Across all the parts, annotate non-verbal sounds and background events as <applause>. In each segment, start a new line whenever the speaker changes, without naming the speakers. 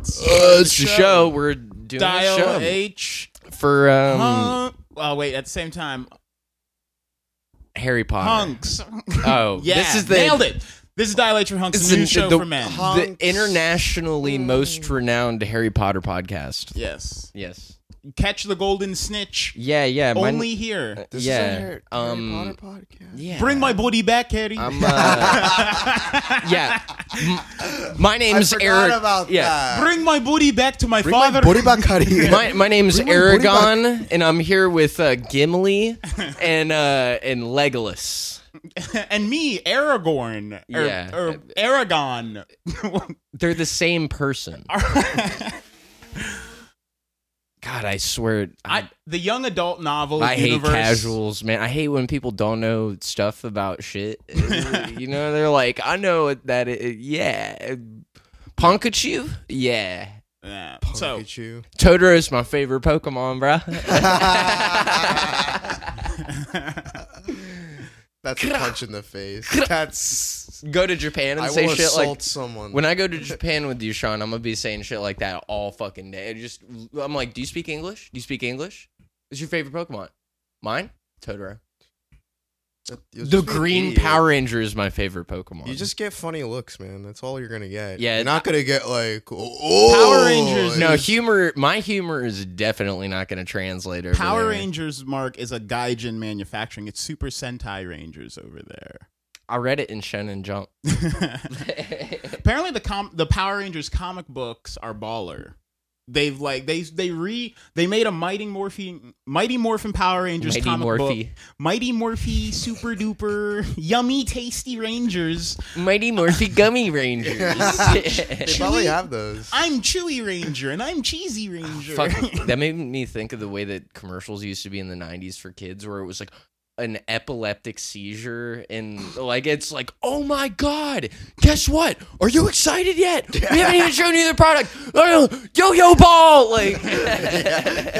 It's
Uh, it's the show. We're doing a
Dial
show
H.
for um,
Hunk. Oh wait, at the same time,
Harry Potter.
hunks.
Oh,
<laughs>
<laughs>
yeah,
this is the
nailed it. This is Dial H for hunks,
This
a new
is
show
the-
for men.
the internationally most renowned Harry Potter podcast.
yes,
Yes.
catch the golden snitch.
Yeah, yeah. mine-
Only here.
This
yeah.
is a Harry,
um,
Harry Potter podcast.
yeah.
Bring my body back, Harry.
Uh,
<laughs>
I'm, uh, yeah. M- my name's
forgot
Eric.
about
yeah.
that.
Bring my booty back to my
Bring
father.
my booty back out here. <laughs>
My, my name's
Bring my booty
Aragon, and I'm here with uh, Gimli and uh, and Legolas.
<laughs> and me, Aragorn. Er, Or,
Yeah.
or Aragon.
They're the same person. God, I swear.
<laughs> I, the young adult novel
I hate
universe.
casuals, man. I hate when people don't know stuff about
<laughs>
shit. you know, they're like, I know it- that. It, it- yeah, Pikachu. Yeah,
Yeah.
Look
So
at you.
Totoro's my favorite Pokemon,
<laughs>
bruh. <laughs>
<laughs>
That's a punch in the face. That's
Go to Japan and
I
say
will
shit
assault
like.
someone.
When I go to Japan with you, Sean, I'm gonna be saying shit like that all fucking day. It just, I'm like, do you speak English? Do you speak English? What's your favorite Pokemon? Mine, Totoro.
You'll
The
just be an
Green
idiot.
Power Ranger is my favorite Pokemon.
You just get funny looks, man. That's all you're gonna get.
Yeah,
you're not gonna get like oh,
Rangers,
No,
like,
humor. My humor is definitely not going to translate over
Power
there.
Rangers Mark is a Gaijin manufacturing. It's Super Sentai Rangers over there. <laughs>
I read it in Shonen
<laughs>
Jump.
Apparently, the com- the Power Rangers comic books are baller. They've like they they re they made a Mighty Morphe Mighty Morphin Power Rangers
Mighty
comic book.
Morphe.
Mighty Morphe Super Duper <laughs> Yummy Tasty Rangers.
Mighty
<laughs>
Morphe Gummy Rangers.
they probably have those.
I'm Chewy Ranger and I'm Cheesy Ranger.
Fuck, that made me think of the way that commercials used to be in the 90s for kids, where it was like an epileptic seizure, and like it's like, oh my god, guess what? Are you excited yet? We haven't even shown you the product. Oh, no, yo yo ball! Like, <laughs>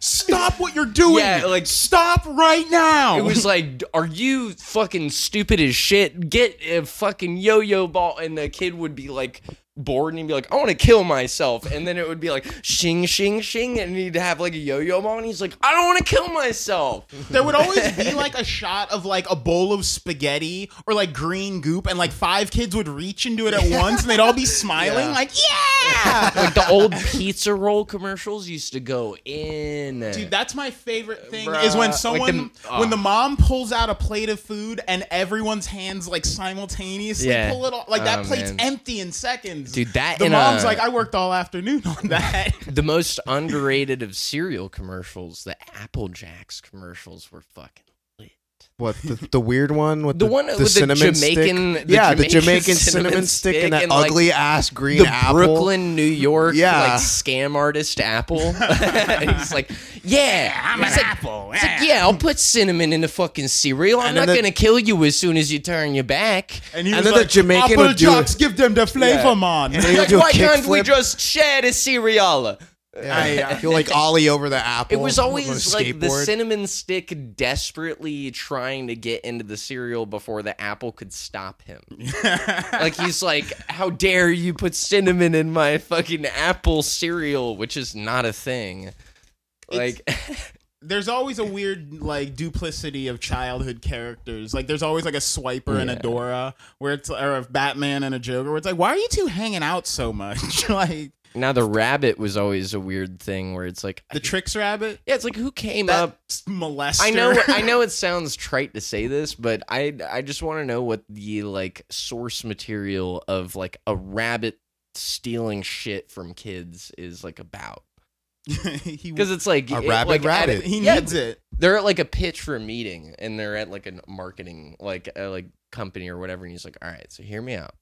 Stop what you're doing.
Yeah, like-
stop right now.
It was like, are you fucking stupid as shit? Get a fucking yo-yo ball, and the kid would be like bored and he'd be like, I want to kill myself, and then it would be like shing shing shing, and he'd have like a yo-yo ball, and he's like, I don't want to kill myself.
There would always be like a shot of like a bowl of spaghetti or like green goop, and like five kids would reach into it at once, and they'd all be smiling
Yeah.
like, "Yeah!"
<laughs> Like the old pizza roll commercials used to go in.
Dude, that's my favorite thing is when
Bruh.
someone,
Like oh. the-
when the mom pulls out a plate of food and everyone's hands like simultaneously
Yeah.
pull it off. Like that
Oh,
plate's
man.
empty in seconds.
Dude, that
the
and,
mom's
uh,
like, "I worked all afternoon
<laughs>
on that."
the most underrated of cereal commercials, the Apple Jacks commercials were fucking lit.
What the, the weird one with
The
the,
one with the
cinnamon
Jamaican-
stick?
the
yeah, the
Jamaican
Jamaican
cinnamon
cinnamon, stick
stick
and that
and, like,
ugly ass green
the
apple.
Brooklyn, New York,
Yeah.
like scam artist apple. <laughs> he's like, yeah,
I'm
He's
an
like-
apple.
he's like, yeah, I'll put cinnamon in the fucking cereal. I'm
And
not
then the-
gonna kill you as soon as you turn your back.
And he
And
was
then the
like,
Jamaican
"Apple
would do
jocks,
it."
give them the flavor,
Yeah.
man."
And he'll
Like,
do a
why can't we
kickflip.
just share the cereal?
Yeah. He'll like ollie over the apple.
<laughs> It was
on a
always like the
skateboard.
cinnamon stick desperately trying to get into the cereal before the apple could stop him.
<laughs>
like
<laughs>
he's like, "How dare you put cinnamon in my fucking apple cereal, which is not a thing." Like <laughs>
there's always a weird like duplicity of childhood characters. Like there's always like a swiper and a
Yeah.
Dora, where it's or a Batman and a Joker, where it's like, why are you two hanging out so much? <laughs> like
now the rabbit was always a weird thing where it's like
the Tricks Rabbit,
yeah, it's like who came
that
up
molester.
I know I
<laughs>
know
<laughs>
it sounds trite to say this, but I I just want to know what the like source material of like a rabbit stealing shit from kids is like about.
he,
Because it's like
A
it-
rabid
like, at a-
rabbit.
he
yeah,
needs it.
They're at like a pitch for a meeting, and they're at like a marketing like a, like company or whatever, and he's like, "All right, so hear me out."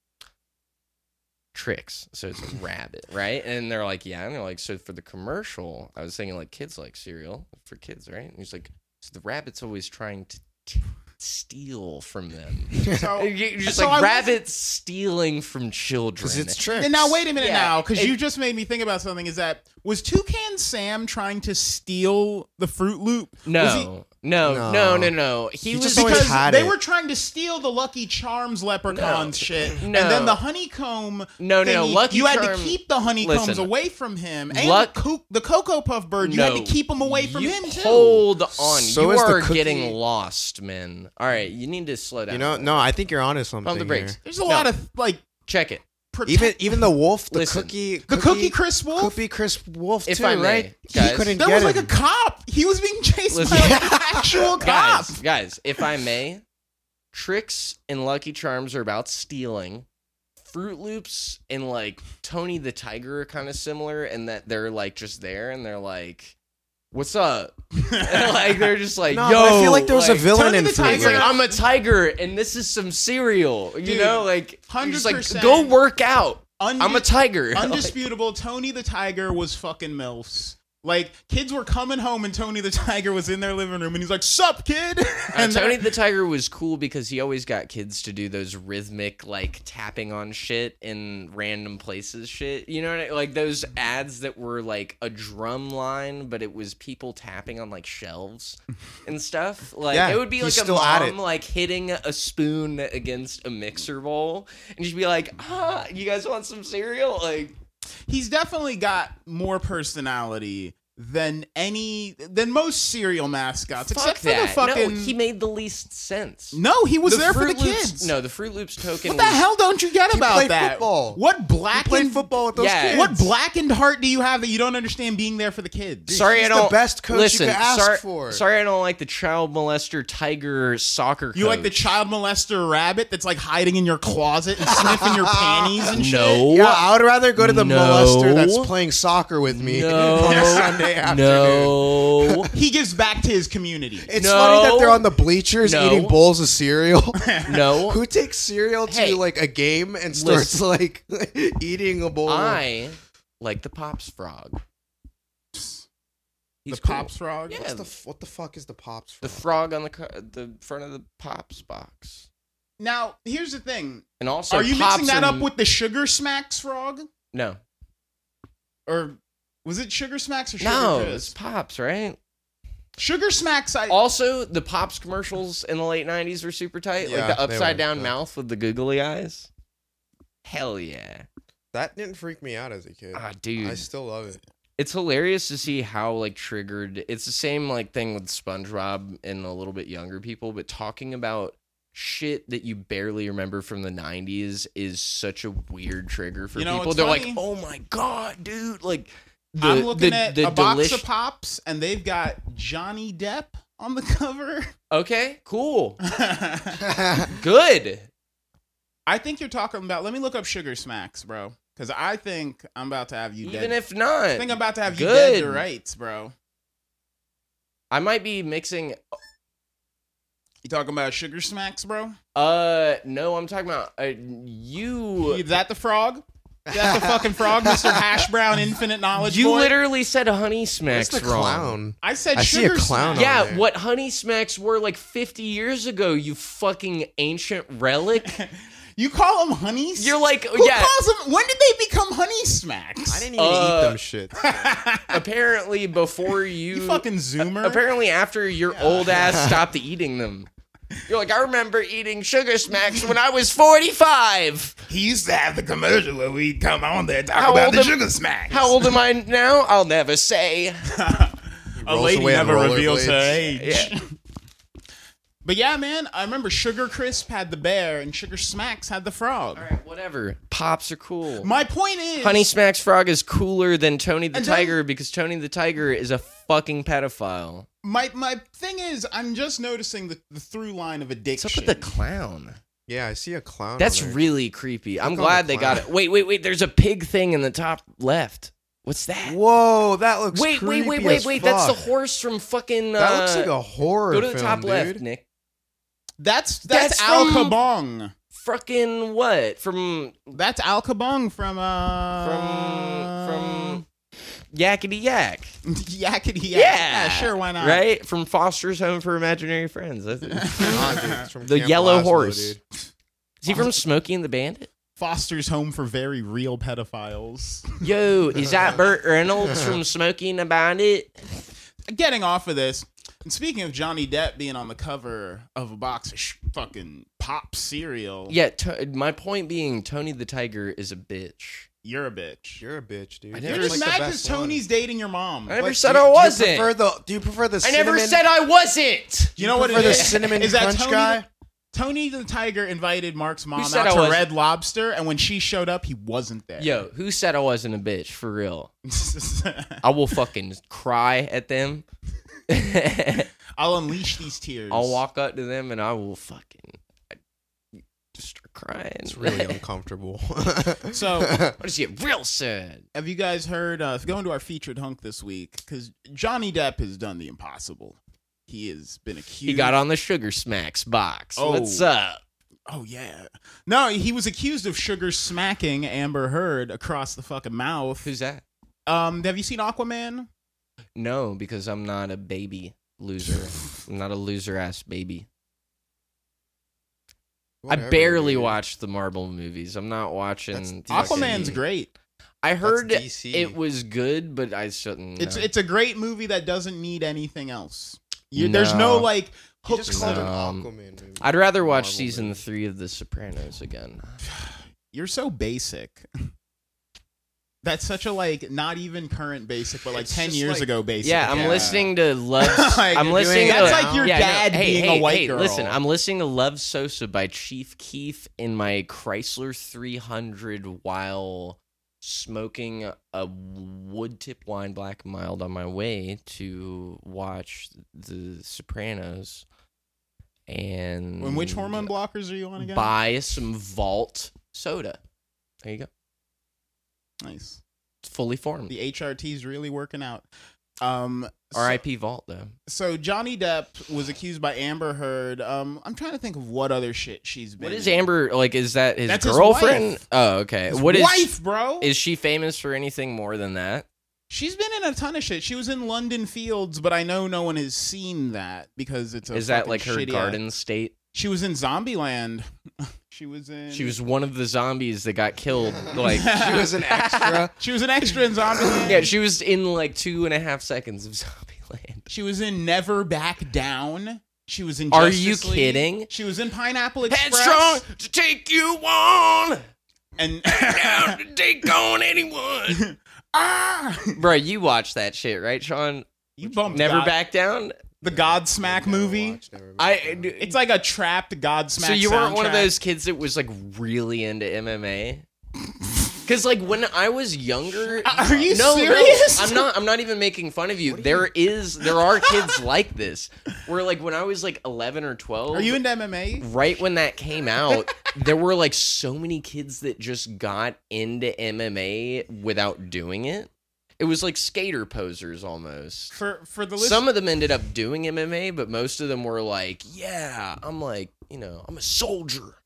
Tricks, so
<laughs>
it's a rabbit, right? And they're like, "Yeah," and they're like, "So for the commercial, I was thinking like kids like cereal for kids, right?" And he's like, "So the rabbit's always trying to." T- steal from
<laughs>
them <laughs>
So,
And you- you're just
Oh, so
like
I was-
rabbits stealing from children
'Cause it's tricks.
And now wait a minute
Yeah,
now, because
it-
you just made me think about something. Is that was Toucan Sam trying to steal the Fruit Loop? Was he-
no No, no,
No.
no, no. He,
He
was
just always
because
had
they
it.
were trying to steal the Lucky Charms leprechauns shit,
No.
and then the honeycomb.
Oh, No, no, no,
thingy,
Lucky
you had
Charm-
to keep the honeycombs
Listen.
away from him, and
Luck-
the, co- the cocoa puff bird. You
No.
had to keep them away from
You
him too.
Hold on.
So
you
is the
are
cookie-
getting lost, man. All right, you need to slow down.
You know, no, I think you're onto something.
Pump the brakes.
There's a
No.
lot of like
Check it.
protect-
here. Even even the wolf, the
Listen,
cookie,
the cookie Chris Wolf.
cookie Chris Wolf
If
too,
I may,
right?
guys.
he couldn't
there
get
was like a
him.
cop. He was being chased
Listen. <laughs>
by like, an actual cop.
Guys, guys, if I may, tricks and Lucky Charms are about stealing. Fruit Loops and like Tony the Tiger are kind of similar in that they're like just there and they're like, "What's up?" <laughs> And, like they're just like,
no,
"Yo."
but I feel like there was a villain
Tony
in
the
Fruit
Tiger-
It's like
Loops.
I'm a tiger and this is some cereal, you
Dude,
know, like you're just like
100%.
go work out.
Undis-
I'm a tiger. <laughs>
Undisputable. Tony the Tiger was fucking milfs. Like kids were coming home, and Tony the Tiger was in their living room, and he's like, "Sup, kid." <laughs>
And
And
Uh, Tony the Tiger was cool because he always got kids to do those rhythmic, like tapping on shit in random places, shit. You know, what I, like those ads that were like a drum line, but it was people tapping on like
<laughs>
shelves and stuff. Like
Yeah,
it would be
he's
like a
still at
mom
it.
like hitting a spoon against a mixer bowl, and she'd be like, "Ah, you guys want some cereal?" Like,
he's definitely got more personality than any than most cereal mascots,
fuck
except
that.
for the fucking.
No, he made the least sense.
No, he was
The
there for the
Froot Loops-
kids.
No, the Fruit Loops token.
What the
was-
hell don't you get
He
about
played
that?
football.
What
He played
blackened
football with those
Yeah.
kids.
What blackened heart do you have that you don't understand being there for the kids?
Sorry,
he's
I
the
don't.
best coach you
listen,
could ask
sorry,
for.
Sorry, I don't like the child molester tiger soccer.
You like the
coach.
child molester rabbit that's like hiding in your closet and sniffing your panties and
<laughs>
shit?
No.
Yeah, I would rather go to the
No.
molester that's playing soccer with me
No.
<laughs> on a Sunday afternoon.
No.
He gives back to his community.
It's
No.
funny that they're on the bleachers
No.
eating bowls of cereal. <laughs>
no. <laughs>
Who takes cereal to
Hey.
like a game and starts like <laughs> eating a bowl?
I like the pops frog. He's
the
cool.
pops frog.
Yeah.
What's the f- what the fuck is the pops?
The
Frog?
frog on the co- the front of the pops box.
Now, here's the thing.
And also,
are you
pops
mixing that
are-
up with the Sugar Smacks frog?
no,
Or was it Sugar Smacks or Sugar
no, it's
Crisp?
pops, right?
Sugar Smacks, I.
Also, the pops commercials in the late '90s were super tight, like
Yeah,
the
they were,
upside down
yeah.
mouth with the googly eyes. Hell yeah,
that didn't freak me out as a kid.
ah, dude.
I still
<laughs>
love it.
it's hilarious to see how like triggered it's the same like thing with SpongeBob and a little bit younger people, but talking about shit that you barely remember from the 90s is such a weird trigger for
You know,
people.
it's
They're
funny.
like, "Oh my god, dude, like the,
I'm looking
the-
at
the
a box
delish-
of pops, and they've got Johnny Depp on
<laughs>
the <laughs> cover.
Okay, cool. Good.
I think you're talking about. Let me look up Sugar Smacks, bro, because I think I'm about to have you
Even
dead.
if not.
I think I'm about to have you
Good.
dead to rights, bro.
I might be mixing
You talking about Sugar Smacks, bro?
uh no, I'm talking about uh, you
Is that the frog? Is that the fucking
<laughs>
frog, Mister Hash Brown, Infinite Knowledge
you
Boy?
literally said honey smacks
That's the
wrong.
clown.
I said
I see a
Sugar
clown
Smacks.
on-
Yeah,
there.
what Honey Smacks were like 50 years ago, you fucking ancient
<laughs>
relic.
you call them honeys.
You're like,
who
yeah,
calls them? When did they become honey smacks?
I didn't even
Uh,
eat them shit.
apparently before you,
<laughs> you fucking
<laughs>
zoomer.
apparently after your old
<laughs>
ass stopped eating them. You're like, I remember eating Sugar Smacks when I was 45.
he used to have the commercial where we'd come on there and talk
How old am-
Smacks.
How old
<laughs>
am I now? I'll never say.
a
rolls
lady
away on
never reveals her
rollerblades.
age. <laughs> But yeah, man, I remember Sugar Crisp had the bear and Sugar Smacks had the frog.
All right, whatever. Pops are cool.
My point is,
Honey Smacks Frog is cooler than Tony the
And then-
Tiger because Tony the Tiger is a fucking pedophile.
my my thing is, I'm just noticing the, the through line of
What's up with
addiction.
the clown?
Yeah, I see a clown.
That's
on there.
really creepy. I'm
Click on
glad
the
they got
clown.
it. Wait, wait, wait. There's a pig thing in the top left. What's that?
Whoa, that looks.
wait, wait, wait,
creepy
wait,
as
wait. That's the
fuck.
horse from fucking. Uh,
That looks like a horror.
Go to the
film,
top
dude.
left, Nick.
that's that's,
That's
Al
from-
Kabong.
Fucking what? From
That's Al Kabong from
from
uh
Um,
from Yakety Yak,
from <laughs> Yakety
Yeah.
Yak. sure, why not?
right? From Foster's Home for Imaginary Friends. That's it.
Nah, dude, it's
<laughs>
from
The
Camp
yellow
Lazlo,
horse.
dude.
Is
<laughs>
he from Smokey and the Bandit?
Foster's home for very real pedophiles.
<laughs>
Yo, is that Burt Reynolds from Smokey and the Bandit?
Getting off of this, And speaking of Johnny Depp being on the cover of a box of sh- fucking pop cereal,
Yeah, to, my point being, Tony the Tiger is a bitch.
you're a bitch.
You're a bitch, dude.
I
You're
never-
You're
just
like the
mad because
best one.
Tony's dating your mom.
I never
But
said
do-
I
do you
wasn't.
prefer the, do you prefer the
I never
cinnamon-
said I wasn't.
you know what
prefer
it
the
is?
cinnamon
is that
crunch
Tony,
guy?
Tony the Tiger invited Mark's mom
said
out
I
to
was-
Red Lobster, and when she showed up, he wasn't there.
Yo, who said I wasn't a bitch? For real, I will fucking cry at them.
<laughs>
<laughs>
I'll unleash these tears.
I'll walk up to them and I will fucking I just start crying. <laughs>
It's really uncomfortable. <laughs>
So-
I just get real sad.
Have you guys heard? Uh, going to our featured hunk this week because Johnny Depp has done the impossible. He has been accused.
He got on the Sugar Smacks box.
Oh.
What's up?
Oh yeah. No, he was accused of sugar smacking Amber Heard across the fucking mouth.
Who's that?
Um, have you seen Aquaman?
No, because I'm not a baby
<laughs>
loser. I'm not a loser ass baby.
Whatever,
I barely
dude.
watched the Marvel movies. I'm not watching.
That's
fucking-
Aquaman's great.
I
That's
heard
DC.
it was good, but I shouldn't.
It's
no.
it's a great movie that doesn't need anything else. You, There's no
No.
like
You just
hooks.
called it
No.
Aquaman. movie.
I'd rather watch
Marvel
season
movie.
three of The Sopranos again.
You're so basic. <laughs> That's such a like not even current basic, but like
It's
ten
just
years
like-
ago basic.
Yeah, I'm
Yeah.
listening
<laughs>
to Love.
Like,
I'm
you're
listening.
doing
to,
it That's like your
dad
hey,
being a
hey,
white
hey,
girl.
Listen, I'm listening to Love Sosa by Chief Keef in my Chrysler 300 while smoking a wood tip wine black mild on my way to watch The Sopranos. And
And which hormone blockers are you on again?
Buy some Vault soda. There you go.
Nice.
It's fully formed.
The HRT's really working out. Um, so-
R.I.P. Vault though.
So Johnny Depp was accused by Amber Heard. Um, I'm trying to think of what other shit she's been.
What is
in.
Amber like? Is that his
That's his
girlfriend?
wife.
Oh, okay.
His
What is
wife, bro?
is she famous for anything more than that?
she's been in a ton of shit. She was in London Fields, but I know no one has seen that because it's a
Is that
fucking
like her
shitty-
garden state?
She was in Zombieland. <laughs> she was in.
She was one of the zombies that got <laughs> killed. Like
She was an
<laughs>
extra.
She was an extra in Zombieland.
yeah, she was in like two and a half seconds of <laughs> Zombieland.
She was in Never Back Down. She was in.
Are
Justice
you
League.
kidding?
She was in Pineapple Express.
Headstrong to take you on,
and <laughs>
down to take on anyone.
ah,
Bro, you watched that shit, right, Sean?
you bumped
Never
God-
back down.
the
I
Godsmack
never
movie.
watched Never Back
I.
Down.
It's like a trapped Godsmack.
so you weren't one of
soundtrack.
those kids that was like really into
<laughs>
MMA. Because like when I was younger,
Uh, Are are you
no, no,
serious?
I'm not. I'm not even making fun of you.
What are
There is, there are
<laughs>
kids like this. Where like when I was like 11 or 12,
Are you into MMA?
right when that came out, there were like so many kids that just got into MMA without doing it. It was like skater posers almost.
For for the list,
Some of them ended up doing MMA, but most of them were like, "Yeah, I'm like, you know, I'm a soldier."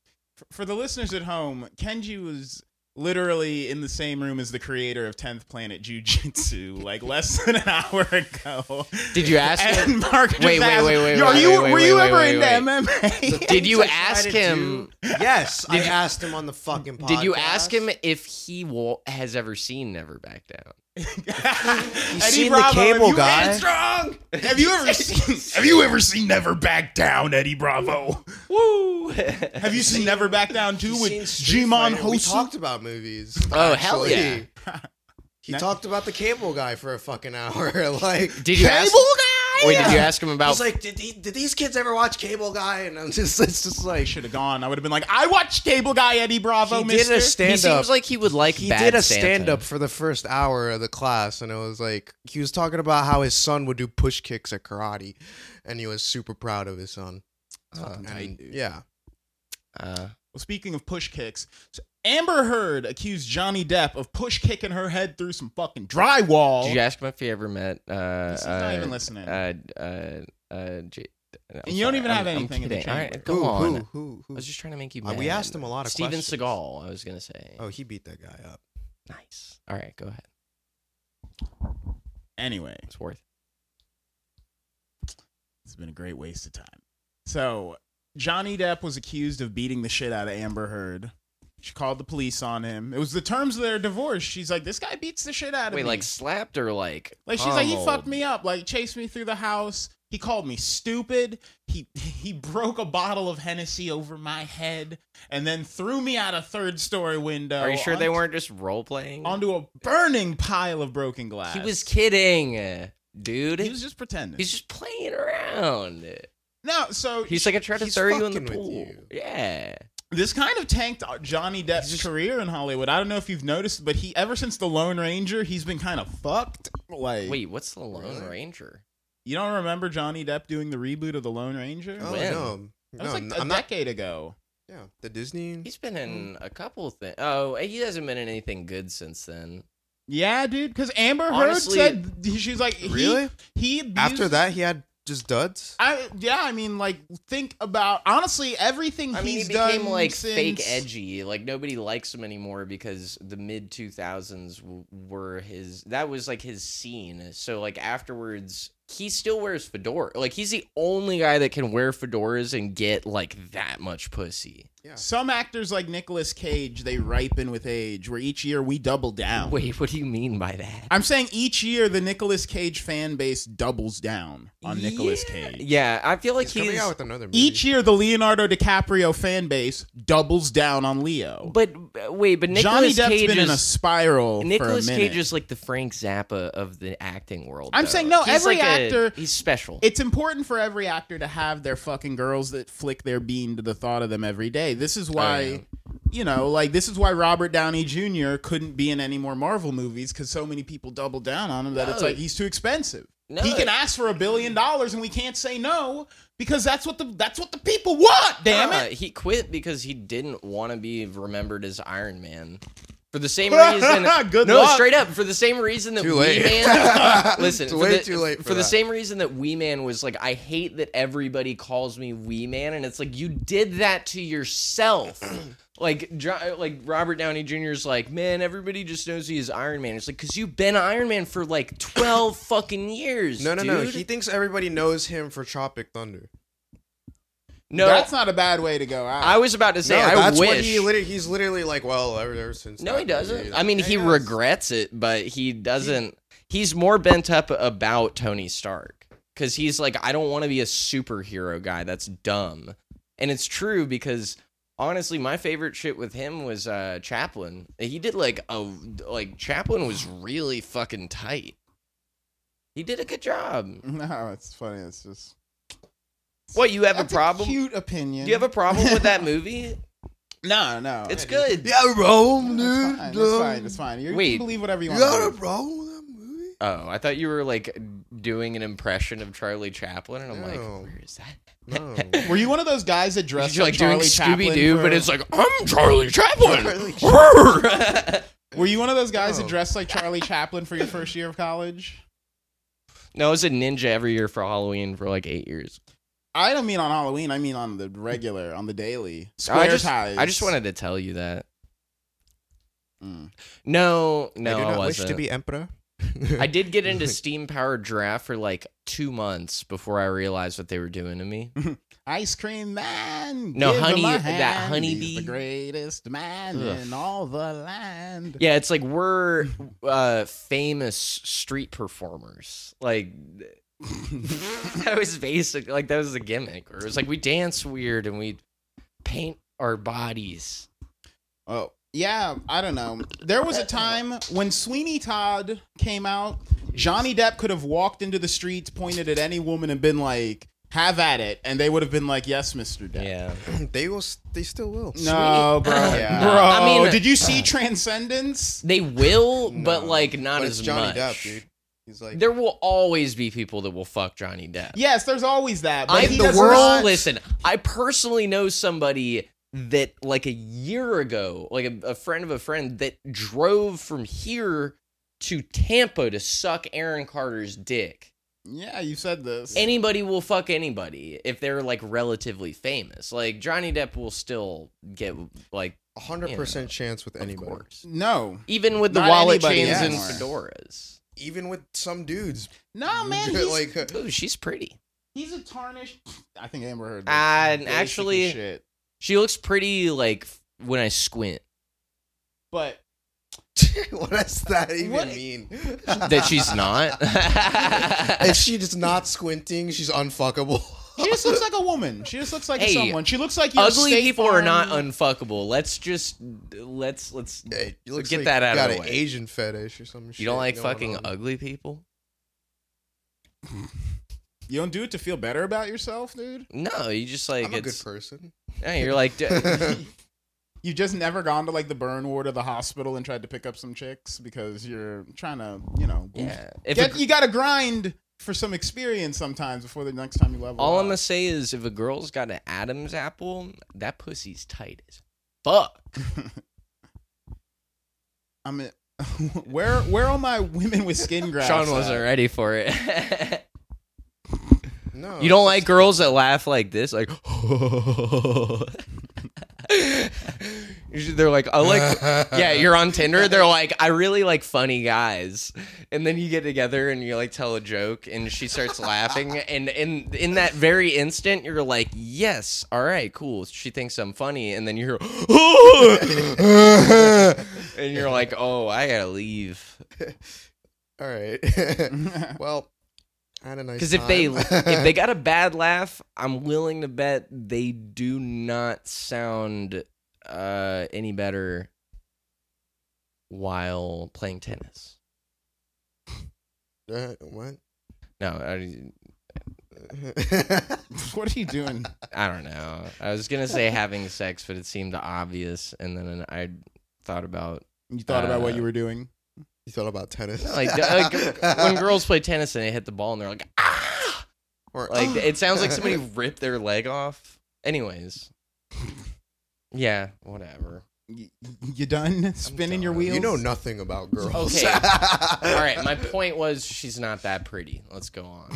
for the listeners at home, Kenji was literally in the same room as the creator of 10th Planet Jiu-Jitsu like less than an hour ago.
Did you ask him?
And Mark just
Wait, wait,
asked,
wait, wait,
"Yo, are
wait,
you
wait, wait,
were you
wait,
ever
wait, wait.
into MMA?
Did you
I tried
ask
it
him?
Yes, I asked him on the <laughs> fucking
<laughs>
podcast.
Did you ask him if he wa has ever seen Never Back Down?
<laughs> Eddie
seen the cable
have you-
guy?
Ed Strong.
<laughs>
Have you ever seen Have you ever seen Never Back Down, Eddie Bravo?
Woo!
Have you seen Never Back Down too with
seen Street
Jimon
We
Hosu?
talked about movies.
Oh, hell yeah.
He
Now-
talked about the cable guy for a fucking hour. <laughs> Like,
Did you ask?
Cable
Guy? Wait, did you ask him
I
about?
was like, did, he, did these kids ever watch Cable Guy? And I'm just, it's just
I
like,
should have gone. I would have been like, I watched Cable Guy Eddie Bravo.
He did
mister.
a stand-
he
stand-up.
seems like he would like.
he
Bad
did a
Santa.
stand up for the first hour of the class, and it was like, he was talking about how his son would do push kicks at karate, and he was super proud of his son.
That's fucking tight,
and
dude.
yeah,
Uh,
Well, speaking of push kicks, so Amber Heard accused Johnny Depp of push kicking her head through some fucking drywall.
did you ask him if he ever met? Uh,
He's
uh,
not even listening.
Uh, uh, uh, J- I'm
And you don't
sorry,
even
I'm-
have
I'm
anything in the
kidding.
chamber.
All right, go
Who-
on.
Who, who,
I
who?
was just trying to make you.
Uh,
Mad.
we asked him a lot of
Steven
questions.
Seagal. I was gonna say.
oh, he beat that guy up.
nice. All right, go ahead.
Anyway,
It's worth.
it's been a great waste of time. So Johnny Depp was accused of beating the shit out of Amber Heard. She called the police on him. It was the terms of their divorce. She's like, this guy beats the shit out
It.
of
Wait,
me.
like slapped or like?
like she's like, he
pummeled?
fucked me up. Like chased me through the house. He called me stupid. He <laughs> he broke a bottle of Hennessy over my head and then threw me out a third story window.
Are you sure they
onto-
weren't just role playing?
onto a burning pile of broken glass?
He was kidding, dude.
he was just pretending.
He's just playing around.
no, so
He's like, I tried to
He's
throw you in the
fucking with
pool.
you.
Yeah.
this kind of tanked uh, Johnny Depp's
just-
career in Hollywood. I don't know if you've noticed, but he ever since the Lone Ranger, he's been kind of fucked. Like,
Wait, what's the Lone
Really?
Ranger?
you don't remember Johnny Depp doing the reboot of the Lone Ranger?
Oh
When?
no,
that
no,
was
I'm
like a
not.
decade ago.
Yeah, the Disney.
He's
Hmm.
been in a couple things. Oh, he hasn't been in anything good since then.
Yeah, dude. Because Amber
Honestly-
Heard said she's like, he-
Really?
He, abused-
After that, he had just duds.
I yeah. I mean, like, think about honestly everything
I mean,
he's
he became
done
like
since-
fake edgy. Like nobody likes him anymore because the mid two thousands were his. That was like his scene. So like afterwards, he still wears fedora. Like he's the only guy that can wear fedoras and get like that much pussy.
Some actors like Nicolas Cage, they ripen with age. Where each year we double down.
Wait, what do you mean by that?
I'm saying each year the Nicolas Cage fan base doubles down on Nicolas
Yeah.
Cage.
Yeah, I feel like
He's
he's.
coming out with another movie.
Each year the Leonardo DiCaprio fan base doubles down on Leo.
but uh, wait, but
Johnny
Nicolas
Depp's
Cage
been
is
in a spiral
Nicolas
for a minute.
Cage is like the Frank Zappa of the acting world.
I'm
though.
saying, no,
He's
every
like a-
actor-
he's special.
it's important for every actor to have their fucking girls that flick their bean to the thought of them every day. This is why,
Oh, yeah.
you know, like this is why Robert Downey Jr. couldn't be in any more Marvel movies because so many people double down on him that it's
No.
like he's too expensive.
No.
He can ask for a billion dollars and we can't say no because that's what the that's what the people want. Damn
Uh,
it!
he quit because he didn't want to be remembered as Iron Man. For the
<laughs>
same reason,
Good
no,
luck.
straight up. For the same reason that
Too
Wee
late. <laughs>
Man, listen,
It's
for
way
the,
too late for
the
that.
same reason that Wee Man was like, I hate that everybody calls me Wee Man, and it's like you did that to yourself. <clears throat> like, Jo- like Robert Downey Jr. is like, man, everybody just knows he is Iron Man. It's like because you've been Iron Man for like twelve fucking years.
No, no, no.
dude.
He thinks everybody knows him for Tropic Thunder.
no.
that's not a bad way to go out.
I was about to say,
no,
I
that's
wish.
what he literally. He's literally like, well, ever, ever since.
No,
that
he doesn't.
movie,
I mean,
yeah,
he
does.
regrets it, but he doesn't. He's more bent up about Tony Stark because he's like, I don't want to be a superhero guy. That's dumb. And it's true because honestly, my favorite shit with him was uh, Chaplin. He did like a like Chaplin was really fucking tight. He did a good job.
<laughs> no, it's funny. It's just
What you have
That's
a problem?
cute opinion.
Do you have a problem with that movie?
no, no.
It's
it-
good.
Yeah, bro, dude.
It's fine. It's
um,
fine. It's fine. You
Wait.
can believe whatever you
You
want.
got a problem with that movie?
Oh, I thought you were like doing an impression of Charlie Chaplin, and I'm like,
No.
where is that?
No.
Were you one of those guys that dressed
You're
like
like doing
Charlie Chaplin
Scooby Doo,
for-
but it's like I'm Charlie Chaplin. <laughs>
Charlie
Were you one of those guys
No.
that dressed like Charlie Chaplin for your first year of college?
no, I was a ninja every year for Halloween for like eight years.
I don't mean on Halloween. I mean on the regular, on the daily. Square
I just,
ties.
I just wanted to tell you that.
Mm.
No, <laughs>
I
no,
do
I,
not wish
wasn't.
to be emperor.
<laughs> I did get into steam powered draft for like two months before I realized what they were doing to me.
Ice cream man.
No,
give him
honey-
a
that
hand.
honeybee.
He's the greatest man
Ugh.
in all the land.
<laughs> Yeah, it's like we're uh, famous street performers. Like <laughs> that was basic. Like that was the gimmick. Or it was like we dance weird and we paint our bodies.
Oh. Yeah, I don't know. There was a time when Sweeney Todd came out, Johnny Depp could have walked into the streets, pointed at any woman, and been like, have at it. And they would have been like, yes, Mr. Depp.
Yeah.
<laughs> they will. s- They still will.
No,
<laughs>
bro.
Yeah.
Bro,
I mean-
did you see Transcendence?
They will,
No.
but like not
But
as
it's Johnny
much.
Depp, dude. He's like,
There will always be people that will fuck Johnny Depp.
Yes, there's always that. But
I
he
the
does
world-
not-
listen. I personally know somebody that like a year ago, like a, a friend of a friend that drove from here to Tampa to suck Aaron Carter's dick.
Yeah, you said this.
Anybody will fuck anybody if they're like relatively famous. Like Johnny Depp will still get like
a hundred percent chance with
of
anybody.
course.
no,
Even with the
Not
wallet
anybody
chains and
anymore.
fedoras.
Even with some dudes.
<laughs>
<laughs>
no, Oh, man. He's,
like, uh,
Ooh, she's pretty.
he's a tarnished. I think Amber heard. This.
Uh,
Basic as
actually-
shit.
She looks pretty like f- when I squint.
but
what does that even
<laughs>
What-
mean?
that
<laughs>
she's not.
if she's just not squinting, she's unfuckable. <laughs>
She just looks like a woman. She just looks like
Hey,
someone. She looks like you
<laughs>
know,
Ugly
State
people are not
Farm.
unfuckable. Let's just let's let's.
Hey, you look
Get
like
that
you
out of
got
the
an
way.
Asian fetish or some shit.
You don't like
going
fucking
on.
ugly people?
You don't do it to feel better about yourself, dude.
No, you just like
I'm a good
it's. <laughs>
person. <laughs>
yeah, you're like d-
You've just never gone to like the burn ward of the hospital and tried to pick up some chicks because you're trying to, you know,
yeah. If a
get,
gr-
you got to grind for some experience sometimes before the next time you level.
all
up.
I'm gonna say is if a girl's got an Adam's apple, that pussy's tight as fuck.
I mean, <laughs> where where are my women with skin grafts?
<laughs> Sean wasn't
at?
ready for it. <laughs>
No, Oh,
you don't like girls that laugh like this,
<laughs>
like <laughs> Usually they're like, I like
<laughs>
yeah,
Uh-huh.
you're on Tinder. They're like, I really like funny guys, and then you get together and you like tell a joke, and she starts laughing, and in in that very instant, you're like, yes, all right, cool. She thinks I'm funny, and then you hear, and you're like, oh, I gotta leave
All right. <laughs> well, I don't know.
because if they if
<laughs>
they got a bad laugh, I'm willing to bet they do not sound uh, any better while playing tennis.
uh, what? <laughs>
No, I,
<laughs> what are you doing?
I don't know. I was gonna say having sex, but it seemed obvious, and then I thought about
You thought about what
Uh,
you were doing.
you thought about tennis?
like, like
<laughs>
when girls play tennis and they hit the ball and they're like, ah!
Or- <gasps> uh,
like it sounds like somebody ripped their leg off. Anyways, yeah, whatever.
You, you done spinning your
done.
wheels?
you know nothing about girls. <laughs>
Okay. All right, my point was she's not that pretty. Let's go on.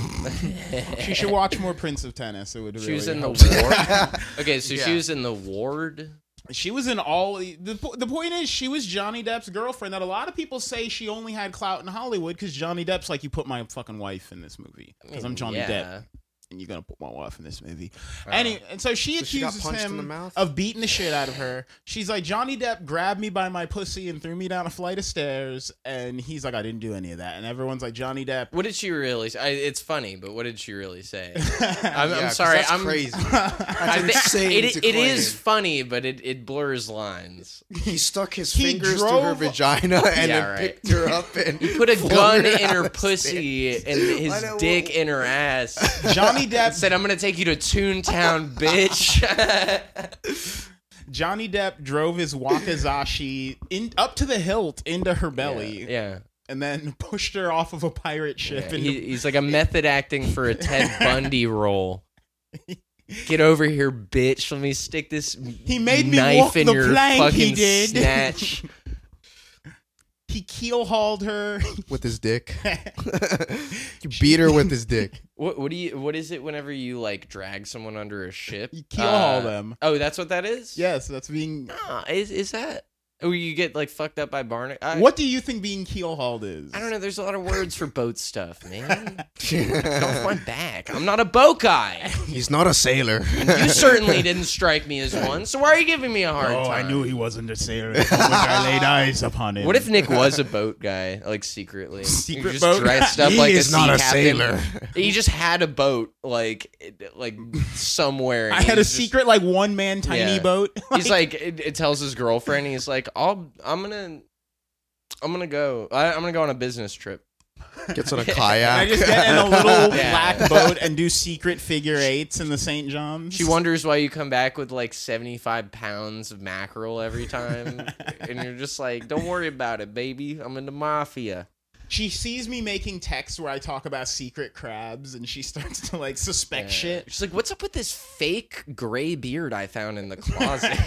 <laughs>
She should watch more Prince of Tennis. It would.
She
really
was in the
help.
ward.
<laughs>
Okay, so she
Yeah.
was in the ward.
She was in all. The, po- the point is, she was Johnny Depp's girlfriend. That a lot of people say she only had clout in Hollywood because Johnny Depp's like, you put my fucking wife in this movie because
Mm,
I'm Johnny Depp, and you're gonna put my wife in this movie. And, he- and so she
So she got
accuses
punched in
him
the mouth?
of beating the shit out of her. She's like, Johnny Depp grabbed me by my pussy and threw me down a flight of stairs. And he's like, I didn't do any of that. And everyone's like, Johnny Depp.
<laughs> What did she really? Say? I, it's funny, but what did she really
<laughs>
say?
I
I'm,
<laughs> Yeah,
I'm
'cause
sorry.
That's
I'm <laughs>
crazy.
I
That's
thi-
insane.
it-
to
it is
claim.
funny, but it, it blurs lines.
<laughs>
He stuck his
He
fingers through her
drove-
<laughs> vagina
Yeah,
and then
right.
picked her up and
Put a
flung
gun
her
in
out
her
of
pussy
stairs.
<laughs>
and
I
his
know,
dick
well,
in her ass. And
Johnny Depp
said, "I'm gonna take you to
<laughs>
Toontown, bitch."
Johnny Depp drove his wakizashi in up to the hilt into her belly
Yeah,
and then <laughs> pushed her off of a pirate ship
yeah.
and
He, he's like a method acting for a Ted
<laughs>
Bundy role. Get over here, bitch. Let me stick this
He made me
knife
walk
in
the
your
plank
fucking
he did. <laughs>
snatch.
he keel hauled her.
<laughs>
<laughs>
with his
<laughs>
dick. <laughs> you beat her with his dick. <laughs>
What what do you what is it whenever you like drag someone under a ship?
You keel haul
Uh,
them.
Oh, that's what that is?
Yes, that's being
Nah, is is that? Oh, you get like fucked up by Barney? I,
What do you think being keel hauled is?
I don't know. There's a lot of words for boat stuff,
<laughs>
man. Off my
He's
back. I'm not a boat guy.
not a sailor. <laughs>
You certainly didn't strike me as one. So why are you giving me a hard time?
Oh, he wasn't
<laughs>
a sailor the moment I laid eyes upon him.
What if
<laughs>
Nick was a boat guy, like secretly? He
Secret
just
boat
dressed
guy.
up
he
like
is
a
not
sea
a
captain. <laughs>
sailor.
He just had a boat, like it- like somewhere. and
I had a
he's just-
secret like one man tiny
Yeah.
boat? <laughs>
He's like, it, it tells his girlfriend. He's like, I'll, I'm gonna, I'm gonna go. I, I'm gonna go on a business trip.
Gets on a
Can I
kayak.
just get
<laughs>
in a little
Yeah.
black boat and do secret figure eights in the St. John's?
She wonders why you come back with like 75 pounds of mackerel every time. and you're just like, don't worry about it, baby. I'm in the mafia.
she sees me making texts where I talk about secret crabs and she starts to like suspect
Yeah.
shit.
She's like, what's up with this fake gray beard I found in the closet?
<laughs>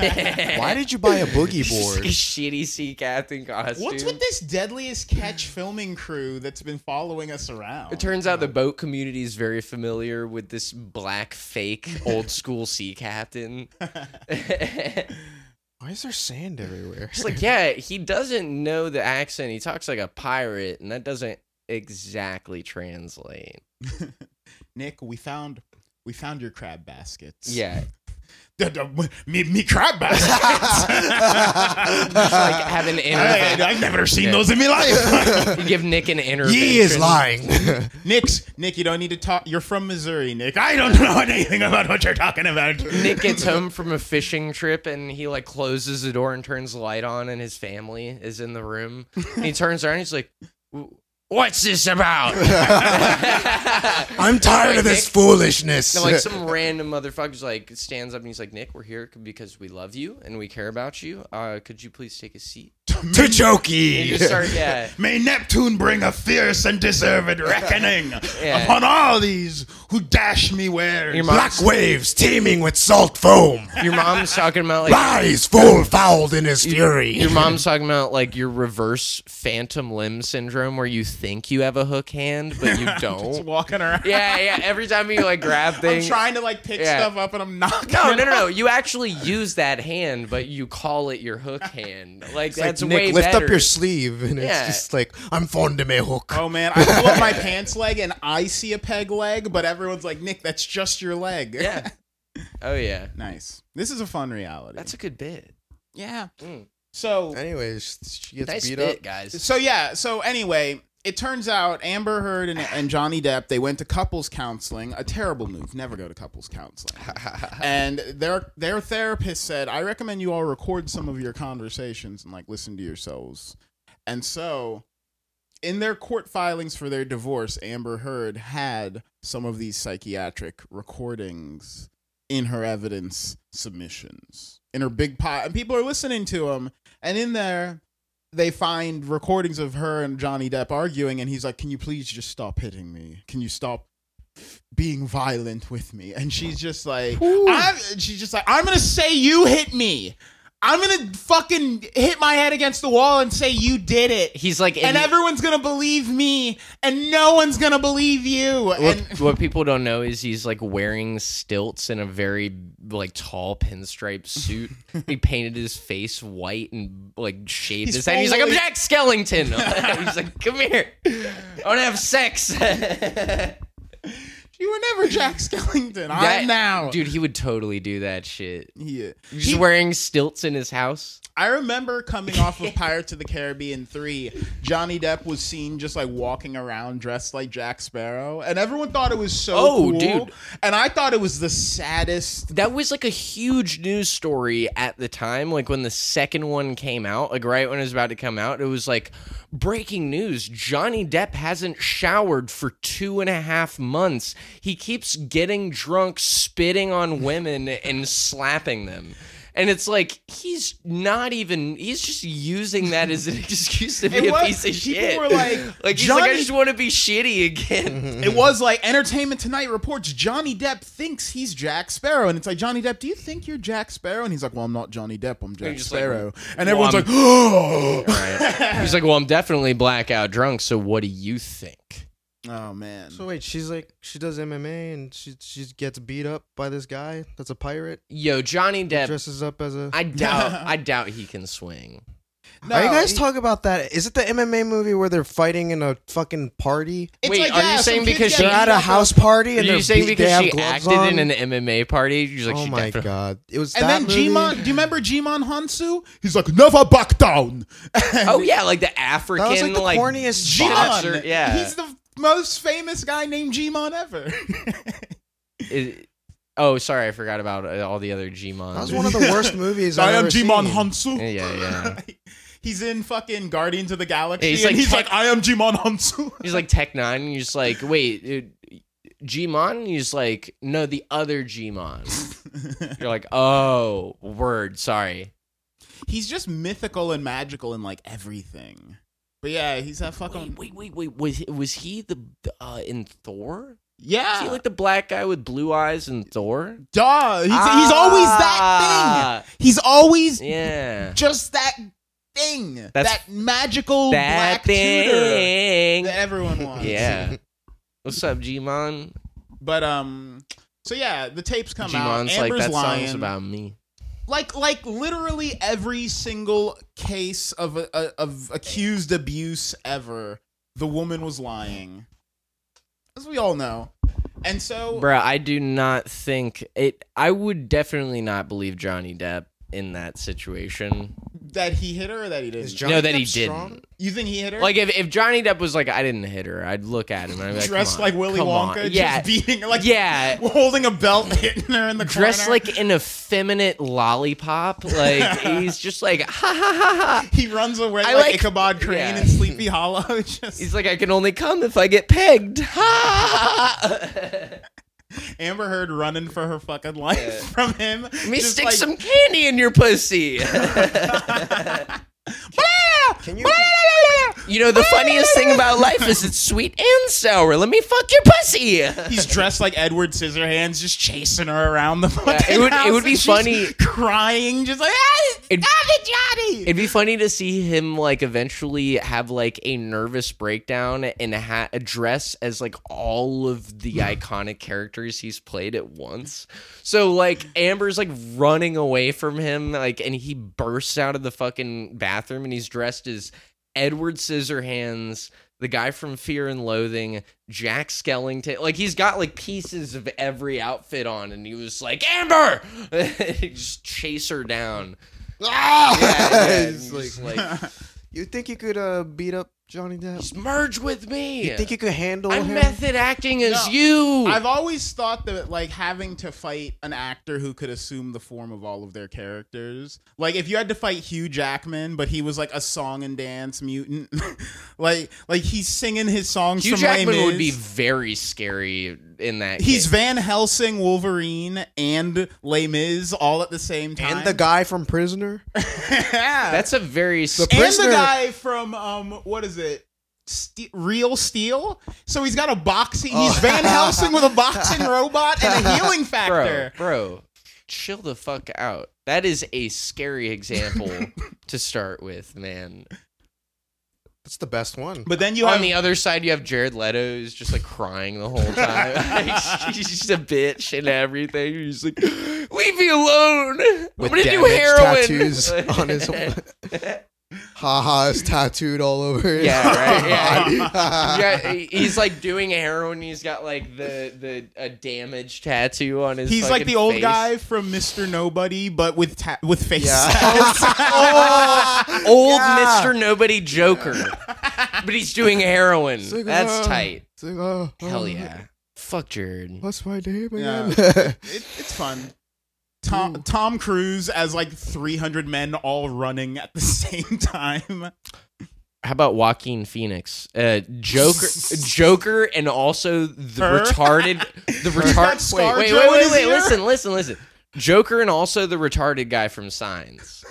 <laughs>
Why did you buy a boogie
Just
board?
a shitty sea captain costume.
What's with this deadliest catch filming crew that's been following us around?
It turns out the boat community is very familiar with this black, fake, old school sea captain. it's
Why is there sand everywhere? <laughs>
like, yeah, he doesn't know the accent. He talks like a pirate, and that doesn't exactly translate.
<laughs> Nick, we found we found your crab baskets.
Yeah.
the- the- me,
<laughs>
me crab baskets.
Just, like have an
<laughs> I,
intervention.
have never seen
Yeah.
those in my
<laughs>
life.
You give Nick an intervention.
<laughs> He is lying.
Nick's Nick, you don't need to talk. You're from Missouri, Nick. I don't know <laughs> anything about what you're talking about.
Nick gets home from a fishing trip and he like closes the door and turns the light on and his family is in the room. And he turns around and he's like, "W- "What's this about?"
<laughs> I'm tired of this
Nick-
foolishness.
No, like some random motherfucker's like stands up and he's like, "Nick, we're here c- because we love you and we care about you. Uh, could you please take a seat?"
to
And you
jokey.
just start, yeah.
May Neptune bring a fierce and deserved reckoning
<laughs> Yeah.
upon all these who dash me wares.
Your mom-
<laughs> Black waves teeming with
<laughs>
salt foam.
Your mom's talking about like <laughs>
Lies full fouled in his fury. <laughs>
Your mom's talking about like your reverse phantom limb syndrome where you think you have a hook hand but <laughs> you
Just
don't.
walking around.
yeah, yeah. Every time you like grab
I'm
things.
trying to like pick
Yeah.
stuff up and I'm not.
no, no, no, no. You actually use that hand, but you call it your hook <laughs> hand. Like that's
like,
way
Nick, lift
better.
up your sleeve, and
Yeah.
it's just like I'm fond of my hook.
Oh man, I pull up my pants leg and I see a peg leg, but everyone's like, Nick, that's just your leg.
<laughs> Yeah. Oh yeah.
nice. This is a fun reality.
That's a good bit.
yeah.
Mm.
So
Anyways, she gets
Nice
beat
bit,
up.
guys.
so yeah. So anyway, it turns out Amber Heard and, and Johnny Depp they went to couples counseling. A terrible move. Never go to couples counseling.
<laughs>
and their their therapist said, "I recommend you all record some of your conversations and like listen to yourselves." And so, in their court filings for their divorce, Amber Heard had some of these psychiatric recordings in her evidence submissions in her big pot, and people are listening to them. And in there, they find recordings of her and Johnny Depp arguing, and he's like, "Can you please just stop hitting me? Can you stop?" being violent with me and she's just like I'm, she's just like i'm gonna say you hit me i'm gonna fucking hit my head against the wall and say you did it
He's like
and everyone's gonna believe me and no one's gonna believe you
what, <laughs>
and
what people don't know is he's like wearing stilts and a very like tall pinstripe
<laughs>
suit. he painted his face white and like shaved
He's
his head. He's like, I'm
fully-
Jack Skellington. <laughs>
<laughs>
he's like, come here. I want to have sex.
you were
<laughs>
never jack skellington
That-
i'm now
Dude, he would totally do that shit.
yeah.
He's
He-
wearing stilts in his house.
I remember coming off of Pirates of the Caribbean 3, Johnny Depp was seen just like walking around dressed like Jack Sparrow, and everyone thought it was so
Oh,
cool.
dude.
And I thought it was the saddest.
That was like a huge news story at the time. Like when the second one came out, like right when it was about to come out, it was like breaking news Johnny Depp hasn't showered for two and a half months. He keeps getting drunk, spitting
<laughs>
on women, and slapping them. And it's like he's not even. He's just using that as
<laughs>
an excuse to be
It
a
was-
piece of
people
shit.
were like,
<laughs> like he's like, I
"Johnny-
just want to be shitty
<laughs>
again.
Mm-hmm.
It was like Entertainment Tonight reports Johnny Depp thinks he's Jack Sparrow, and it's like Johnny Depp, do you think you're Jack Sparrow? And he's like, Well, I'm not Johnny Depp, I'm Jack
he's just like,
Sparrow, and
"Well,
everyone's
I'm-
like, <gasps> Oh,
He's like, well, I'm definitely blackout drunk. So what do you think?
<laughs> oh man.
So wait, she's like she does MMA and she she gets beat up by this guy that's a pirate,
Yo, Johnny Depp.
dresses up as a.
I doubt. I doubt he can swing.
No,
Are you guys
it-
talk about that? Is it the MMA movie where they're fighting in a fucking party?
it's
Wait,
like,
are you
yeah, some
saying
kids
because
get
she-
They're at a
knocked
house
up-
party
Are
and they're
you saying
beat- they have
because she
gloves
acted in
on?
an MMA party? You're like,
oh
she
my
definitely-
god! It was
And
that
then
movie?
Jimon, do you remember Jimon Hansu? He's like, never back down. <laughs>
Oh yeah, like the African,
That was like the
like
corniest shit.
Jimon.
boxer. Yeah.
He's the most famous guy named Jimon ever.
It- oh, sorry, I forgot about uh, all the other Gmon.
That was one
<laughs>
of the worst movies I've ever seen. <laughs>
Hansu.
Yeah, yeah,
<laughs> he's in fucking Guardians of the Galaxy.
Yeah, he's
and
like
he's
tech-
like, I am Jimon Hansu.
He's like Tech Nine, and you're just like, wait, it, Gmon? And he's like, no, the other Gmon. you're like, oh, word, sorry.
<laughs> he's just mythical and magical in like everything. But yeah, he's that fucking.
Wait, wait, wait, wait. Was was he the uh, in Thor? Is
Yeah.
he like the black guy with blue eyes in Thor?
duh. He's, he's always that
Ah,
thing. He's always
Yeah.
just that thing.
That's-
that magical
That
black tutor.
thing.
that everyone
<laughs>
wants.
Yeah. What's up, Gmon?
But um so yeah, the tapes come out.
Gmon's like
Amber's
that
lying.
song's about me.
like like literally every single case of a, a, of accused abuse ever, the woman was lying. As we all know. And so
Bruh, I do not think it. I would definitely not believe Johnny Depp in that situation.
that he hit her or that he didn't.
Is Johnny
no, that
Depp
he
strong?
didn't.
you think he hit her?
Like if, if Johnny Depp was like, I didn't hit her, I'd look at him and I'd be like,
dressed
"Come on,
like Willy
come
Wonka,
on." yeah,
just beating her, like
yeah,
holding a belt, hitting her in the
dressed
corner.
like an effeminate lollipop.
<laughs>
Like he's just like ha ha ha ha.
he runs away
I
like,
like-
Ichabod Crane
yeah.
in Sleepy Hollow. <laughs> just
He's like, I can only come if I get pegged. <laughs> Ha, Ha! ha, ha."
Amber Heard running for her fucking life
Yeah.
from him.
Let me
just
stick
like-
some candy in your
<laughs>
pussy.
Can you?
you know, the funniest thing about life is it's sweet and sour. Let me fuck your pussy.
He's dressed like Edward Scissorhands, just chasing her around the fucking
it would- it
house,
would be
and she's
funny-
crying, just like ah,
It-
ah, the Johnny.
It'd be funny to see him like eventually have like a nervous breakdown and ha- dress as like all of the iconic characters he's played at once. So like Amber's like running away from him, like, and he bursts out of the fucking bathroom and he's dressed as Edward Scissorhands, the guy from Fear and Loathing, Jack Skellington. Like he's got like pieces of every outfit on, and he was like Amber, <laughs> He just chase her down.
Ah!
<laughs> Yeah, yeah,
It's
and
like-
just, like
you think you could uh, beat up Johnny Depp?
just merge with me.
You think you could handle
I'm
him?
method acting as
No,
you.
I've always thought that like having to fight an actor who could assume the form of all of their characters. Like if you had to fight Hugh Jackman, but he was like a song and dance mutant, <laughs> like like he's singing his songs.
Hugh
from Les
Jackman would be
Mis.
very scary in that.
He's
case.
Van Helsing, Wolverine, and Les Mis all at the same time.
and the guy from Prisoner.
<laughs> yeah.
that's a very sc-
and
prisoner-
the guy from um what is it? Ste- Real Steel. So he's got a boxing. He's
Oh.
Van Helsing with a
<laughs>
boxing robot and a healing
bro,
factor.
bro. Chill the fuck out. That is a scary example
<laughs>
to start with, man.
That's the best one.
But then you
On
have
the other side, you have Jared Leto who's just like crying the whole time.
<laughs>
<laughs> Like, he's just a bitch and everything. He's like, "Leave me alone." I'm
With
gonna do
damaged
heroin.
tattoos
<laughs>
on his. Haha is tattooed all over. his
Yeah, right,
<laughs>
yeah.
body.
yeah, he- he's like doing heroin. He's got like the the a damage tattoo on his.
He's like
fucking
the old
face. <laughs>
guy from Mr. Nobody, but with ta- with face. <laughs>
Yeah.
Oh, old
Yeah.
Mister Nobody Joker, but he's doing heroin.
It's like,
That's
um,
uh,
tight.
It's like, oh, oh,
Hell yeah. Fuck Jared.
What's my name
Yeah.
again? <laughs>
It, it's fun. Tom Tom Cruise as like 300 men all running at the <laughs> same time.
How about Joaquin Phoenix? Uh,
<laughs>
Joker, Joker, and also the
Her?
retarded,
<laughs>
the
got
retarded.
Scar
Wait, wait,
Joe
wait,
in
wait,
his
wait!
ear?
Listen, listen, listen. Joker and also the retarded guy from Signs.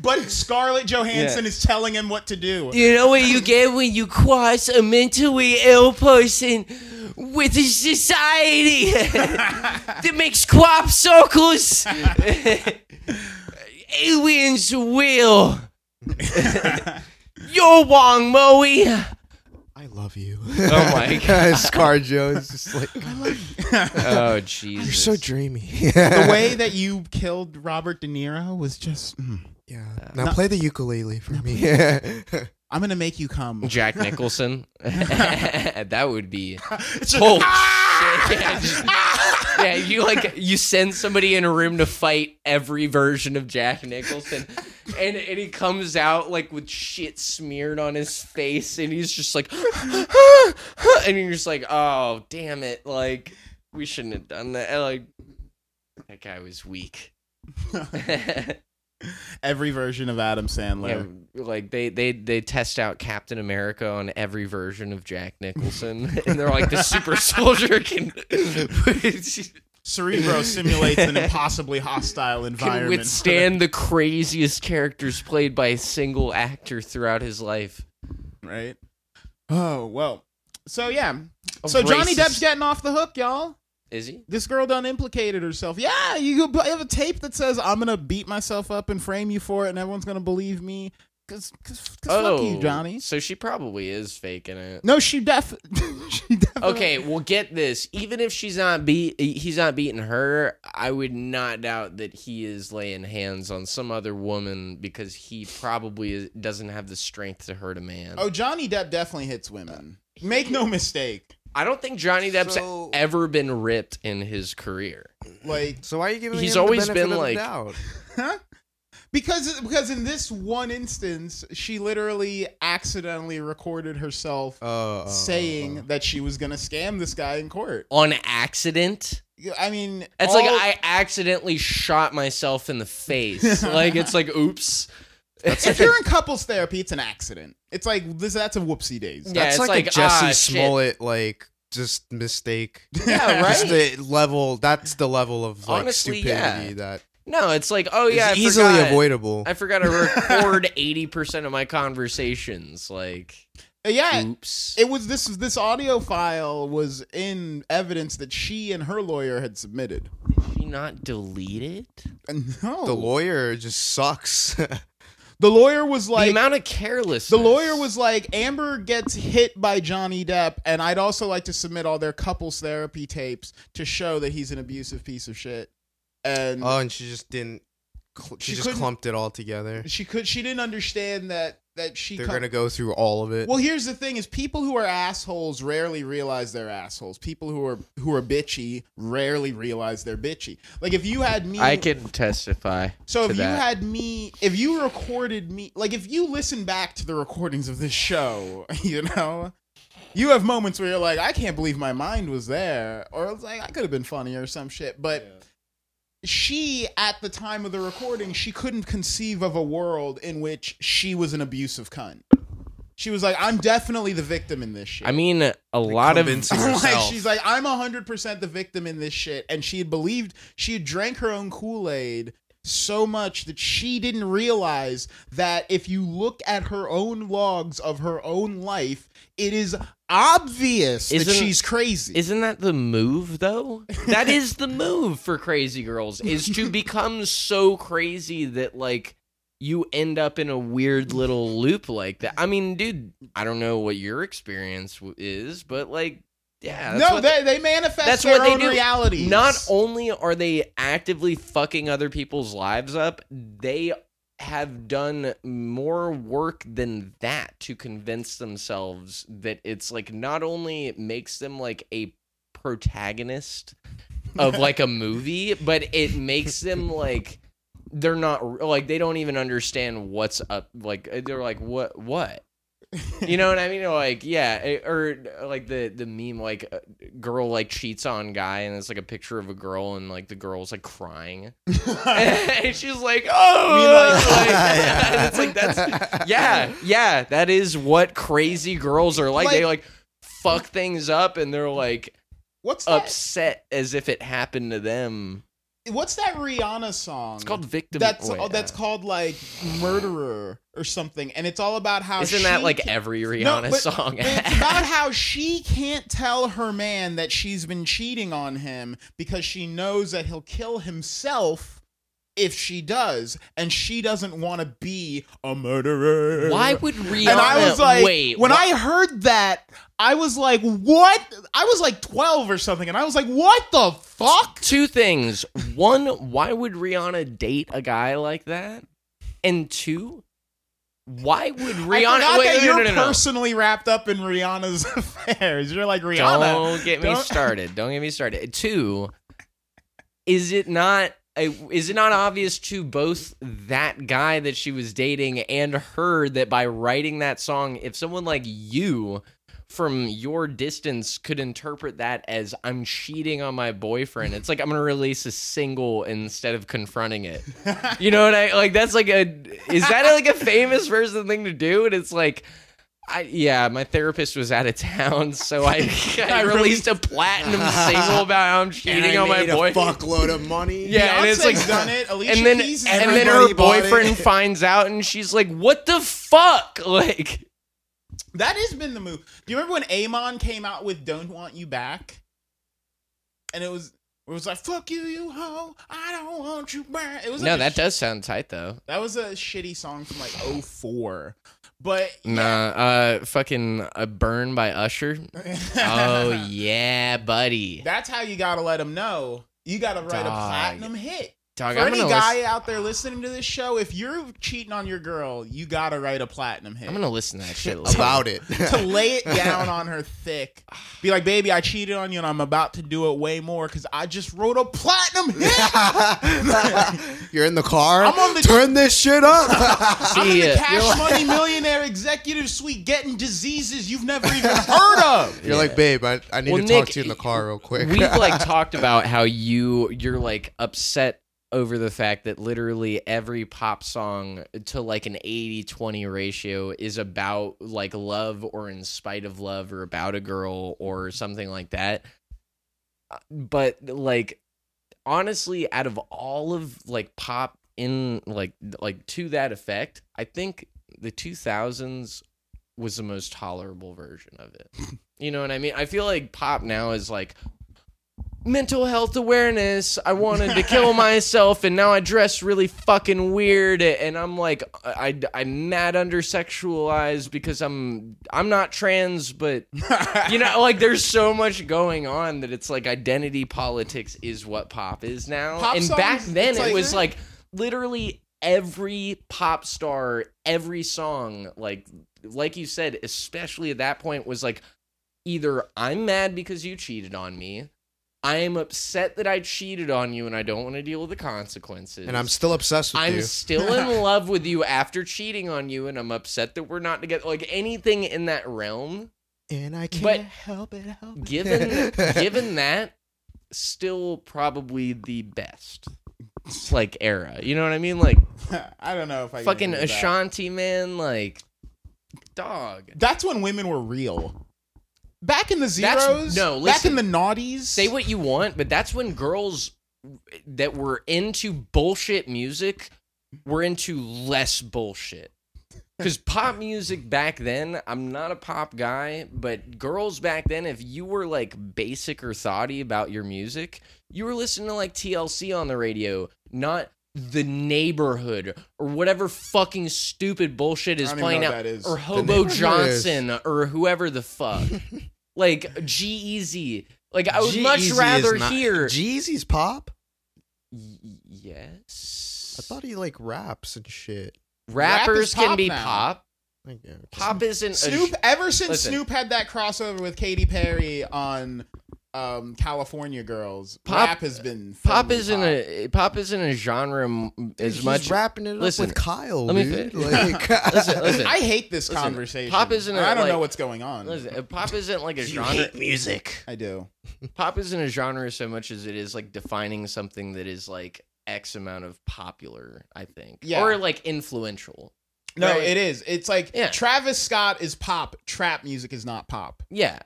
But Scarlett Johansson is telling him what to do.
You know what you get when you cross a mentally ill person with a society <laughs> that makes crop circles? <laughs> Aliens will. <laughs> You're Wong Moe.
I love you.
Oh
<laughs>
my
god, Scar Joe is just like
Oh, Jesus.
you're
<laughs>
so dreamy.
the way that you killed Robert De Niro was just. mm.
<laughs> yeah. Now
No.
play the ukulele for me. <laughs> That's
I'm gonna make
<laughs>
you come.
Jack Nicholson. <laughs> that would be.
It's just- <laughs>
Oh, shit. Yeah, just- yeah, you like you send somebody in a room to fight every version of Jack Nicholson, and and he comes out like with shit smeared on his face, and he's just like, <laughs> and you're just like, oh damn it, like we shouldn't have done that. And, Like that guy was weak. <laughs>
Every version of Adam Sandler.
Yeah, like they they they test out Captain America on every version of Jack Nicholson, <laughs> and they're like the super
<laughs>
soldier can <laughs>
Cerebro simulates an impossibly hostile
can
environment.
withstand the craziest characters played by a single actor throughout his life.
right? Oh well. So yeah.
A
so Johnny
racist-
Depp's getting off the hook, y'all.
Is he?
This girl done implicated herself. Yeah, you could- I have a tape that says I'm gonna beat myself up and frame you for it, and everyone's gonna believe me. Cause, cause, 'cause fuck you, Johnny.
Oh, So she probably is faking it.
No, she def. <laughs> she definitely. <laughs>
Okay, well, get this. Even if she's not beat, he's not beating her. I would not doubt that he is laying hands on some other woman because he probably is,
Oh,
doesn't have the strength to hurt a man. Uh,
Oh, Johnny Depp definitely hits women. Make no mistake.
I don't think Johnny Depp's
So-
ever been ripped in his career.
Like
So why are you giving?
He's
him
always
the benefit
been
of the
like-
doubt?
because because in this one instance, she literally accidentally recorded herself
Uh, uh,
saying
uh,
that she was gonna scam this guy in court.
On accident?
I mean,
It's like
all-
I accidentally shot myself in the
<laughs>
face. like it's like oops.
<laughs> if you're in couples therapy, it's an accident. It's like this. That's a whoopsie days.
Yeah,
that's
it's
like,
like,
a Jesse
ah, shit.
Smollett like just mistake.
Yeah,
<laughs>
right.
Just the level. That's the level of like
Honestly,
stupidity
yeah.
that
no, it's like oh
is
yeah, I
easily
forgot.
avoidable.
I forgot to
<laughs>
record eighty percent of my conversations. Like
yeah.
oops.
It was this this audio file was in evidence that she and her lawyer had submitted.
Did she not delete it?
And no,
the lawyer just sucks. <laughs>
Mm-hmm.
the lawyer was
the
like
amount of carelessness.
The lawyer was like, Amber gets hit by Johnny Depp, and I'd also like to submit all their couples therapy tapes to show that he's an abusive piece of shit. And
oh, and she just didn't. Cl-
She
she, just
couldn't-
clumped it all together.
she could she didn't understand that that she
They're
co-
gonna go through all of it. <laughs>
Well, here's the thing: is people who are assholes rarely realize they're assholes. People who are who are bitchy rarely realize they're bitchy. Like if you had me,
I can testify.
So
to
if you
that.
had me, if you recorded me, like if you listen back to the recordings of this show, <laughs> you know, you have moments where you're like, I can't believe my mind was there, or it's like I could have been funny or some shit. But she, at the time of the recording, she couldn't conceive of a world in which she was an abusive cunt. She was like, I'm definitely the victim in this shit.
I mean, a lot of
convincing her-
like
herself.
she's like <laughs> i'm 100% the victim in this shit and she had believed she had drank her own kool-aid so much that she didn't realize that if you look at her own logs of her own life it is obvious
Isn't-
that she's crazy
<laughs> Isn't that the move
<laughs>
though? That is the move for crazy girls is to become so crazy that like you end up in a weird little loop like that. I mean, dude, I don't know what your experience w- is, but like yeah, that's
no
what
they, they manifest
that's
their
what they
own
do.
realities <laughs>
not only are they actively fucking other people's lives up, they have done more work than that to convince themselves that it's like not only it makes them like a protagonist of like a movie, but it makes them like they're not like they don't even understand what's up. Like uh, they're like what what. You know what I mean? Like, yeah, eh, or like the the meme, like uh, girl like cheats on guy, and it's like a picture of a girl, and like the girl's like
<laughs>
crying, <laughs> and she's like, oh,
You mean
<laughs> like- and
<laughs> like-
it's like that's
<laughs>
yeah, yeah, that is what crazy girls are like. they like fuck things up, and they're like
what's that
upset as if it happened to them.
what's that rihanna song
It's called victim.
that's
oh, yeah.
that's called like murderer or something and it's all about how
Isn't
she
that like
ca-
every
No,
Rihanna
but-
song?
but it's about how she can't tell her man that she's been cheating on him because she knows that he'll kill himself if she does, and she doesn't want to be a
<laughs>
murderer.
Why would Rihanna?
And I was like,
wait,
when
why-
I heard that, I was like, what? I was like 12 or something, and I was like, what the fuck?
two things. One, why would Rihanna date a guy like that? And two, why would
I
Rihanna
forgot
wait,
that
no, no,
you're
no, no.
personally wrapped up in Rihanna's <laughs> affairs. You're like Rihanna.
Don't get me
don't-
started. Don't get me started. Two, is it not uh, is it not obvious to both that guy that she was dating and her that by writing that song, if someone like you from your distance could interpret that as I'm cheating on my boyfriend, it's like I'm gonna release a single instead of confronting
<laughs>
it. You know what I like? That's like a is that like a famous person thing to do? And it's like. I, yeah, my therapist was out of town, so
<laughs>
I, I
I
released a
<laughs>
platinum single about how I'm cheating on my boy.
fuckload of
<laughs>
money.
Yeah. and it's, like,
Beyonce's done it. Alicia
<laughs> And then,
Keys has
and
done
then
it.
her
Everybody bought
boyfriend
it.
finds out, and she's like, "What the fuck?" <laughs> Like,
That has been the move. Do you remember when Amon came out with "Don't Want You Back"? And it was it was like "Fuck you, you hoe! I don't want you back." It was
no,
like a
that
sh-
does sound tight though.
that was a shitty song from like 04. but
Nah, uh, fucking a burn by Usher.
<laughs>
<laughs>
Oh yeah, buddy.
that's how you gotta let them know. You gotta write a
Dog.
platinum hit.
Dog,
For
I'm
any
gonna
guy
listen,
out there listening to this show, if you're cheating on your girl, you gotta write a platinum hit.
I'm gonna listen to that shit later.
<laughs> about
<laughs>
it.
to lay it down on her thick. Be like, baby, I cheated on you and I'm about to do it way more because I just wrote a platinum hit.
<laughs> You're in the car.
I'm
<laughs>
on the-
Turn this
<laughs>
shit up. <laughs>
I'm in
See
the
ya. <laughs>
cash money millionaire executive suite getting diseases you've never even heard of.
You're like, babe, I, I need
Well,
to
Nick,
talk to you in the car real quick.
We've
<laughs>
like talked about how you you're like upset over the fact that literally every pop song to like an 80-20 ratio is about like love or in spite of love or about a girl or something like that. Uh, But like honestly out of all of like pop in like like to that effect, I think the 2000s was the most tolerable version of it. You know what I mean? I feel like pop now is like mental health awareness. I wanted to kill myself and now I dress really fucking weird and I'm like I am mad undersexualized because I'm I'm not trans but <laughs> you know like there's so much going on that it's like identity politics is what pop is now.
Pop
and back
songs,
then
it's
it
like-
was like literally every pop star, every song like like you said, especially at that point, was like either I'm mad because you cheated on me, I am upset that I cheated on you and I don't want to deal with the consequences.
and I'm still obsessed with
I'm
you.
still
<laughs>
in love with you after cheating on you and I'm upset that we're not together. Like anything in that realm,
and I can't
but
help it. Help
<laughs>
it.
given given that, still probably the best like era. You know what I mean? Like
<laughs> I don't know if I can
fucking
agree with that.
Ashanti man, like dog.
That's when women were real. Back in the
That's-
zeros,
no,
back
listen.
in the naughties,
say what you want, but that's when girls that were into bullshit music were into less bullshit. Because pop music back then, I'm not a pop guy, but girls back then, if you were like basic or thoughty about your music, you were listening to like TLC on the radio, not the neighborhood or whatever fucking stupid bullshit is
I don't even
playing
know
out
what that is.
or
The
Hobo
Neighborhood is-
Johnson or whoever the
<laughs>
fuck. like G Easy. Like <laughs> I would much
G-Eazy E is
rather
not-
hear
Jeezy's pop.
Y- yes.
I thought he like raps and shit.
Rap is
rappers can
pop
be
now.
pop.
I guess.
Pop isn't a sh-
Snoop. Ever since
Listen.
Snoop had that crossover with Katy Perry on um, California Girls,
Pop-
rap has been
pop
firmly
isn't
pop.
a pop isn't a genre m-
Dude,
as
he's
much.
wrapping it up
listen,
with Kyle,
let me
dude.
fi- <laughs>
like, <laughs>
Listen, listen.
I hate this
Listen,
conversation.
pop isn't a,
I don't
like-
know what's going on.
Listen, pop isn't
<laughs>
like a genre.
music.
I do.
Pop isn't a genre so much as it is like defining something that is like X amount of popular. I think,
Yeah.
or like influential.
No,
Right.
it is. It's like
Yeah.
Travis Scott is pop. Trap music is not pop.
Yeah.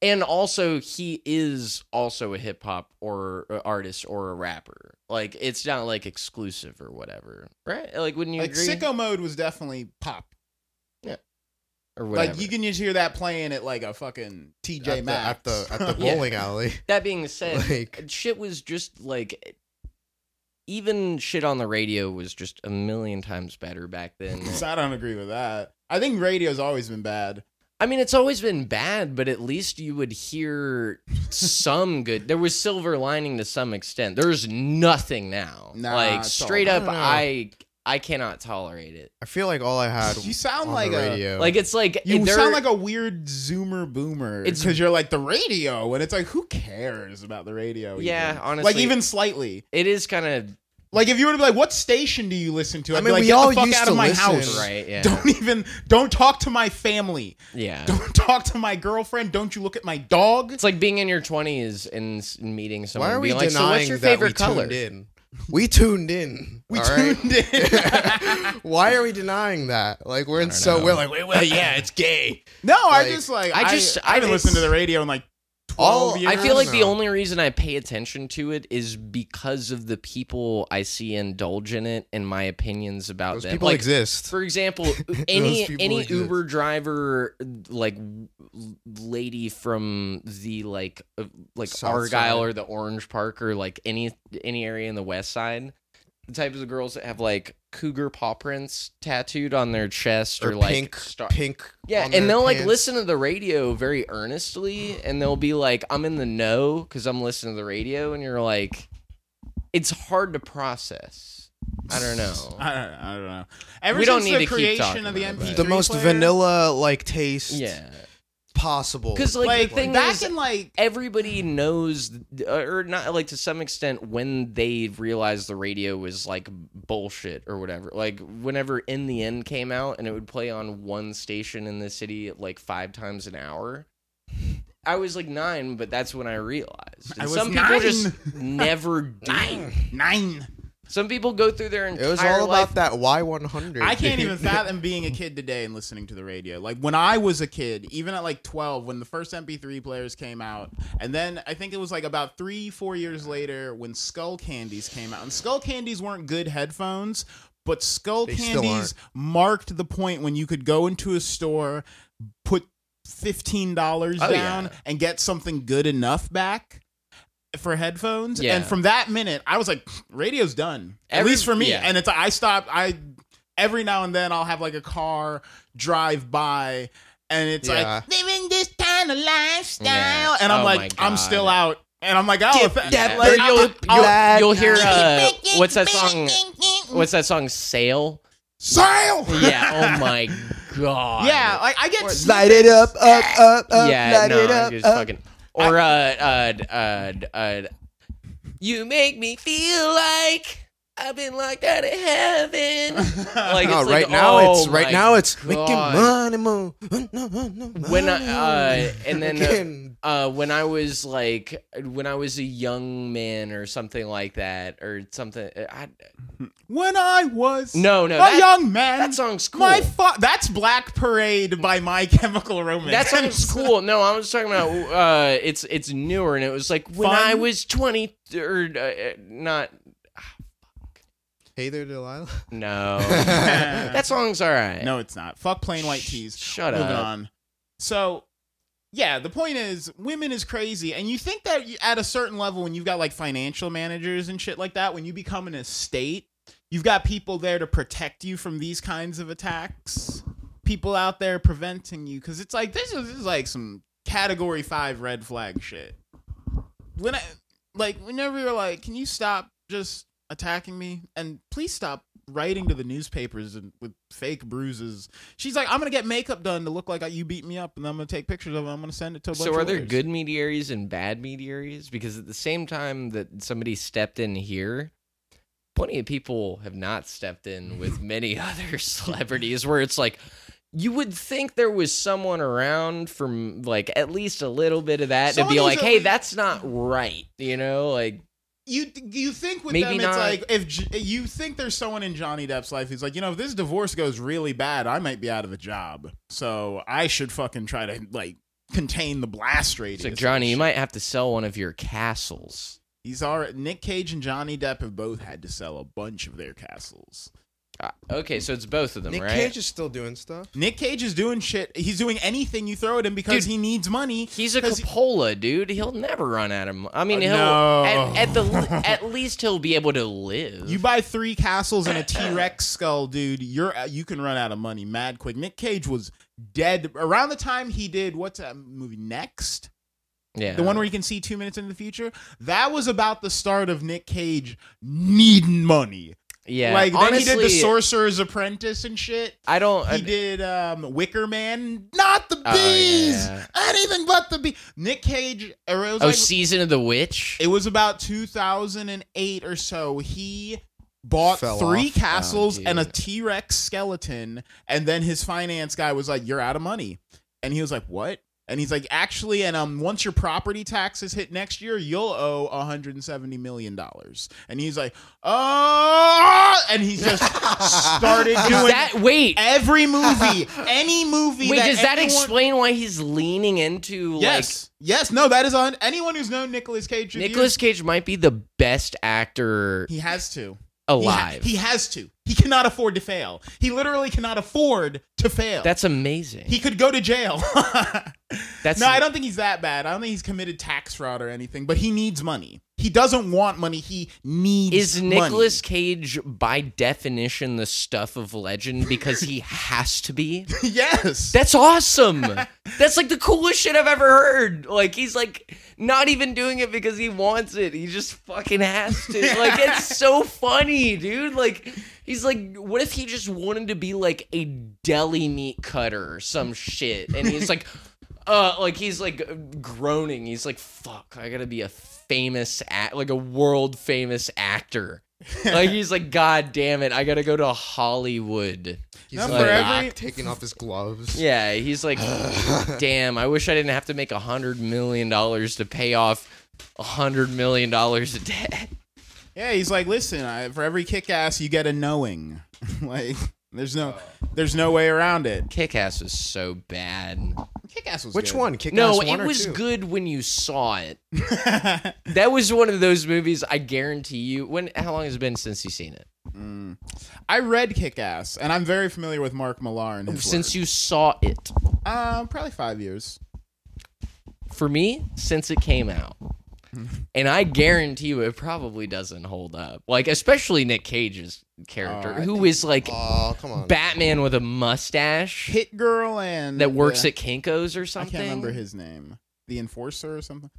And also he is also a hip hop or uh, artist or a rapper. Like it's not like exclusive or whatever. Right? Like wouldn't you
Like
agree?
Sicko Mode was definitely pop.
or whatever.
Like you can just hear that playing at like a fucking TJ
At the, at
Maxx.
the at the
<laughs> Yeah.
bowling alley.
that being said,
<laughs>
Like
shit was just like even shit on the radio was just a million times better back
<laughs>
then.
So I don't agree with that. I think radio's always been bad.
I mean, it's always been bad, but at least you would hear some good. There was silver lining to some extent. There's nothing now.
Nah,
like
it's all-
straight
I
up,
don't know.
I I cannot tolerate it.
I feel like all I had
You sound
on
like
the
a
radio.
Like it's like
you
there-
sound like a weird Zoomer boomer.
It's-
because you're like the radio, and it's like who cares about the radio?
Yeah,
even?
honestly.
like even slightly.
it is kind of
Like if you were to be like, what station do you listen to?
I
I'd be
mean,
like,
we
get
all
the fuck
used
out
to
of my
listen.
house. <laughs>
right. Yeah,
Don't
e-
even don't talk to my family. <laughs>
yeah.
Don't talk to my girlfriend. Don't you look at my dog. <laughs>
It's like being in your twenties and s- meeting someone.
Why are
and
we
being like,
denying
so what's your
that
favorite
we
color?
tuned in? We tuned in.
We
all right?
tuned in.
Why are we denying that? Like we're in <laughs> so
know.
we're like, wait, well, yeah, it's gay.
no, I
Like,
just like
I just-
I,
I-
haven't listened to
it's-
the radio in like
All-
twelve
I
years.
feel like the
No.
only reason I pay attention to it is because of the people I see indulge in it and my opinions about
Those
them.
people
like,
<laughs> exist.
for example, any
people
any
exist.
Uber driver like l- lady from the like uh, like
South
Argyle
side.
or the Orange Park or like any any area in the West Side, the types of girls that have like cougar paw prints tattooed on their chest or,
Or
like
pink,
star-
pink.
yeah,
on
and
their
they'll like
pants.
listen to the radio very earnestly, and they'll be like, "I'm in the know" because I'm listening to the radio, and you're like, it's hard to process. I don't know.
<laughs> I don't, I don't know. Ever
We don't
since
need
the
to keep
creation
talking
of the
about
MP3
it.
the most
player,
vanilla like taste
Yeah,
possible.
because like,
like
the thing
back
is,
in like
everybody knows, uh, or not like to some extent, when they realized the radio was like bullshit or whatever. Like whenever In the End came out and it would play on one station in the city like five times an hour. I was like nine, but that's when I realized. And
I was
some
nine.
people just never do.
nine nine.
Some people go through their entire
it was all
life
about that Y100.
I can't even
<laughs>
<laughs> dude.
fathom being a kid today and listening to the radio. Like when I was a kid, even at like 12, when the first MP3 players came out, and then I think it was like about three, four years later when Skull Candies came out. And Skull Candies weren't good headphones, but Skull
They still
Candies marked the point when you could go into a store, put $15
Oh,
down,
yeah.
and get something good enough back. For headphones,
Yeah.
and from that minute, I was like, "Radio's done." At
Every-
least for me,
yeah.
and it's I stop. I every now and then I'll have like a car drive by and it's
Yeah.
like living this kind of lifestyle
Yeah.
and I'm
Oh my
like I'm
God.
still out and I'm like oh if
Yeah,
I-
but
I-
you'll,
I-
you'll-
I'll-
you'll hear uh, what's that song? What's that song? Sail.
sale
Yeah. Oh my god.
yeah like I get
Light it up, up, up, up.
Yeah.
light
No.
it up,
just
up.
fucking. Or uh, uh, uh, uh, you make me feel like I've been locked out of
<laughs>
heaven.
<laughs>
Like
No,
it's
right
like,
now
oh
it's right
my
now it's making
God.
money, mo- money, money,
When I, uh, and then. uh,
Again.
uh, when I was like, when I was a young man or something like that, or something. uh, I,
when I was
no,
Oh,
no,
a
that,
young man
that song's cool.
my fu- that's Black Parade by My Chemical Romance <laughs>
That sounds cool. No, I was talking about uh, it's it's newer, and it was like when
Fun?
I was twenty or uh, uh, not.
Hey
<laughs>
there, Delilah. <laughs>
No,
that's
that song's all right.
no it's not fuck plain white tees
Shut
Moving
up.
on. So, yeah, the point is, women is crazy, and you think that you- at a certain level, when you've got like financial managers and shit like that, when you become an estate, you've got people there to protect you from these kinds of attacks. People out there preventing you because it's like this is, this is like some category five red flag shit. When I like, whenever you're like, can you stop just attacking me and please stop writing to the newspapers and with fake bruises She's like, I'm gonna get makeup done to look like you beat me up, and I'm gonna take pictures of it. I'm gonna send it to a bunch
So
of
are there
lawyers."
good mediaries and bad mediaries? Because at the same time that somebody stepped in here, plenty of people have not stepped in
<laughs>
with many other <laughs> celebrities where it's like you would think there was someone around from like at least a little bit of that to
Someone
be
who's
like,
at
hey,
least-
that's not right. You know, like
You you think with
Maybe
them,
not.
it's like if J- you think there's someone in Johnny Depp's life who's like, you know, if this divorce goes really bad, I might be out of a job, so I should fucking try to like contain the blast radius.
it's like Johnny, you
Shit.
might have to sell one of your castles.
He's already Nick Cage and Johnny Depp have both had to sell a bunch of their castles.
Ah, Okay, so it's both of them,
Nick
right?
Cage <laughs> is still doing stuff.
Nick Cage is doing shit. He's doing anything you throw at him because
Dude,
he needs money.
He's a
'Cause he-
Coppola, dude. He'll never run out of. mo- I mean,
Uh,
he'll
no.
at, at the
<laughs>
at least he'll be able to live.
You buy three castles and a T Rex skull, dude. You're you can run out of money mad quick. Nick Cage was dead around the time he did what's that movie next?
yeah,
The one where you can see two minutes into the future. That was about the start of Nick Cage needing money.
yeah.
like then
honestly,
he did the Sorcerer's Apprentice and shit.
I don't.
He did um, Wicker Man, not the
Oh,
bees,
yeah.
anything but the bees. Nick Cage. or it was
oh,
like-
season of the witch.
it was about 2008 or so. He bought
Fell
three
off.
castles
Oh,
and a
dude.
T Rex skeleton. And then his finance guy was like, You're out of money. And he was like, What? And he's like, Actually, and um, once your property taxes hit next year, you'll owe $170 million. And he's like, Oh, and he just
<laughs>
started
Is
doing
that wait?
every
<laughs>
movie, any movie.
Wait,
that
does that
anyone-
explain why he's leaning into
Yes, yes, no, that is on anyone who's known Nicolas Cage. through
like
the years,
Nicolas Cage might be the best actor
he has to. He ha-
alive?
He, has to. He cannot afford to fail. He literally cannot afford to fail.
That's amazing.
he could go to jail. <laughs>
That's
no, I don't think he's that bad. I don't think he's committed tax fraud or anything, but he needs money. He doesn't want money. He needs
Is
money. <laughs>
Nicolas Cage by definition the stuff of legend because he has to be?
yes.
That's awesome. That's like the coolest shit I've ever heard. Like he's like not even doing it because he wants it. He just fucking has to. Like it's so funny, dude. Like he's like, what if he just wanted to be like a deli meat cutter or some shit? And he's like, <laughs> uh, like he's like groaning. He's like, fuck, I gotta be a famous act, like a world famous actor. like he's like, god damn it, I gotta go to Hollywood.
He's
Not
like,
for every-
ah, taking off his
<laughs>
gloves.
Yeah, he's like, damn, I wish I didn't have to make a hundred million dollars to pay off a hundred million dollars of debt. <laughs>
Yeah, he's like, listen, I, for every kick ass, you get a knowing. <laughs> like, there's no, there's no way around it.
Kick ass was so bad.
Kick ass was
Which
good.
one? Kick
no,
Ass one
it
or
was
two?
good when you saw it.
<laughs>
That was one of those movies I guarantee you when how long has it been since you've seen it?
I read Kick Ass, and I'm very familiar with Mark Millar and his
Oh, Since you saw it.
you, um, probably five years.
For me, since it came out. And I guarantee you it probably doesn't hold up. Like especially Nick Cage's character,
Oh, I
who is like
Oh, come on.
Batman with a mustache.
Hit Girl and
that works
the-
at Kinko's or
I
something.
can't remember his name, the Enforcer or something.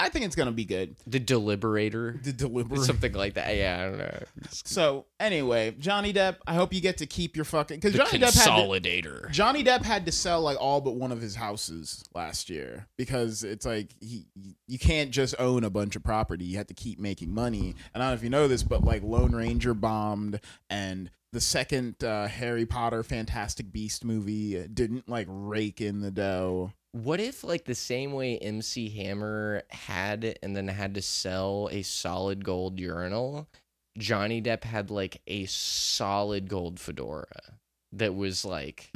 I think it's gonna be good.
The Deliberator,
The Delivery.
something like that. Yeah, I don't know.
So anyway, Johnny Depp, I hope you get to keep your fucking because
The
Johnny Depp had to,
Consolidator.
Johnny Depp had to sell like all but one of his houses last year because it's like he you can't just own a bunch of property. You have to keep making money. And I don't know if you know this, but like Lone Ranger bombed and the second uh, Harry Potter Fantastic Beast movie uh, didn't like rake in the dough.
What if, like, the same way MC Hammer had it and then had to sell a solid gold urinal, Johnny Depp had like a solid gold fedora that was
<laughs>
like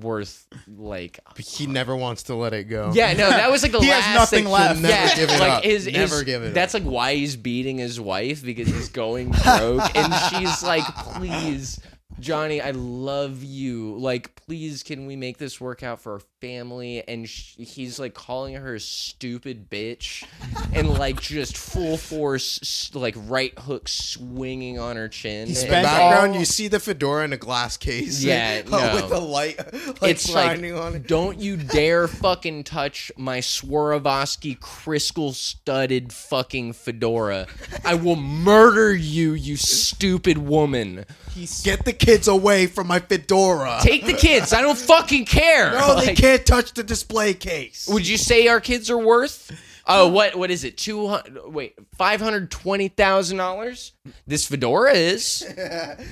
worth like.
He never wants to let it go.
Yeah, no, that
<laughs>
was like the
He has
last
nothing
thing.
left.
Never
yeah,
give it
like
up.
his,
Never
his-
give it
That's like why he's beating his wife because he's going
<laughs>
broke, and she's like, "Please, Johnny, I love you. Like, please, can we make this work out for our family?" And sh- he's like calling her a stupid bitch, and like just full force, s- like right hook swinging on her chin. And-
He
In the
spent
background,
all-
you see the fedora in a glass case.
Yeah, no.
<laughs> with the light, like,
it's
shining
like,
on it.
don't you dare fucking touch my Swarovski crystal studded fucking fedora. I will murder you, you stupid woman.
He's
Get the kids away from my fedora. <laughs>
Take the kids. I don't fucking care.
no, they
Like,
can't touch the display case.
Would you say our kids are worth? Oh, what what is it? Two hundred? Wait, five hundred twenty thousand dollars? This fedora is.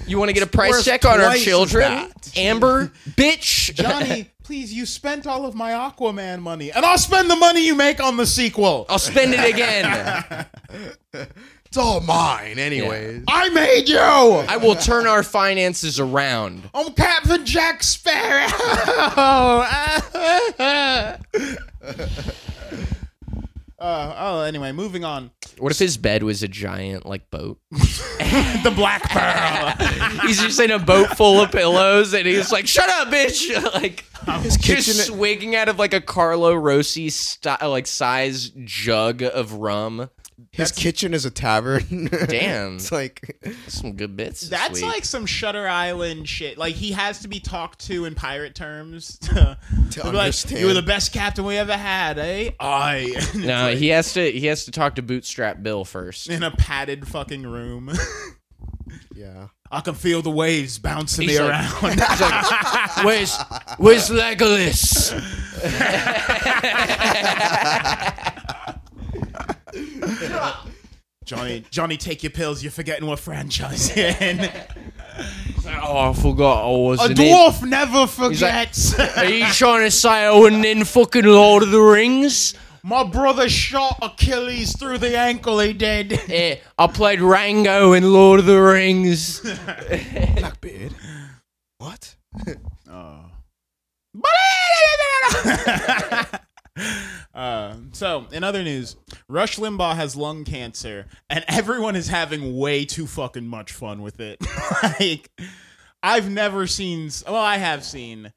You want to get a price
worth
check on our
twice as
children,
that.
Amber? Bitch,
Johnny, please, you spent all of my Aquaman money, and I'll spend the money you make on the sequel.
I'll spend it again.
<laughs> It's all mine, anyways.
I made you.
I will turn our finances around.
I'm Captain Jack <laughs> Sparrow. uh, oh, anyway, moving on.
What if his bed was a giant like boat? <laughs>
the Black Pearl.
He's just in a boat full of pillows, and he's like, "Shut up, bitch!" <laughs> like just
kitchen-
swigging out of like a Carlo Rossi style like size jug of rum.
His kitchen is a tavern. <laughs>
Damn.
it's like
Some good bits. this
That's
week.
like some Shutter Island shit. Like he has to be talked to in pirate terms <laughs> to,
To
be
understand.
Like, you were the best captain we ever had, eh? I <laughs>
no. he has to. He has to talk to Bootstrap Bill first.
in a padded fucking room. <laughs>
yeah.
I can feel the waves bouncing
He's
me
like-
around.
He's <laughs> like, <laughs> where's Where's Legolas?
Johnny, Johnny, take your pills. You're forgetting what franchise you're in.
<laughs> Oh, I forgot I was
A dwarf never forgets. <laughs>
Are you trying to say I wasn't in fucking Lord of the Rings?
My brother shot Achilles through the ankle. He did.
Yeah, Eh, I played Rango in Lord of the Rings.
Blackbeard. What?
<laughs> Uh, so, in other news, Rush Limbaugh has lung cancer, and everyone is having way too fucking much fun with it. <laughs> like, I've never seen. s- Well, I have seen.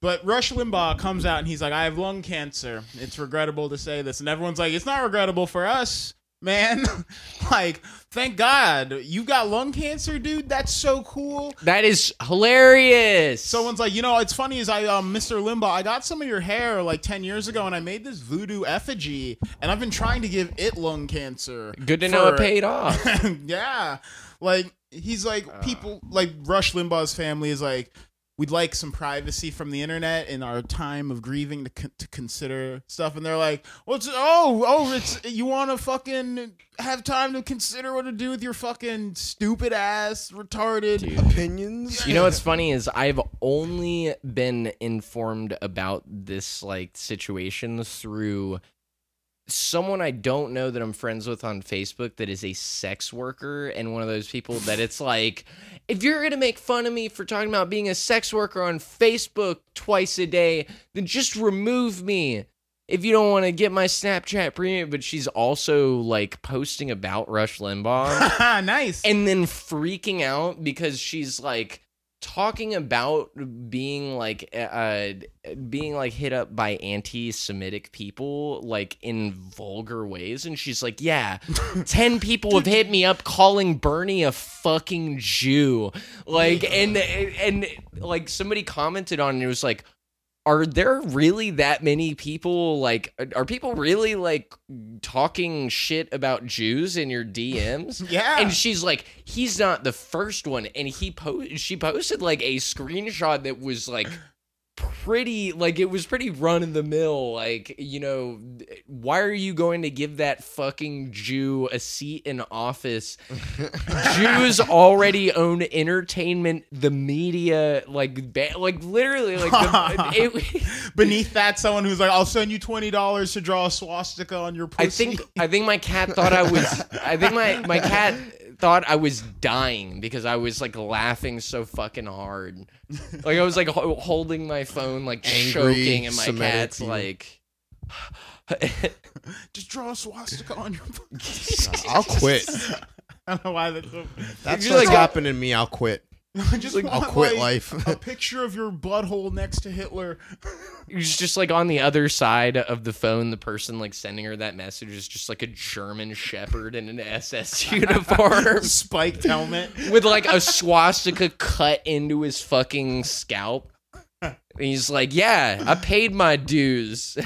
But Rush Limbaugh comes out and he's like, I have lung cancer. It's regrettable to say this. And everyone's like, it's not regrettable for us. man. <laughs> like, thank God you got lung cancer, dude. That's so cool.
That is hilarious.
Someone's like, you know, it's funny is I, um, Mr. Limbaugh, I got some of your hair like ten years ago, and I made this voodoo effigy, and I've been trying to give it lung cancer.
Good to know
for-
it paid off.
<laughs> yeah. Like he's like
Uh.
people like Rush Limbaugh's family is like we'd like some privacy from the internet in our time of grieving to, con- to consider stuff and they're like what's oh oh it's you want to fucking have time to consider what to do with your fucking stupid ass retarded
Dude.
Opinions?
You know what's funny is I've only been informed about this like situation through someone I don't know that I'm friends with on Facebook that is a sex worker and one of those people that it's like if you're going to make fun of me for talking about being a sex worker on Facebook twice a day then just remove me if you don't want to get my Snapchat premium but she's also like posting about Rush Limbaugh
<laughs> nice
and then freaking out because she's like talking about being like uh being like hit up by anti-semitic people like in vulgar ways and she's like yeah 10 people have hit me up calling bernie a fucking jew like and and like somebody commented on it and it was like are there really that many people like are people really like talking shit about jews in your dms
yeah
and she's like, he's not the first one. And he po- she posted like a screenshot that was like pretty, like it was pretty run of the mill. Like, you know, why are you going to give that fucking Jew a seat in office? Jews already own entertainment, the media, like, ba- like literally, like, the, it,
beneath that someone who's like i'll send you $20 to draw a swastika on your pussy
I think I think my cat thought I was I think my my cat thought I was dying because I was like laughing so fucking hard. Like I was like ho- holding my phone like
Angry
choking and my
Semitic
cat's
you.
like
<laughs> just draw a swastika on your pussy
<laughs>
<laughs>
I'll quit.
i don't know why that's so
That's
You're
what's
like-
happening to me. I'll quit.
I just
I'll
want,
quit
like,
life.
a picture of your butthole next to Hitler.
it was just like on the other side of the phone the person like sending her that message is just like a German shepherd in an
<laughs>
SS uniform.
Spiked helmet.
with like a swastika cut into his fucking scalp. And he's like, "Yeah, I paid my dues." <laughs>
Dude,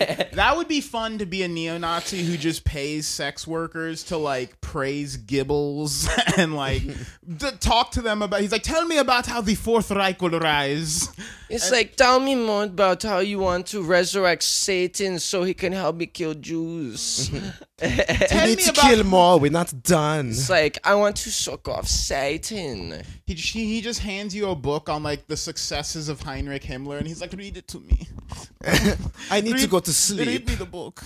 that would be fun to be a neo-Nazi who just pays sex workers to like praise Gibbles <laughs> and like d- talk to them about. He's like, tell me about how the Fourth Reich will rise.
it's like, "Tell me more about how you want to resurrect Satan so he can help me kill <laughs> Jews."
Tell
We
me
need to
about.
kill more. We're not done.
it's like, "I want to suck off Satan."
He, she, he just hands you a book on like the successes of Heinrich Himmler, and he's like, read it to <laughs> me.
I need to
Read-
go to
Read
sleep.
me the book.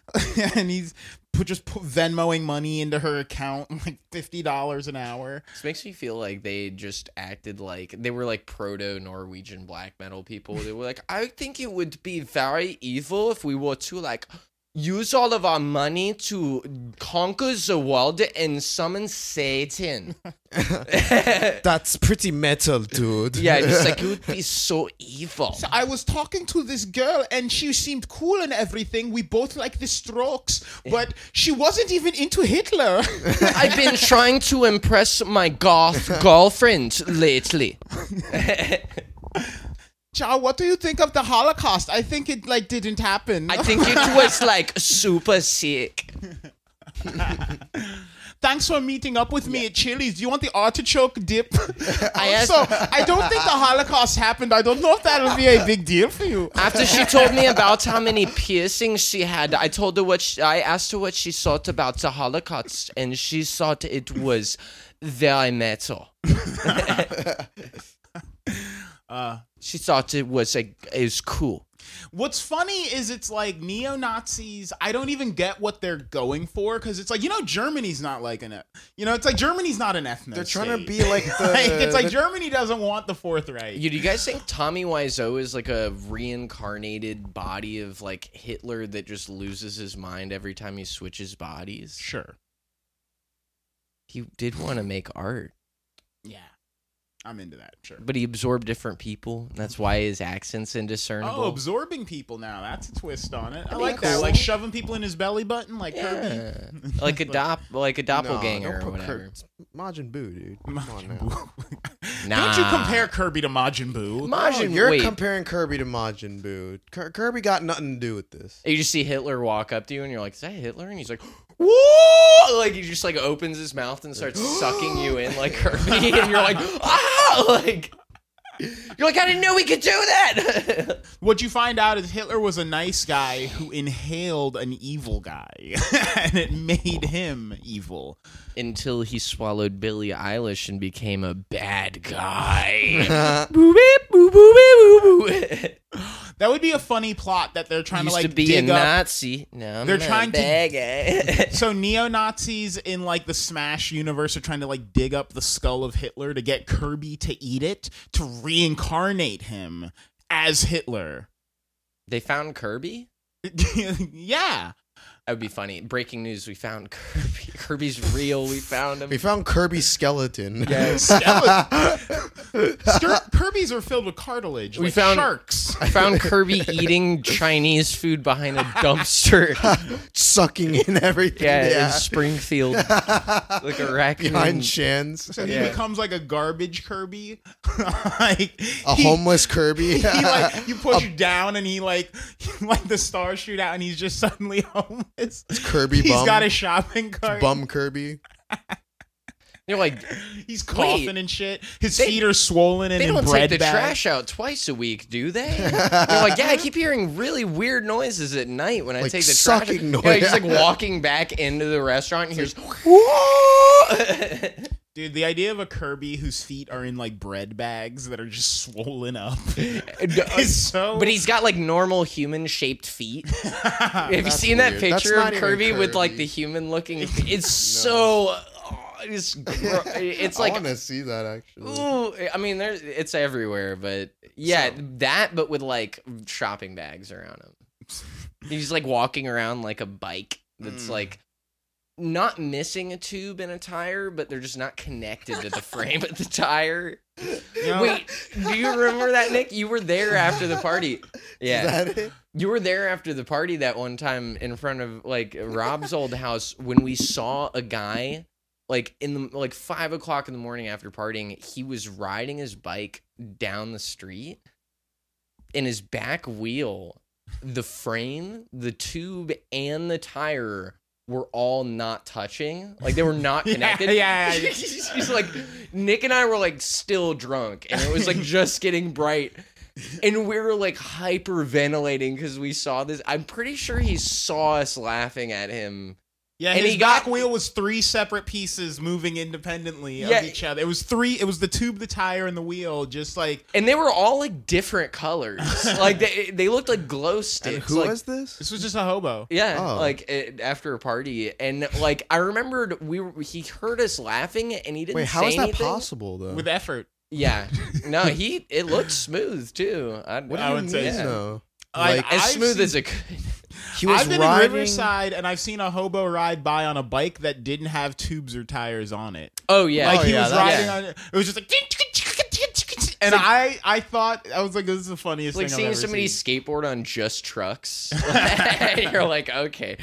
<laughs> and he's put, just put Venmoing money into her account, <laughs> like fifty dollars an hour.
This makes me feel like they just acted like they were like proto Norwegian black metal people. They were like, I think it would be very evil if we were to like use all of our money to conquer the world and summon <laughs> Satan. yeah,
That's pretty metal, dude.
just like it would be so evil.
So I was talking to this girl, and she seemed cool and everything. We both like the Strokes, but she wasn't even into Hitler. <laughs>
I've been trying to impress my goth girlfriend lately.
Chow, what do you think of the Holocaust? I think it like didn't happen.
I think it was like super sick.
<laughs> Thanks for meeting up with me at Chili's. Do you want the artichoke <laughs> dip?
I asked-
also, I don't think the Holocaust happened. I don't know if that'll be a big deal for you.
After she told me about how many piercings she had, I told her what she, I asked her what she thought about the Holocaust, and she thought it was very metal. <laughs> she thought it was a is cool.
What's funny is it's like neo Nazis. I don't even get what they're going for because it's like you know Germany's not like an e, you know it's like Germany's not an ethnic.
They're trying to be
<laughs>
like
<laughs>
the.
like, it's like Germany doesn't want the fourth right.
You, do you guys think Tommy Wiseau is like a reincarnated body of like Hitler that just loses his mind every time he switches bodies?
sure.
He did want to make art.
Yeah. I'm into that. Sure.
But he absorbed different people. and That's why his accent's indiscernible.
Oh, absorbing people now. That's a twist on it. I
be
like that.
cool.
Like shoving people in his belly button, like Kirby.
yeah. like a dop, like a doppelganger
no,
or
don't put
whatever.
Kurt- it's Majin Buu, dude. Come on
<laughs> Majin
now.
Buu.
Nah.
<laughs> Don't you compare Kirby to Majin Buu.
Oh,
Majin,
you're
wait.
comparing Kirby to Majin Buu. Kir- Kirby got nothing to do with this.
you just see Hitler walk up to you, and you're like, "Is that Hitler?" And he's like, "Whoa!" Like he just like opens his mouth and starts sucking you in like <laughs> Kirby, and you're like, "Ah!" <laughs> Like you're like, "I didn't know we could do that." <laughs>
What you find out is Hitler was a nice guy who inhaled an evil guy, <laughs> and it made him evil.
Until he swallowed Billie Eilish and became a bad guy.
<laughs>
yeah,
boo beep, boo boo beep, boo boo.
That would be a funny plot that they're trying
<laughs> Used
to like
to be a
dig up.
Nazi. Now I'm
They're
a
trying to-
bad guy. <laughs>
so neo Nazis in like the Smash universe are trying to like dig up the skull of Hitler to get Kirby to eat it to reincarnate him as Hitler. <laughs>
they found Kirby.
yeah.
That would be funny. Breaking news: We found Kirby. <laughs> Kirby's real. We found him.
we found
<laughs>
Kirby's skeleton.
Skir- Kirby's are filled with cartilage.
We
like
found-
sharks.
I found Kirby eating Chinese food behind a
<laughs>
dumpster.
<laughs> Sucking in everything.
Yeah,
Yeah.
in Springfield, like a raccoon.
<laughs>
<laughs>
Behind Shans.
So
Yeah.
he becomes like a garbage Kirby. <laughs> like
A
he-
homeless Kirby.
He like you push you down and he like <laughs> like the stars shoot out and he's just suddenly <laughs> homeless.
Kirby
He's
bum.
got a shopping cart.
<laughs> bum Kirby.
They're like,
He's coughing
Wait.
and shit. His
They-
feet are swollen and
they
in
don't
bread
take the
bags.
trash out twice a week, do
<laughs>
they? They're like, yeah, I keep hearing really weird noises at night when I
Like
take the trash.
sucking
out." Yeah, he's like
noise.
walking back into the restaurant and hears.
<laughs>
"Whoa!"
Dude, the idea of a Kirby whose feet are in like bread bags that are just
<laughs>
swollen up <laughs> is so. <laughs>
But he's got like normal human shaped feet. Have you
That's
seen that
weird. That's
picture of
not even
Kirby with like
Kirby.
the human
<laughs>
looking? It's so. oh, it's gro- it's
I
like.
want to see that actually.
Ooh, I mean, there's it's everywhere, but yeah,
So-
that, but with like shopping bags around him.
<laughs>
He's like walking around like a bike that's
Mm.
like not missing a tube and a tire, but they're just not connected to
<laughs>
the frame of the tire.
you know,
Wait, do you remember that, Nick? You were there after the party. Yeah.
<laughs> Is that it?
You were there after the party that one time in front of like Rob's old house when we saw a guy like in the like five o'clock in the morning after partying. He was riding his bike down the street, and his back wheel, the frame, the tube, and the tire were all not touching. Like they were not
<laughs> Yeah,
connected.
yeah,
<laughs>
yeah.
He's like Nick and I were like still drunk, and it was like just getting bright and we were like hyperventilating because we saw this. I'm pretty sure he saw us laughing at him.
yeah,
and
his
he got-
back wheel was three separate pieces moving independently
Yeah.
of each other. It was three. It was the tube, the tire, and the wheel. Just like
And they were all like different
<laughs>
colors. like they they looked like glow sticks.
And who
like,
was this?
this was just a hobo.
Yeah,
Oh.
like it, after a party, and like I remembered we were, he heard us laughing, and he didn't.
Wait, how
say
is that
anything.
possible though?
With effort,
<laughs>
Yeah, no, he it looked smooth too. I,
what do
I
you
would
mean
say so.
though?
Like,
as
I've
smooth
seen-
as it could.
He was
I've been
riding.
in Riverside and I've seen a hobo ride by on a bike that didn't have tubes or tires on it.
Oh yeah,
like he
yeah,
was
that-
riding
yeah.
on it. It was just like, and
like-
I, I thought I was like, this is the
It's
funniest
like
thing
seeing
I've ever
somebody
seen.
skateboard on
<laughs>
just trucks. <laughs> You're like, okay.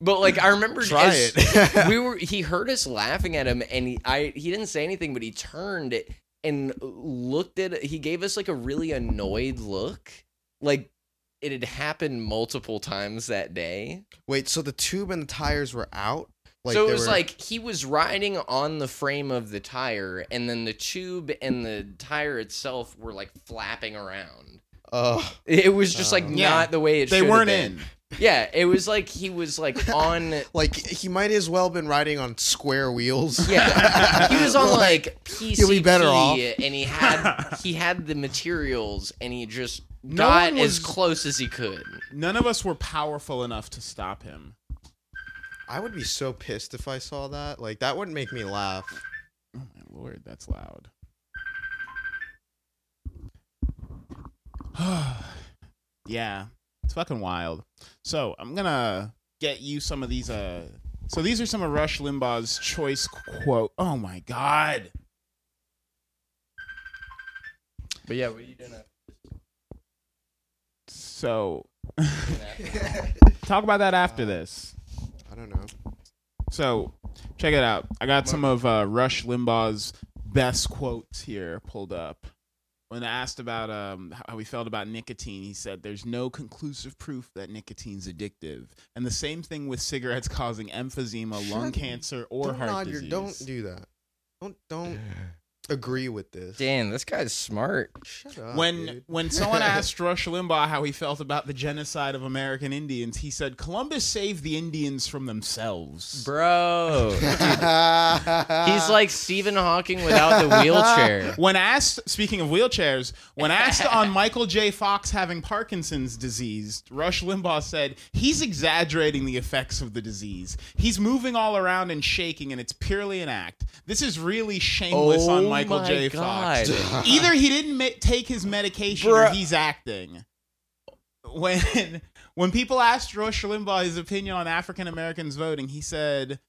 But like I remember
Try
as-
<laughs> it.
we were he heard us laughing at him and he I he didn't say anything, but he turned and looked at he gave us like a really annoyed look. Like it had happened multiple times that day.
Wait, so the tube and the tires were out?
so it
they
was
were-
like he was riding on the frame of the tire and then the tube and the tire itself were like flapping around.
uh,
It was just like
Oh.
Yeah.
not the way it
They
should have
weren't
been.
in.
Yeah, it was like he was like
<laughs>
on.
like he might as well been riding on
<laughs>
square wheels.
Yeah, he was on <laughs> like PCP,
he'll be better off.
and <laughs> he had he had the materials, and he just
No
got
one
as
was-
close as he could.
None of us were powerful enough to stop him.
I would be so pissed if I saw that. Like that wouldn't make me laugh.
Oh my lord, that's loud. <sighs> yeah, it's fucking wild. So I'm gonna get you some of these. Uh, so these are some of Rush Limbaugh's choice quote. Oh my god.
But yeah, what you doing? after-
So <laughs>
doing after?
talk about that after this.
I don't know.
So check it out. I got some of uh, Rush Limbaugh's best quotes here pulled up. When asked about um, how he felt about nicotine, he said, "There's no conclusive proof that nicotine's addictive." And the same thing with cigarettes causing emphysema, lung
Shut-
cancer, or
don't
heart
nod your-
disease.
don't do that. Don't don't agree with this.
Damn, this guy's smart.
Shut up.
when
<laughs>
dude. <laughs>
when someone asked Rush Limbaugh how he felt about the genocide of American Indians, he said Columbus saved the Indians from
<laughs>
themselves.
Bro. He's <laughs> like Stephen Hawking without the <laughs> wheelchair.
When asked, speaking of wheelchairs, when asked
<laughs>
on Michael J. Fox having Parkinson's disease, Rush Limbaugh said, He's exaggerating the effects of the disease. He's moving all around and shaking, and it's purely an act. This is really shameless
Oh
on Michael
my
J.
God.
Fox. <laughs> Either he didn't ma- take his medication or
Bruh.
he's acting. When <laughs> when people asked Rush Limbaugh his opinion on African Americans voting, he said,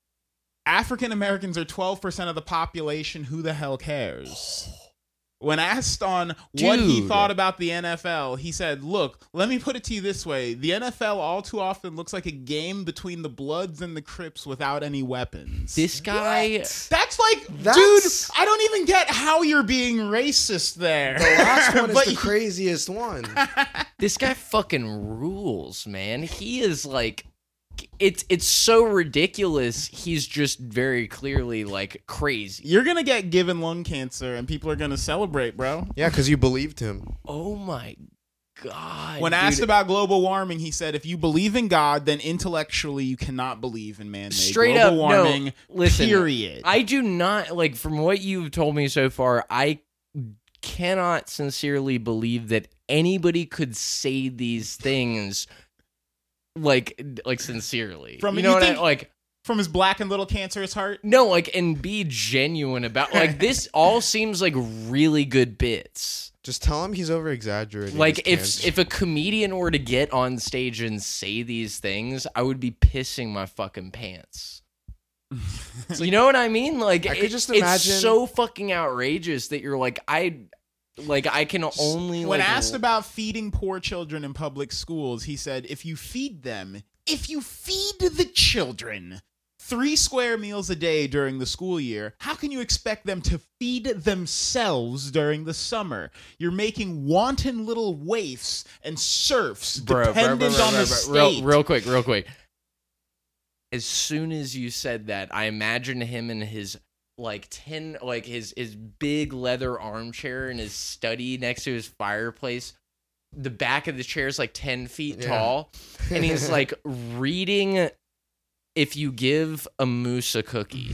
"African Americans are 12% of the population. Who the hell cares?"
<sighs>
When asked on what he
Dude.
thought about the NFL, he said, "Look, let me put it to you this way. The NFL all too often looks like a game between the Bloods and the Crips without any weapons."
This guy.
That's like,
That's-
dude, I don't even get how you're being racist there.
<laughs>
<laughs>
the last one is
But
the
<laughs>
craziest one.
this guy fucking rules, man. He is like it's it's so ridiculous. He's just very clearly like crazy.
you're gonna get given lung cancer, and people are gonna celebrate, bro.
Yeah, because you believed him.
Oh my god.
When
dude.
asked about global warming, he said, "If you believe in God, then intellectually you cannot believe in man-made
Straight
global
up, no.
warming."
Listen,
period.
I do not like from what you've told me so far, I cannot sincerely believe that anybody could say these things like like sincerely.
From-
you
you
know what
think-
I like
From his black and little cancerous heart,
No, like and be genuine about like this all seems like really good bits.
Just tell him he's over exaggerating.
Like if if a comedian were to get on stage and say these things, I would be pissing my fucking
<laughs>
pants. you know what I mean? Like
I could
it-
just
it's
imagine-
so fucking outrageous that you're like I like I can only
when
like,
asked about feeding poor children in public schools, he said, "If you feed them, if you feed the children." Three square meals a day during the school year. How can you expect them to feed themselves during the summer? You're making wanton little waifs and serfs dependent on the state.
Real, real quick, real quick. As soon as you said that, I imagine him in his like ten, like his his big leather armchair in his study next to his fireplace. The back of the chair is like ten feet
Yeah.
tall, and
<laughs>
<laughs>
he's like reading. If you give a moose a cookie,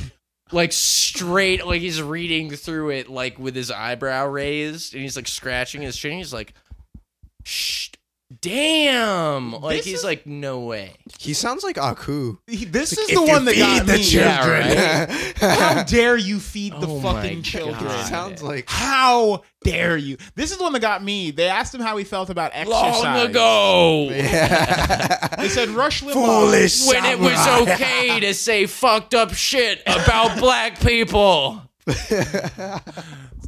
like straight, like he's reading through it, like with his eyebrow raised, and he's like scratching his chin. He's like, "Shh, damn!" Like
This
he's
is-
like, "No way."
he sounds like Aku.
He- This is the one that got me.
children. <laughs>
<laughs> How dare you feed the
Oh my
fucking children?
God.
sounds like
How dare you? This is the one that got me. They asked him how he felt about exercise.
Long
<laughs>
ago,
<laughs>
They said Rush Limbaugh.
foolish
when it was
samurai.
okay to say fucked up shit about black people.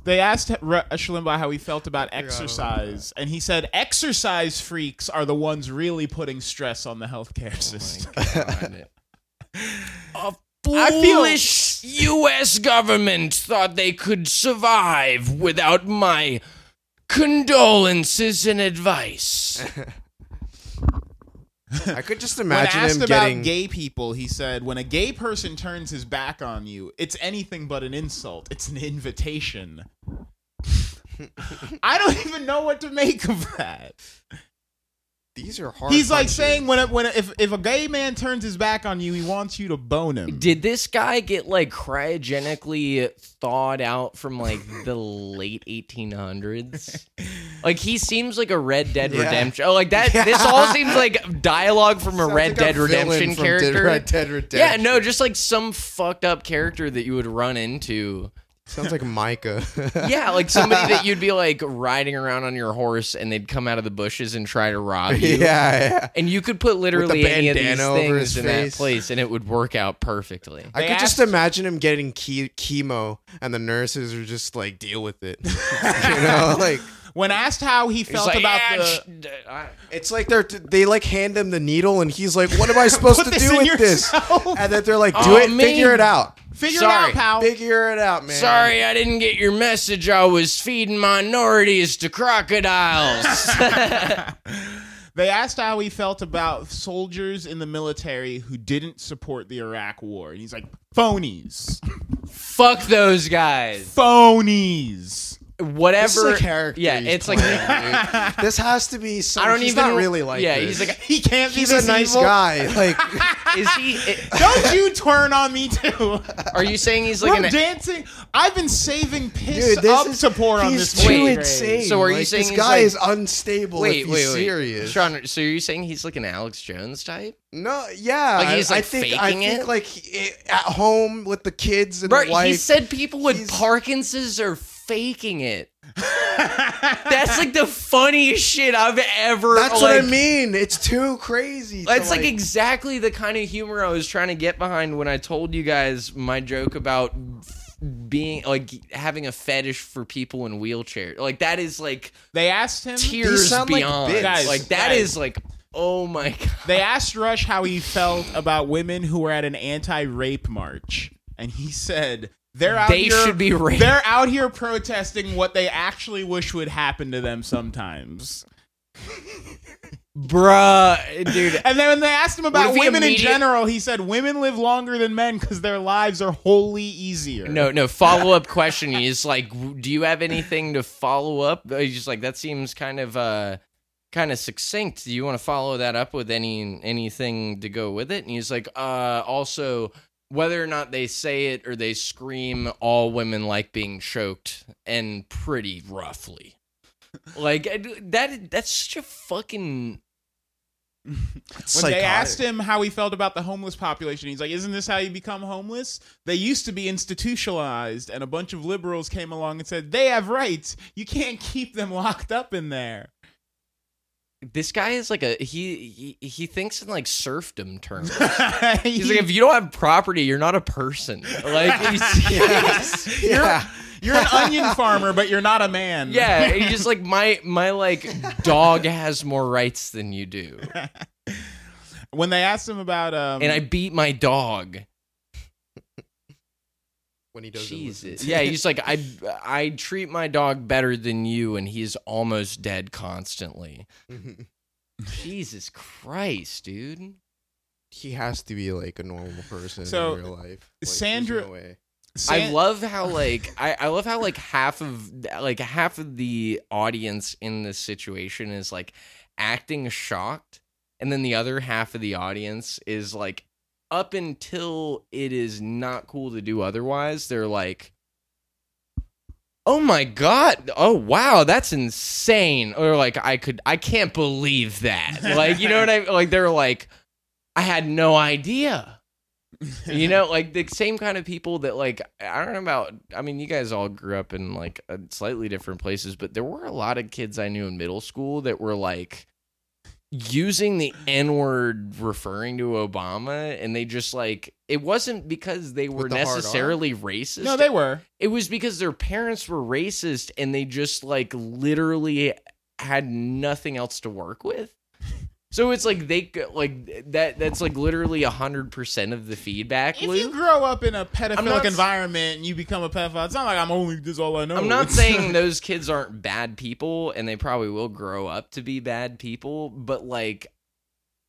They asked Rush Limbaugh how he felt about exercise, and he said exercise freaks are the ones really putting stress on the healthcare system.
A
I feel-
foolish U.S. government thought they could survive without my condolences and advice.
I could just
When
imagine
asked
him
about
getting.
gay people, he said, "When a gay person turns his back on you, it's anything but an insult. It's an invitation." <laughs> I don't even know what to make of that.
These are hard.
He's like
punches.
saying when a, when a, if if a gay man turns his back on you, he wants you to bone
<laughs>
him.
Did this guy get like cryogenically thawed out from like the late 1800s? Like he seems like a Red Dead
Yeah.
Redemption. Oh, like that. This all seems like dialogue from a
Sounds
Red
like
Dead
villain
Redemption
from Dead-
character.
Red Dead
yeah,
Redemption.
no, just like some fucked up character that you would run into.
Sounds
<laughs>
like Micah. <laughs>
Yeah, like somebody that you'd be like riding around on your horse and they'd come out of the bushes and try to
<laughs>
rob you.
yeah, yeah.
And you could put literally any of these
bandana over
things
his
in
face.
that place and it would work out perfectly.
I
They
could just
asked-
imagine
<laughs>
him getting ke- chemo, and the nurses are just like, deal with it. <laughs> you know, like
when asked how he
He's
felt
like,
about
"Yeah,
the
sh- d- I-
It's like they're they like hand him the needle and he's like,
<laughs>
"What am I
<laughs>
supposed
Put
to
this
do
in <laughs>
with
yourself.
this?" And then they're like, "Do
Oh,
it,
me.
figure it out,
figure
Sorry.
it out, pal.
figure it out, man."
Sorry, I didn't get your message. I was feeding minorities to <laughs> crocodiles.
They asked how he felt about soldiers in the military who didn't support the Iraq War, and he's like, "Phonies,
Fuck those guys.
phonies." <laughs>
Whatever.
This is a character.
yeah,
he's
it's like <laughs>
playing, dude. this has to be. Some,
I don't
he's
even
not really like.
Yeah,
this.
he's like,
He can't.
he's
be
a
this
nice
<laughs>
evil.
guy. Like
is he?
<laughs> Don't you turn on me
<laughs>
too?
Are you saying he's like
We're
an?
dancing. I've been saving piss
dude, this
up
is,
to pour on
he's
this.
too
movie.
Wait.
insane.
So are you
Like,
saying
this
he's
guy
like-
is unstable?
Wait,
if
wait,
he's
wait.
serious.
Sean, so you're saying he's like an Alex Jones type?
No, yeah,
Like, he's,
I, I
like,
think I
faking
think
it?
like he- at home with the kids and
Bro,
the wife.
he said people with
he's-
Parkinson's are faking it. That's like
<laughs>
the funniest shit I've ever.
That's
like,
what I mean. It's too crazy. to,
That's like, exactly the kind of humor I was trying to get behind when I told you guys my joke about f- being like having a fetish for people in wheelchair. Like that is like
<laughs> They asked him.
tears
sound like
beyond.
bits.
Guys,
like that is
guys.
like oh my god.
They asked Rush how he felt about women who were at an anti-rape march, and he said they're out
They
here.
should be <laughs> raped.
They're out here protesting what they actually wish would happen to them sometimes.
Bruh, dude.
And then when they asked him
What
about
if he
women in
immediate-
general, he said women live longer than men because their lives are wholly easier.
<laughs> No, no. Follow up question is like, w- do you have anything to follow up? Uh, He's just like that seems kind of uh, kind of succinct. Do you want to follow that up with any anything to go with it? And he's like, uh, also whether or not they say it or they scream, all women like being choked and pretty roughly. Like I d- that. That's such a fucking.
when they asked him how he felt about the homeless population, he's like, "Isn't this how you become homeless? They used to be institutionalized, and a bunch of liberals came along and said they have rights. You can't keep them locked up in there."
This guy is like a he he, he thinks in like serfdom terms. <laughs> He's
He-
like, if you don't have property, you're not a person.
<laughs>
<laughs> Like, he's,
Yes. Yeah.
you're an onion farmer, but you're not a man.
yeah, he's just like my my like dog has more rights than you do,
When they asked him about, um,
and I beat my dog.
when he does
Jesus, yeah, he's like I I treat my dog better than you, and he's almost dead constantly. Jesus Christ, dude.
<laughs> he has to be like a normal person
So,
in real life. Like, there's
Sandra-
no way.
San-
I love how like I, I love how like half of like half of the audience in this situation is like acting shocked, and then the other half of the audience is like up until it is not cool to do otherwise, they're like Oh my god. Oh wow, that's insane. Or like I could I can't believe that. Like you know what I like they're like I had no idea you know, like the same kind of people that like I don't know about. I mean, you guys all grew up in like uh, slightly different places, but there were a lot of kids I knew in middle school that were like using the N word referring to Obama, and they just like it wasn't because they were
the hard R?
necessarily racist.
<laughs> no, they were.
It was because their parents were racist, and they just like literally had nothing else to work with. So it's like they like that. That's like literally hundred percent of the feedback
If
loop.
you grow up in a
I'm not
pedophilic
s-
environment and you become a pedophile, it's not like I'm only this is all I know.
I'm not
It's-
saying those kids aren't bad people and they probably will grow up to be bad people, but like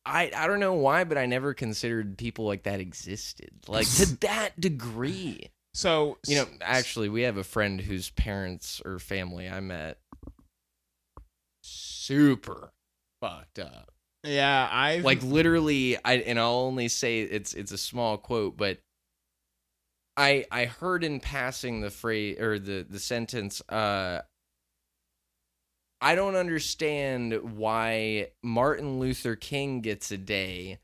I I don't know why, but I never considered people like that existed. Like to
<laughs>
that degree.
<laughs> so.
<laughs> You know, actually we have a friend whose parents or family I met super fucked up
yeah, I <laughs>
like literally i and i'll only say it's it's a small quote but i i heard in passing the phrase or the the sentence uh i don't understand why martin luther king gets a day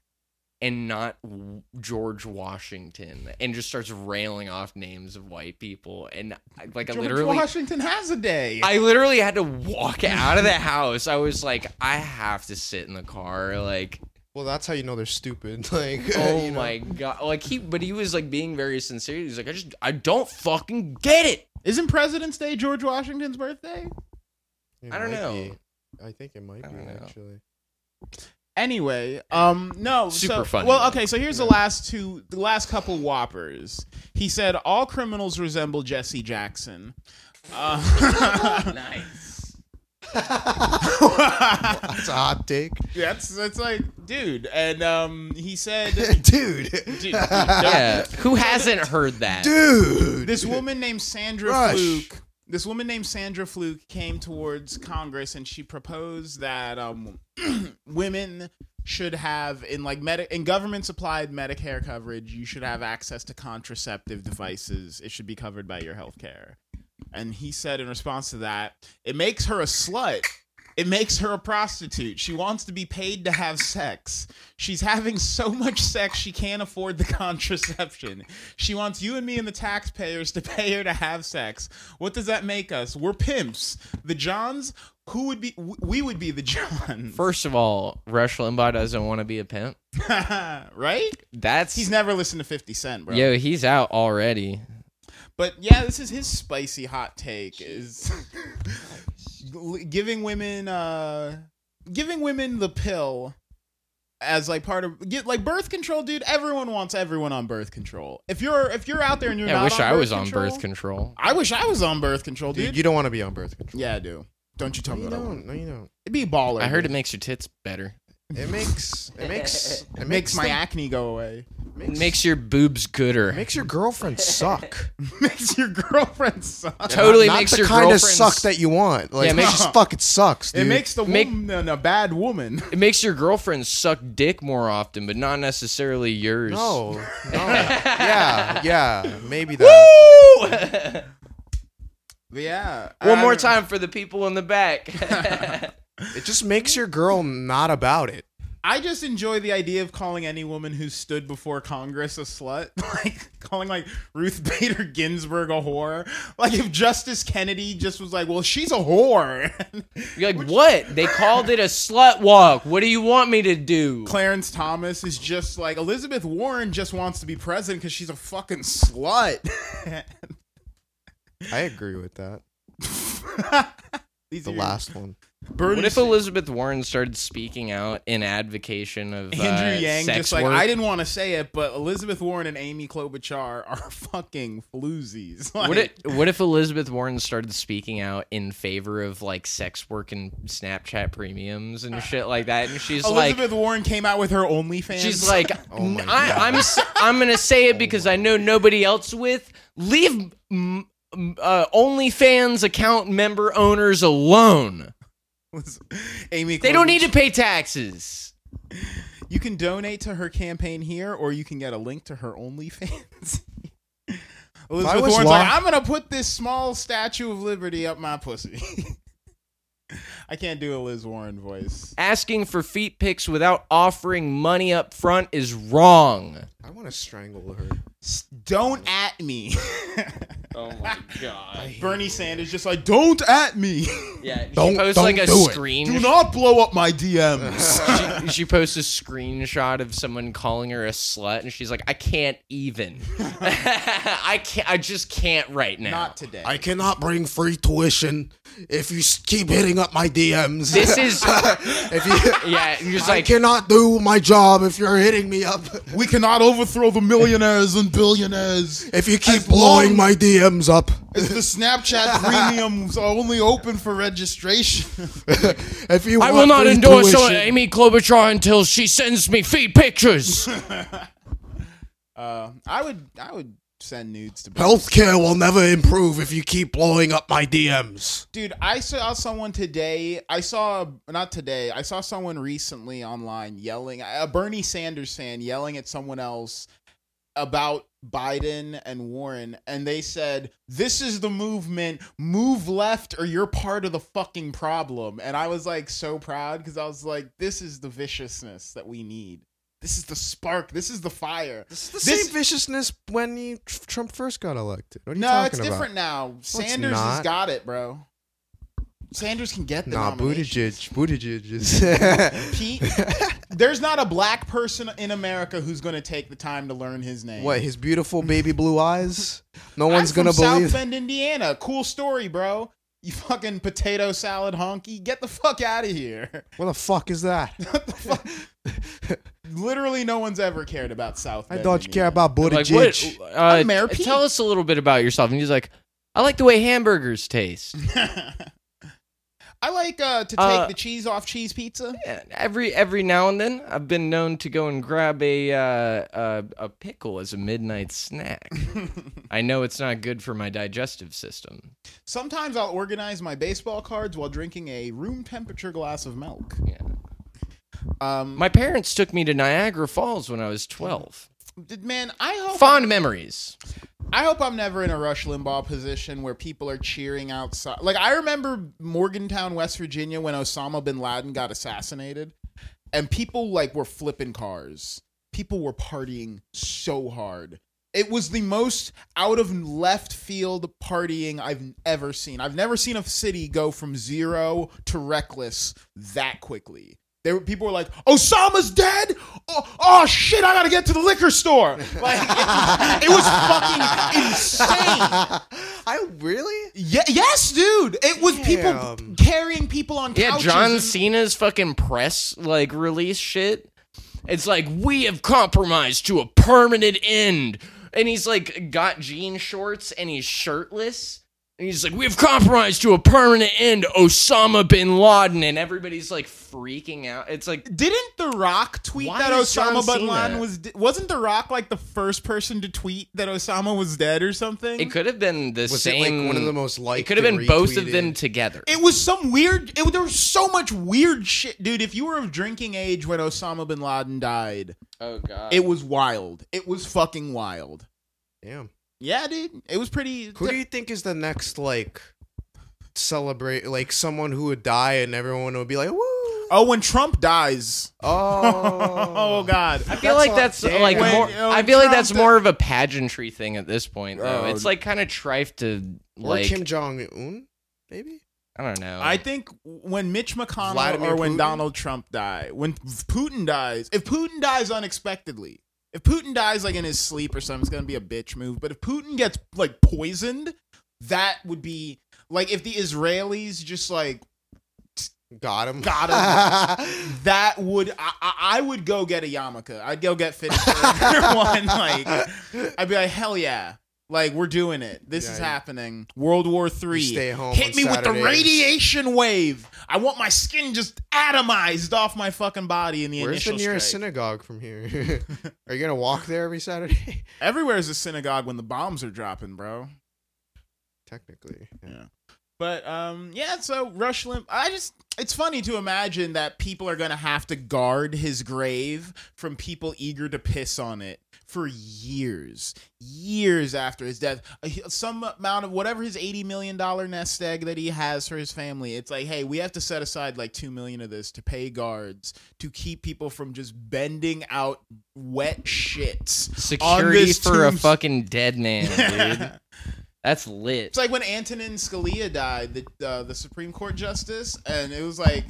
and not W- george washington and just starts railing off names of white people and I- like i
George
literally
Washington has a day.
I literally had to walk out of the house. I was like, I have to sit in the car. Like,
Well, that's how you know they're stupid. <laughs> Like,
Oh
you know.
my god! Like he, but he was like being very sincere. He's like, I just, I don't fucking get it.
Isn't President's Day George Washington's birthday?
It
I don't
might
know.
be. I think it might
I
be
don't know.
actually.
Anyway, um, no,
Super
so,
funny,
Well,
though.
okay, so here's the last two, the last couple whoppers. He said all criminals resemble Jesse Jackson. Uh, <laughs>
nice.
That's a hot take,
that's that's like, dude, and um, he said
<laughs> dude. Dude,
<laughs>
<laughs>
dude,
Yeah. Who hasn't heard that?
this woman named Sandra
Rush.
Fluke. This woman named Sandra Fluke came towards Congress and she proposed that um, <clears throat> women should have in like medi- in government supplied Medicare coverage, you should have access to contraceptive devices. It should be covered by your health care. And he said in response to that, it makes her a slut. It makes her a prostitute. She wants to be paid to have sex. She's having so much sex she can't afford the <laughs> contraception. She wants you and me and the taxpayers to pay her to have sex. What does that make us? We're pimps. The Johns, who would be w- we would be the John.
First of all, Rush Limbaugh doesn't want to be a pimp.
<laughs> right?
That's
He's never listened to 50 Cent, bro.
yo. He's out already.
But yeah, this is his spicy hot take is <laughs> giving women uh giving women the pill as like part of get like birth control, dude. Everyone wants everyone on birth control. If you're if you're out there and you're
I
not
wish
on
I
birth
was on
control-
birth control.
I wish I was on birth control, dude.
Dude, you don't want to be on birth control.
yeah, I do. Don't you tell
No,
me
you
what I want.
don't. No, you don't.
It'd be baller.
I heard it
dude.
makes your tits better.
It makes it makes it
it makes my
the-
acne go away. <laughs>
It makes your boobs gooder.
makes your girlfriend suck.
makes your girlfriend suck.
totally
Not
makes
the
your
kind of
girlfriend's-
suck that you want. Like
Yeah, it makes-
<laughs> just fuck. It sucks, dude.
It <laughs> makes the
Make-
woman a bad
<laughs>
woman.
It makes your girlfriend suck dick more often, but not necessarily yours.
no, no. yeah, yeah. Maybe that.
<laughs> Yeah.
One
I
more
don't-
time for the people in the back. <laughs>
It just makes your girl not about it.
I just enjoy the idea of calling any woman who stood before Congress a slut, <laughs> like calling like Ruth Bader Ginsburg a whore. Like if Justice Kennedy just was like, "Well, she's a whore," <laughs>
You're like, what? They called it a slut walk. What do you want me to do?
Clarence Thomas is just like Elizabeth Warren just wants to be president because she's a fucking slut. <laughs>
I agree with that.
These
The
are your-
last one.
Bernie
What if
Sanders-
Elizabeth Warren started speaking out in advocation of uh,
Andrew Yang
sex
just like
work?
I didn't want to say it, but Elizabeth Warren and Amy Klobuchar are <laughs> fucking floozies. Like,
What
<laughs>
if, what if Elizabeth Warren started speaking out in favor of like sex work and Snapchat premiums and shit like that? And she's like,
Elizabeth Warn Warren came out with her OnlyFans.
she's
<laughs>
like,
Oh my
I, I'm s- I'm gonna say it because I know nobody else with. Leave mm, mm, uh, OnlyFans account member owners alone.
was <laughs> Amy.
They don't need to pay taxes.
You can donate to her campaign here, or you can get a link to her OnlyFans. <laughs> Elizabeth
was
Warren's
law-
like, I'm gonna put this small Statue of Liberty up my pussy. <laughs> I can't do a Liz Warren voice.
Asking for feet pics without offering money up front is wrong.
I want to strangle her.
S- Don't at <laughs> me.
Oh my god!
<laughs> Bernie Sanders just like, don't at me. <laughs>
Yeah, she
Don't-
posts
don't
like a
do it.
screen.
do not blow up my <laughs> DMs.
she, she posts a screenshot of someone calling her a slut, and she's like, "I can't even. <laughs> I can't. I just can't right now.
not today.
I cannot bring free tuition if you s- keep hitting up my DMs.
this is
<laughs> if
<laughs>
you,
yeah. You're just
I
like
cannot do my job if you're hitting me up.
we cannot overthrow the millionaires and billionaires.
If you keep
As
blowing
long-
my DMs
<laughs>
up.
The <laughs> Snapchat premiums are only open for registration.
if you,
I
want
will not
free
endorse
tuition-
Amy Klobuchar until she sends me feet pictures.
Uh, I would, I would send nudes to.
Healthcare will never improve if you keep blowing up my DMs.
Dude, I saw someone today. I saw not today. I saw someone recently online yelling a Bernie Sanders fan yelling at someone else about Biden and Warren, and they said, "This is the movement. Move left, or you're part of the fucking problem." And I was like so proud because I was like, "This is the viciousness that we need. This is the spark. This is the fire."
It's the
This-
same viciousness when you, Trump first got elected. What are you
No,
talking
it's
about?
different now. Sanders has
not.
got it, bro. Sanders can get the
Nah,
nomination.
Buttigieg. Buttigieg is. <laughs>
Pete, there's not a black person in America who's going to take the time to learn
<laughs>
his name.
<laughs> what? His beautiful baby blue eyes. No
I'm
one's
from
gonna believe.
South Bend, Indiana. Cool story, bro. You fucking potato salad honky, get the fuck out of here. <laughs>
What the fuck is that?
What the fuck?
<laughs>
Literally, no one's ever cared about South.
I
Bend
thought you
anymore.
care about
like
Buttigieg.
what? Uh,
I'm Mayor
t-
Pete.
tell us a little bit about yourself. And he's like, I like the way hamburgers taste.
<laughs> I like uh, to take
Uh,
the cheese off cheese pizza.
Yeah, every every now and then, I've been known to go and grab a uh, a, a pickle as a midnight snack. I know it's not good for my digestive system.
Sometimes I'll organize my baseball cards while drinking a room temperature glass of milk.
Yeah.
Um,
My parents took me to Niagara Falls when I was twelve.
did- man, I hope
Fond memories.
I hope I'm never in a Rush Limbaugh position where people are cheering outside. Like I remember Morgantown, West Virginia, when Osama bin Laden got assassinated, and people like were flipping cars. People were partying so hard. It was the most out of left field partying I've ever seen. I've never seen a city go from zero to reckless that quickly. There were people were like, "Osama's dead! Oh, oh shit! I gotta get to the liquor store!" Like it was fucking <laughs> insane.
<laughs> I really?
Ye- yes, dude. It was people
Damn.
carrying people on
Yeah,
couches.
John
and-
Cena's fucking press like release shit. It's like we have compromised to a permanent end, and he's like got jean shorts and he's shirtless, and he's like we have compromised to a permanent end, Osama bin Laden, and everybody's like freaking out. It's like
Didn't The Rock tweet
Why
that
is John
Osama bin
Cena-
Laden was de- wasn't The Rock like the first person to tweet that Osama was dead or something?
it could have been the
Was
same.
it like one of the most liked?
It could have been
and
both of them
retweeted?
together.
It was some weird. It, there was so much weird shit, dude. If you were of drinking age when Osama bin Laden died,
oh god!
it was wild. It was fucking wild.
Damn.
Yeah, dude. It was pretty.
Who do you think is the next like celebrate like someone who would die and everyone would be like, woo? Oh, <laughs>
oh, when Trump dies. Oh, God.
I feel like
all-
that's
Damn.
like
When,
more,
uh,
I feel like that's
Trump-
more of a pageantry thing at this point. Though
Oh.
it's like kind of trife to
Or
like
Kim Jong Un, maybe.
I don't know.
I think when Mitch McConnell
Oh. Vladimir
or when
Putin?
Donald Trump die, when Putin dies, if Putin dies unexpectedly, if Putin dies like in his sleep or something, it's gonna be a bitch move. But if Putin gets like poisoned, that would be like if the Israelis just
<gasps>
like
Got him.
Got
<laughs> him.
that would I, I, I would go get a yarmulke. I'd go get fit
<laughs>
for another one. Like I'd be like hell yeah. Like we're doing it. This is
Yeah.
happening. World War Three.
You stay home
Hit
on
me with the
Saturdays.
radiation wave. I want my skin just atomized off my fucking body in the
Where's the
initial
nearest
strike.
synagogue from
<laughs>
here? Are you gonna walk there every Saturday? <laughs>
Everywhere's a synagogue when the bombs are dropping, bro.
Technically, yeah.
But um, yeah. So Rush Limb, I just it's funny to imagine that people are gonna have to guard his grave from people eager to piss on it for years, years after his death. A- Some amount of whatever his eighty million dollar nest egg that he has for his family. It's like, hey, we have to set aside like two million of this to pay guards to keep people from just bending out wet shits. on
Security
this
for a
tombs-
fucking dead
<laughs>
man, dude. That's lit.
It's like when Antonin Scalia died, the uh, the Supreme Court justice, and it was like,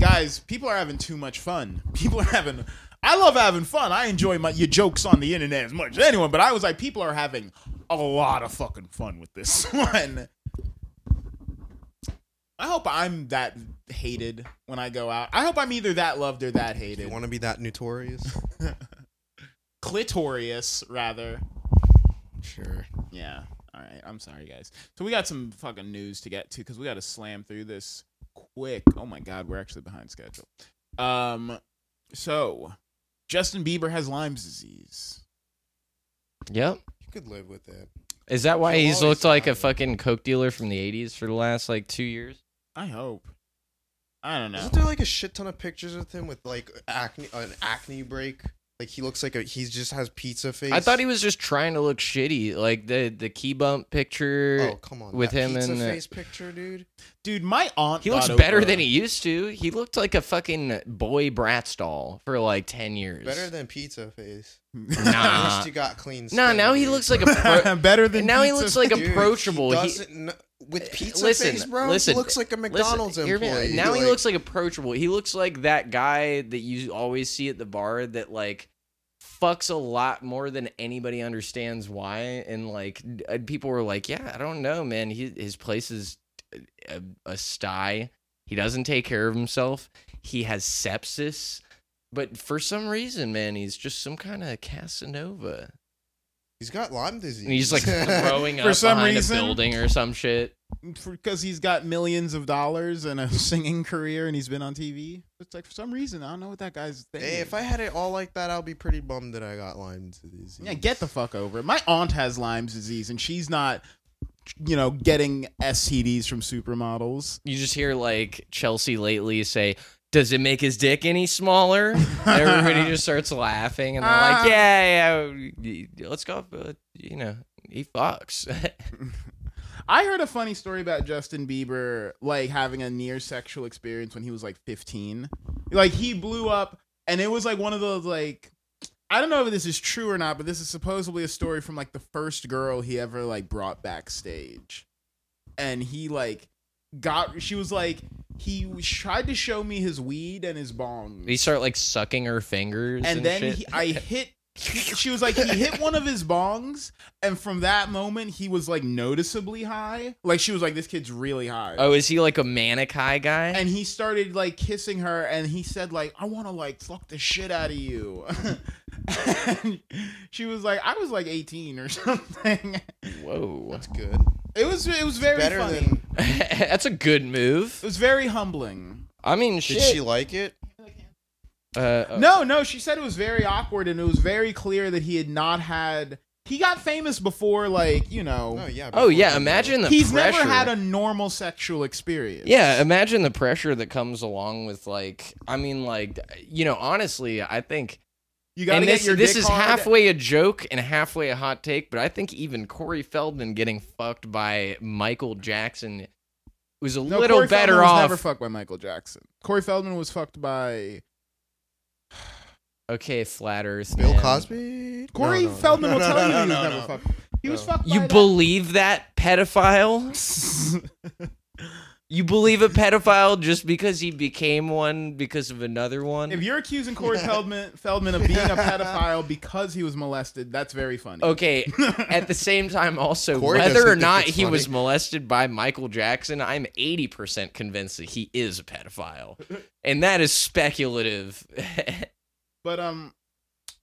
guys, people are having too much fun. <laughs> People are having. I love having fun. I enjoy my your jokes on the internet as much as anyone, but I was like, people are having a lot of fucking fun with this <laughs> one. I hope I'm that hated when I go out. I hope I'm either that loved or that
You
hated.
want to be that <laughs> notorious?
Clitorious, rather.
sure.
Yeah. All right. I'm sorry, guys. So we got some fucking news to get to because we got to slam through this quick. Oh my God, we're actually behind schedule. Um, so Justin Bieber has Lyme's disease.
yep.
You could live with it.
Is that why
He'll
he's
always
looked like
have
a
it.
fucking coke dealer from the '80s for the last like two years?
I hope. I don't know.
Isn't there like a shit ton of pictures with him with like acne, an acne break? Like he looks like a he just has pizza face.
I thought he was just trying to look shitty, like the the key bump picture.
Oh come on,
with
that
him
pizza
and, uh,
face picture, dude.
Dude, my aunt.
He looks
got
better
over-
than he used to. He looked like a fucking boy brat doll for like ten years.
Better than pizza face.
<laughs>
At
nah.
least you got clean.
No,
skin,
now he
dude.
looks like a pro-
<laughs> better than
now he
pizza.
looks like a
Dude,
approachable.
He
He- Eh,
doesn't, kn- with pizza
listen,
face, bro.
listen,
he looks like a
Listen,
McDonald's
hear me out.
employee.
Now he looks like approachable. He looks like that guy that you always see at the bar that like fucks a lot more than anybody understands why. And like d- uh, people were like, "Yeah, I don't know, man. He, his place is a, a sty. He doesn't take care of himself. He has sepsis. But for some reason, man, he's just some kind of Casanova.
He's got Lyme disease.
And he's
<laughs>
like throwing
For
up
some
behind
reason-
a building or some shit.
because he's got millions of dollars and a <laughs> singing career and he's been on TV. It's like for some reason I don't know what that guy's thinking.
Hey, if I had it all like that, I'll be pretty bummed that I got Lyme disease.
yeah, get the fuck over it. My aunt has Lyme's disease and she's not, you know, getting STDs from supermodels.
You just hear like Chelsea lately say, "Does it make his dick any
<laughs>
smaller?" And everybody just starts laughing, and they're
Ah.
like, "Yeah, yeah, y- y- let's go." Uh, you know, he fucks. <laughs>
I heard a funny story about Justin Bieber like having a near sexual experience when he was like 15. Like he blew up and it was like one of those like I don't know if this is true or not, but this is supposedly a story from like the first girl he ever like brought backstage. And he like got she was like he was- tried to show me his weed and his bong.
they start like sucking her fingers, and,
and then
shit.
he, I
<laughs>
hit she was like he hit one of his bongs and from that moment he was like noticeably high. Like she was like this kid's really high.
oh, is he like a manic high guy?
and he started like kissing her and he said like i want to like fuck the shit out of you <laughs> and she was like i was like 18 or <laughs> something
Whoa, <laughs>
That's good.
it was it was very
Better
funny
than.
that's a good
it
move.
was very humbling
I mean,
Did
shit.
she like it? Oh.
uh,
no no she said it was very awkward and it was very clear that he had not had he got famous before like you know
Oh yeah.
Oh
before
yeah,
she-
imagine the
he's
pressure.
never had a normal sexual experience
Yeah, imagine the pressure that comes along with like I mean like you know, honestly, I think
you gotta
and
get
this
your
this
dick
is
hard.
halfway a joke and halfway a hot take, but I think even Corey Feldman getting fucked by Michael Jackson was a
No,
little
Corey
better
Feldman was
off.
never fucked by michael jackson corey feldman was fucked by
okay, flat earth.
Bill
man.
Cosby.
Corey
No, no, no.
Feldman will
No, no,
tell you
no,
that he
no,
was
no.
never fucked. He was
No.
fucked.
You
by
believe that pedophile?
that.
You believe a pedophile just because he became one because of another one?
if you're accusing Corey Feldman Feldman of being a
<laughs>
pedophile because he was molested, that's very funny. <laughs>
Okay. At the same time, also
Corey doesn't
whether or
think
not
it's
he was
funny.
molested by Michael Jackson, I'm 80% convinced that he is a pedophile, and that is speculative. <laughs>
But um,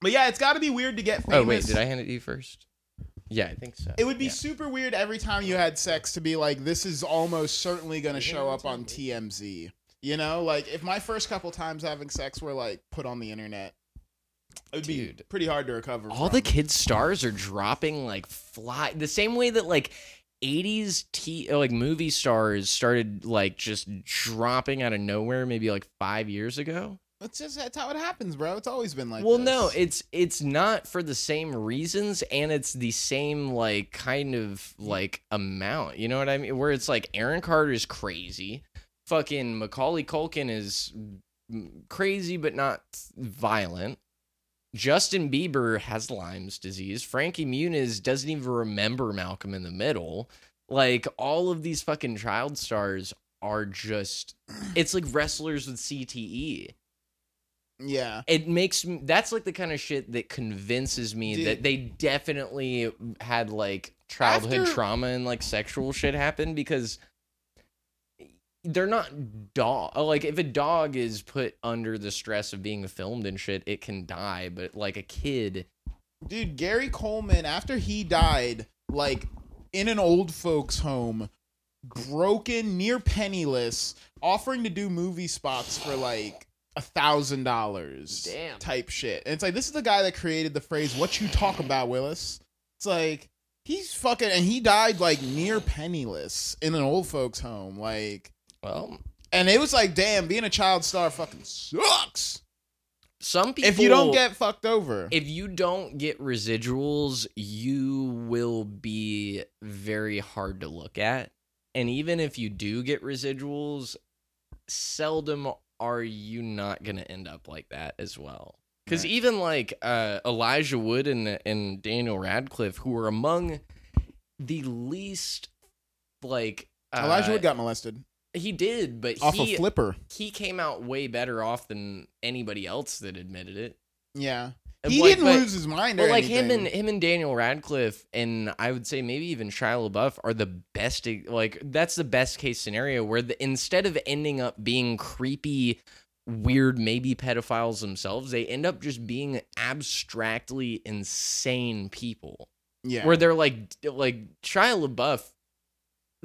but yeah, it's got to be weird to get famous.
oh wait, did I hand it to you first? Yeah, I think so.
It would be
Yeah.
super weird every time you had sex to be like, this is almost certainly going to show up on TMZ. You know, like if my first couple times having sex were like put on the internet, it would be
Dude.
pretty hard to recover.
all
from.
the kids stars are dropping like fly the same way that like 80s t uh, like movie stars started like just dropping out of nowhere maybe like 5 years ago.
It's just that's how it happens, bro. It's always been like.
well
this.
no it's it's not for the same reasons and it's the same like kind of like amount you know what i mean where it's like aaron carter is crazy fucking macaulay culkin is mm, crazy but not violent justin bieber has lyme's disease frankie muniz doesn't even remember malcolm in the middle like all of these fucking child stars are just it's like wrestlers with E. cte
yeah.
it makes m- that's like the kind of shit that convinces me
Dude.
that they definitely had like childhood
After-
trauma and like sexual shit happen because they're not dog uh, like if a dog is put under the stress of being filmed and shit it can die but like a kid
Dude, Gary Coleman, after he died, like in an old folks' home, broken, near penniless, offering to do movie spots for like a thousand dollars
Damn.
type shit. And it's like this is the guy that created the phrase what you talk about, Willis. It's like he's fucking and he died like near penniless in an old folks' home. Like
well
and it was like, damn, being a child star fucking sucks.
some people
If you don't get fucked over.
if you don't get residuals, you will be very hard to look at. And even if you do get residuals, seldom are you not going to end up like that as well. Because
Right.
even like uh, Elijah Wood and and Daniel Radcliffe, who were among the least like uh,
Elijah Wood got molested
he did, but
off
he
a flipper.
he came out way better off than anybody else that admitted it.
Yeah. He
Like,
didn't
but-
lose his mind.
But
or
like him
anything.
and him and Daniel Radcliffe and I would say maybe even Shia LaBeouf are the best. Like that's the best case scenario where the, instead of ending up being creepy, weird, maybe pedophiles themselves, they end up just being abstractly insane people.
yeah,
Where they're like like Shia LaBeouf.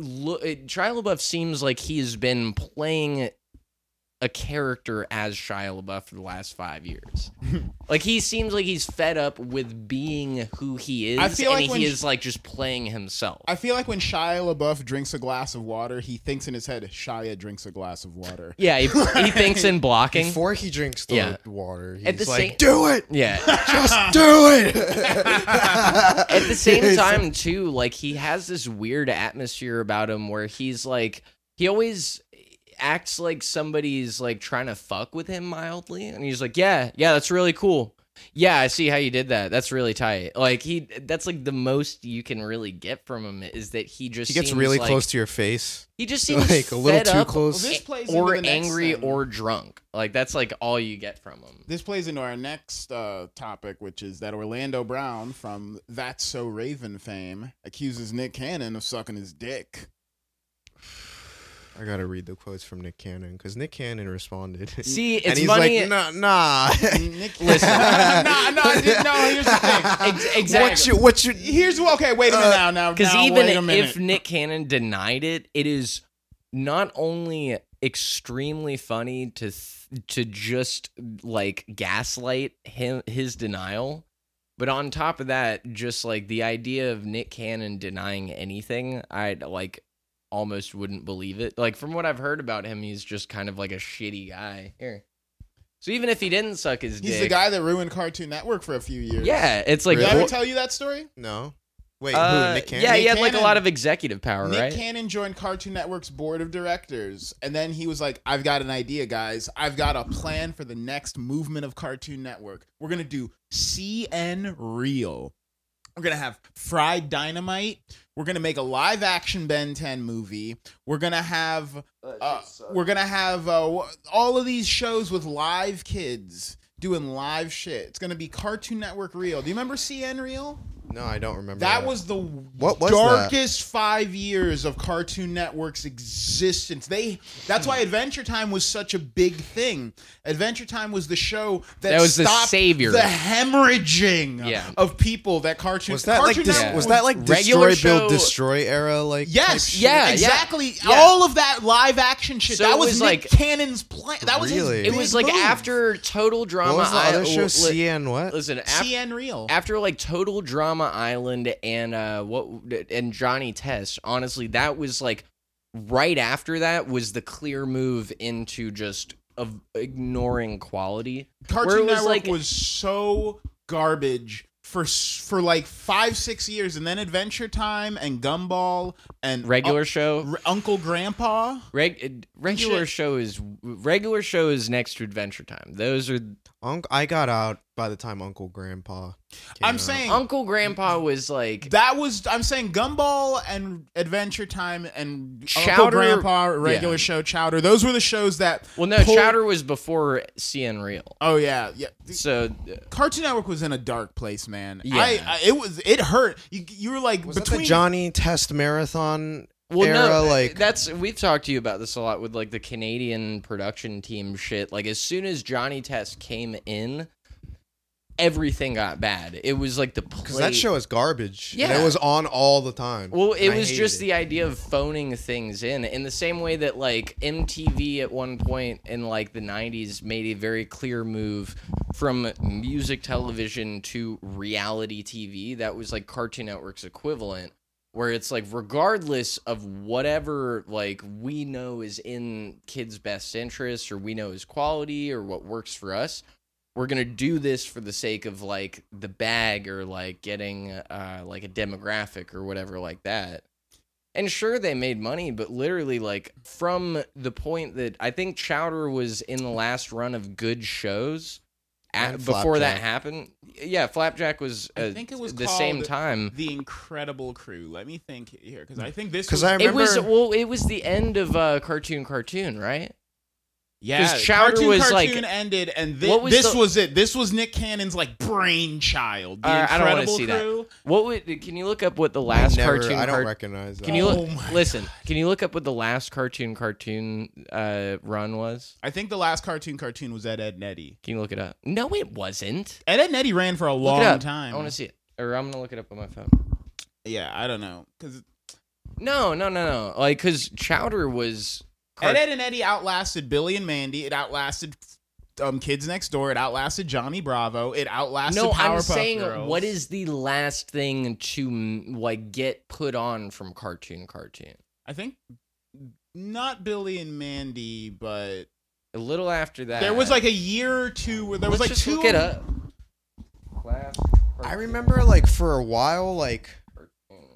Look, Shia LaBeouf seems like he's been playing a character as Shia LaBeouf for the last five
<laughs>
years. like he seems like he's fed up with being who he is,
I feel
and
like when
he
sh-
is like just playing himself.
I feel like when Shia LaBeouf drinks a glass of water, he thinks in his head, Shia drinks a glass of water.
yeah, he, he thinks
<laughs>
in blocking.
Before he drinks the
Yeah.
water, he's
At the
like,
same- <laughs>
"Do it,
<laughs>
yeah.
just do it."
At the
<laughs>
same time, too, like he has this weird atmosphere about him where he's like he always acts like somebody's like trying to fuck with him mildly, and he's like, "Yeah, yeah, that's really cool. Yeah, I see how you did that. That's really tight." Like he, that's like the most you can really get from him is that he just
he gets
seems
really
like-
close to your face.
He just seems
like, a little
fed
too
up
close. Well,
this plays
or
into the next
angry
thing.
or drunk. Like that's like all you get from him.
This plays into our next uh, topic, which is that Orlando Brown from That's So Raven fame accuses Nick Cannon of sucking his dick. <laughs>
I gotta read the quotes from Nick Cannon because Nick Cannon responded. <laughs>
See, it's
and he's
funny.
like, "Nah, nah."
Nick,
<laughs>
<laughs>
<laughs>
Listen.
no, no, I did- no. Here's the
Ex- exactly.
What you? What you?
thing. Here's okay. Wait a minute
Uh,
now. Now,
Because
now, wait a
even
minute.
if Nick Cannon denied it, it is not only extremely funny to th- to just like gaslight him his denial, but on top of that, just like the idea of Nick Cannon denying anything, I like almost wouldn't believe it. Like from what I've heard about him, he's just kind of like a shitty guy. Here, so even if he didn't suck his
he's
dick,
the guy that ruined Cartoon Network for a few years.
yeah, it's like
Did I
Really?
ever tell you that story?
No. Wait,
uh,
who? Nick Cannon.
yeah, he
Nick
had like a
Cannon-
lot of executive power,
Nick
right?
Cannon joined Cartoon Network's board of directors, and then he was like, "I've got an idea, guys. I've got a plan for the next movement of Cartoon Network. We're gonna do CN Real. We're gonna have Fried Dynamite. We're gonna make a live-action Ben 10 movie. We're gonna have uh, we're gonna have uh, wh- all of these shows with live kids." Doing live shit. It's gonna be Cartoon Network Real. Do you remember CN Real?
No, I don't remember.
That was the
What was
darkest five years of Cartoon Network's existence. They that's why Adventure Time was such a big thing. Adventure Time was the show that,
That was the
stopped
savior.
the hemorrhaging
Yeah.
of people that Cartoon
Was that like
Cartoon
this?
Network
Was that like
Regular
destroy,
show-
build, destroy era? Like
Yes,
shit. Yeah, yeah,
exactly.
yeah.
All of that live action shit.
So
that
it
was,
was
Nick
like-
Cannon's plan. That was his
Really?
It
big
was like
move.
after Total Drama
What was the other
I-
show?
li-
CN what?
Listen, after,
CN Real.
after like Total Drama Island and uh what and Johnny Test, honestly, that was like right after that was the clear move into just of ignoring quality. where it
Cartoon
was
Network
like-
was so garbage for s- for like five six years, and then Adventure Time and Gumball and
Regular show,
Un- R- Uncle Grandpa.
reg, uh, regular show is regular show is next to Adventure Time. Those are
Unc- I got out by the time Uncle Grandpa. came
I'm
out.
saying
Uncle Grandpa was like
that was I'm saying Gumball and Adventure Time and Uncle
Chowder-
Grandpa regular
yeah.
show Chowder. Those were the shows that.
well no,
pulled-
Chowder was before CN Real.
Oh yeah, yeah.
So
Cartoon Network was in a dark place, man.
Yeah.
I, I it was it hurt. You, you were like
was that
between
the Johnny Test Marathon
well,
era?
no,
like
that's we've talked to you about this a lot with like the Canadian production team shit. Like as soon as Johnny Test came in, everything got bad. It was like the
because
plate.
that show is garbage. and
Yeah.
it was on all the time.
Well, it
and I
was
hated
just
it.
the idea of phoning things in, in the same way that like MTV at one point in like the '90s made a very clear move from music television to reality TV. That was like Cartoon Network's equivalent, where it's like regardless of whatever like we know is in kids' best interest or we know is quality or what works for us, we're gonna do this for the sake of like the bag or like getting uh like a demographic or whatever like that and sure they made money but literally like from the point that i think chowder was in the last run of good shows at,
And
before that
Flapjack.
happened yeah flapjack was uh,
I think it was
the same
called-
time
the Incredible Crew. Let me think here because I think this
'Cause
was-
I remember-
it was well it was the end of uh cartoon cartoon right
Yeah,
'Cause Chowder
cartoon,
was, like-
cartoon ended, and thi-
What was
this
the-
was it. This was Nick Cannon's like brainchild. The
All right, I don't wanna
Incredible
see that.
Crew.
What would can you look up what the
I
last
never-
cartoon
I don't
cart-
recognize that.
Can you
Oh
look,
my
listen? Can you look up what the last cartoon cartoon uh, run was?
I think the last cartoon cartoon was Ed Ed and Eddy.
Can you look it up? No, it wasn't.
Ed Ed and Eddy ran for a
Look
long
it up.
time.
I want to see it, or I'm gonna look it up on my phone.
Yeah, I don't know because
No, no, no, no. Like, cause Chowder was.
Ed
Cart-
Ed and Eddy outlasted Billy and Mandy. It outlasted um, Kids Next Door. It outlasted Johnny Bravo. It outlasted
no,
Powerpuff
I'm saying
Girls.
what is the last thing to mm, like get put on from cartoon cartoon?
I think not Billy and Mandy, but
A little after that,
there was like a year or two where there was
Let's
like
just
two.
Look it up. Last
I
cartoon
remember like for a while, like
cartoon.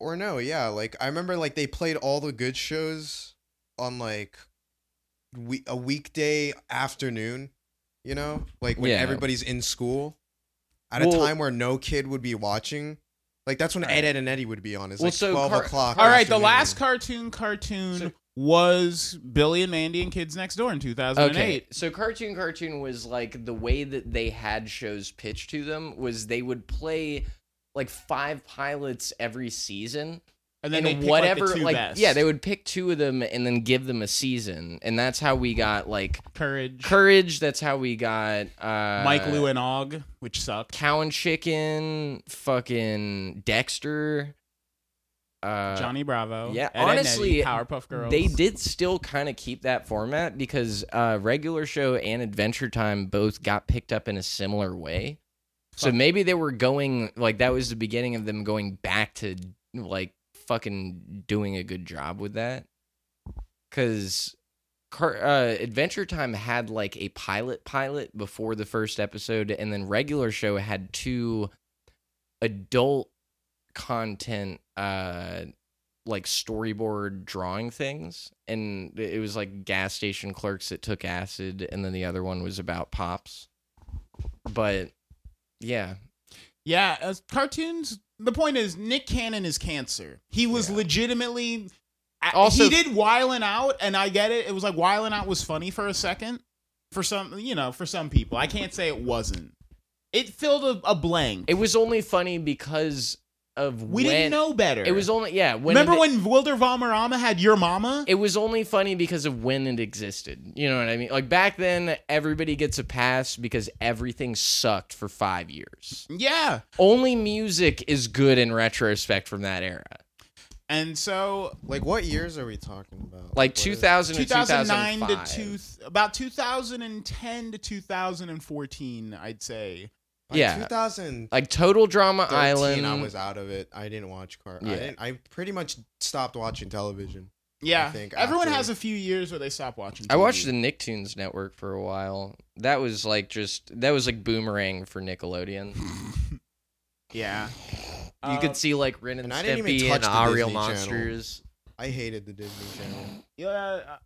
or no, yeah, like I remember like they played all the good shows on like we- a weekday afternoon, you know, like when
Yeah.
everybody's in school at a
Well-
time where no kid would be watching. Like that's when
Right.
Ed, Ed, and Eddie would be on. It's
Well,
like
so
twelve
car-
o'clock.
All right, the
afternoon.
last cartoon cartoon
So-
was Billy and Mandy and Kids Next Door in 2008.
Okay, so cartoon cartoon was like the way that they had shows pitched to them was they would play like five pilots every season,
And then
and
they
whatever,
like, the two best.
yeah, they would pick two of them and then give them a season, and that's how we got like
Courage,
Courage. That's how we got uh,
Mike Lou and Og, which sucked.
Cow and Chicken, fucking Dexter. Uh,
Johnny Bravo.
yeah,
Ed, Ed, and
honestly,
Eddie, Powerpuff Girls.
They did still kind of keep that format because uh, regular show and Adventure Time both got picked up in a similar way. So
Fuck.
maybe they were going like that was the beginning of them going back to like fucking doing a good job with that. Cause Car- uh, Adventure Time had like a pilot pilot before the first episode, and then regular show had two adult content uh like storyboard drawing things and it was like gas station clerks that took acid and then the other one was about pops but yeah
Yeah, as cartoons. The point is, Nick Cannon is cancer. He was
Yeah.
legitimately. I-
Also-
he did Wiling Out, and I get it. It was like Wiling Out was funny for a second, for some, you know, for some people. I can't say it wasn't. It filled a, a blank.
it was only funny because of
we
when,
didn't know better.
it was only yeah when
Remember
it,
when Wilder Valderrama had your mama?
it was only funny because of when it existed you know what i mean like back then everybody gets a pass because everything sucked for five years
yeah.
only music is good in retrospect from that era
And so
Like what years are we talking about?
like
what is-
2000 to
2009
2005.
to two, about 2010 to 2014, I'd say.
by
yeah.
2000
like total drama
13,
island
I was out of it. I didn't watch car.
Yeah.
I, didn't, I pretty much stopped watching television.
Yeah.
I think
Everyone
after-
has a few years where they stop watching.
I
TV.
watched the nicktoons network for a while that was like just that was like boomerang for nickelodeon you
<laughs> Yeah. Uh,
could see like ren and,
Uh, and I
stimpy
didn't even
and
touch the
ariel
Disney Channel.
monsters
I hated the Disney Channel.
Yeah. uh,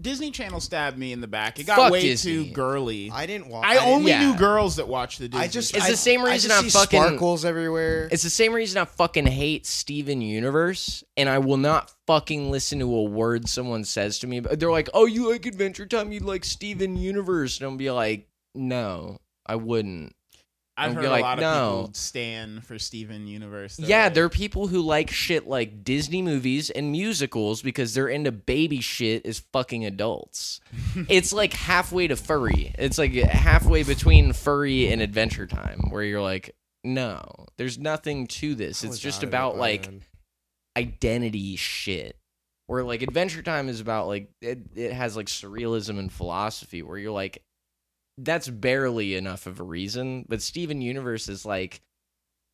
Disney Channel stabbed me in the back. It got
Fuck
way
Disney.
too girly. I,
I didn't watch. didn't-
only
yeah.
knew girls that watched the Disney.
I just
It's
Channel.
the
I,
same
I
reason
just
I
see
fucking-
sparkles everywhere.
it's the same reason i fucking hate steven universe and i will not fucking listen to a word someone says to me but they're like oh you like adventure time you like steven universe and i'll be like no i wouldn't
I've
I'd
heard
be
a
like,
lot of
no.
people stand for Steven Universe. They're
yeah,
like,
there are people who like shit like Disney movies and musicals because they're into baby shit as fucking
<laughs>
adults. it's like halfway to furry. It's like halfway between furry and Adventure Time, where you're like, no, there's nothing to this.
I
It's
was
just
out of it
about
by
like
then.
identity shit. Where like Adventure Time is about like it, it has like surrealism and philosophy where you're like that's barely enough of a reason, but Steven Universe is like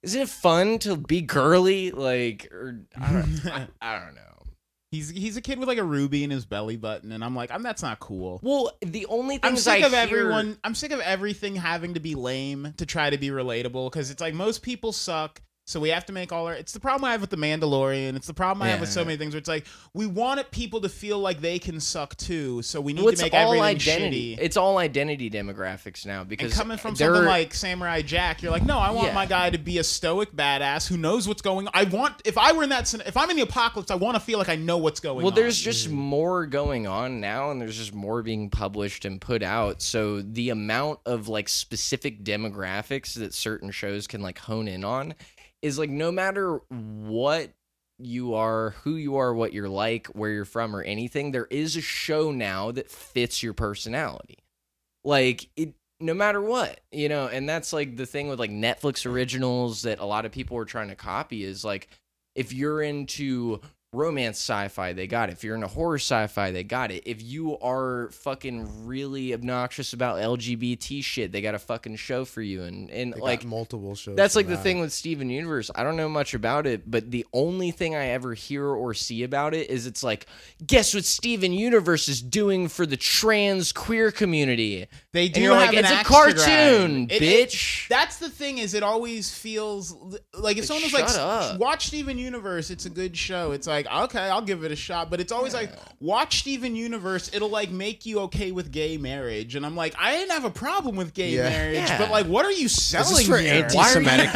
isn't it fun to be girly like or I
<laughs>
don't, <laughs> I, I don't know.
he's he's a kid with like a ruby in his belly button, and I'm like, I'm that's not cool.
Well, the only thing
I'm sick of
hear,
everyone. I'm sick of everything having to be lame to try to be relatable because it's like most people suck. So we have to make all our. It's the problem I have with the Mandalorian. It's the problem I have with so
Yeah.
many things. Where it's like we wanted people to feel like they can suck too. So we need
Well, it's
to make
all
everything
identity.
shitty.
It's all identity demographics now because
and coming from
they're-
something like Samurai Jack, you're like, no, I want
Yeah.
my guy to be a stoic badass who knows what's going. on. I want if I were in that, scen- if I'm in the apocalypse, I want to feel like I know what's going.
well,
on. Mm.
there's just more going on now, and there's just more being published and put out. So the amount of like specific demographics that certain shows can like hone in on is like no matter what you are, who you are, what you're like, where you're from, or anything, there is a show now that fits your personality. Like it no matter what, you know, and that's like the thing with like Netflix originals that a lot of people are trying to copy is like if you're into romance sci-fi, they got it. If you're into horror sci-fi, they got it. If you are fucking really obnoxious about LGBT shit, they got a fucking show for you and and
They got
like
multiple shows.
that's
for
like the
that.
thing with Steven Universe. I don't know much about it, but the only thing I ever hear or see about it is it's like, guess what Steven Universe is doing for the trans queer community?
They do
And you're
have
like,
an
it's a
axe
cartoon,
to grind. It- it-
bitch.
that's the thing is it always feels li- like
Like,
if someone was like
shut up.
watch Steven Universe it's a good show it's like okay I'll give it a shot but it's always like watch Steven Universe it'll like make you okay with gay marriage and I'm like I didn't have a problem with gay
Yeah.
marriage
Yeah.
but like what are you selling
This is for
here?
anti-Semitic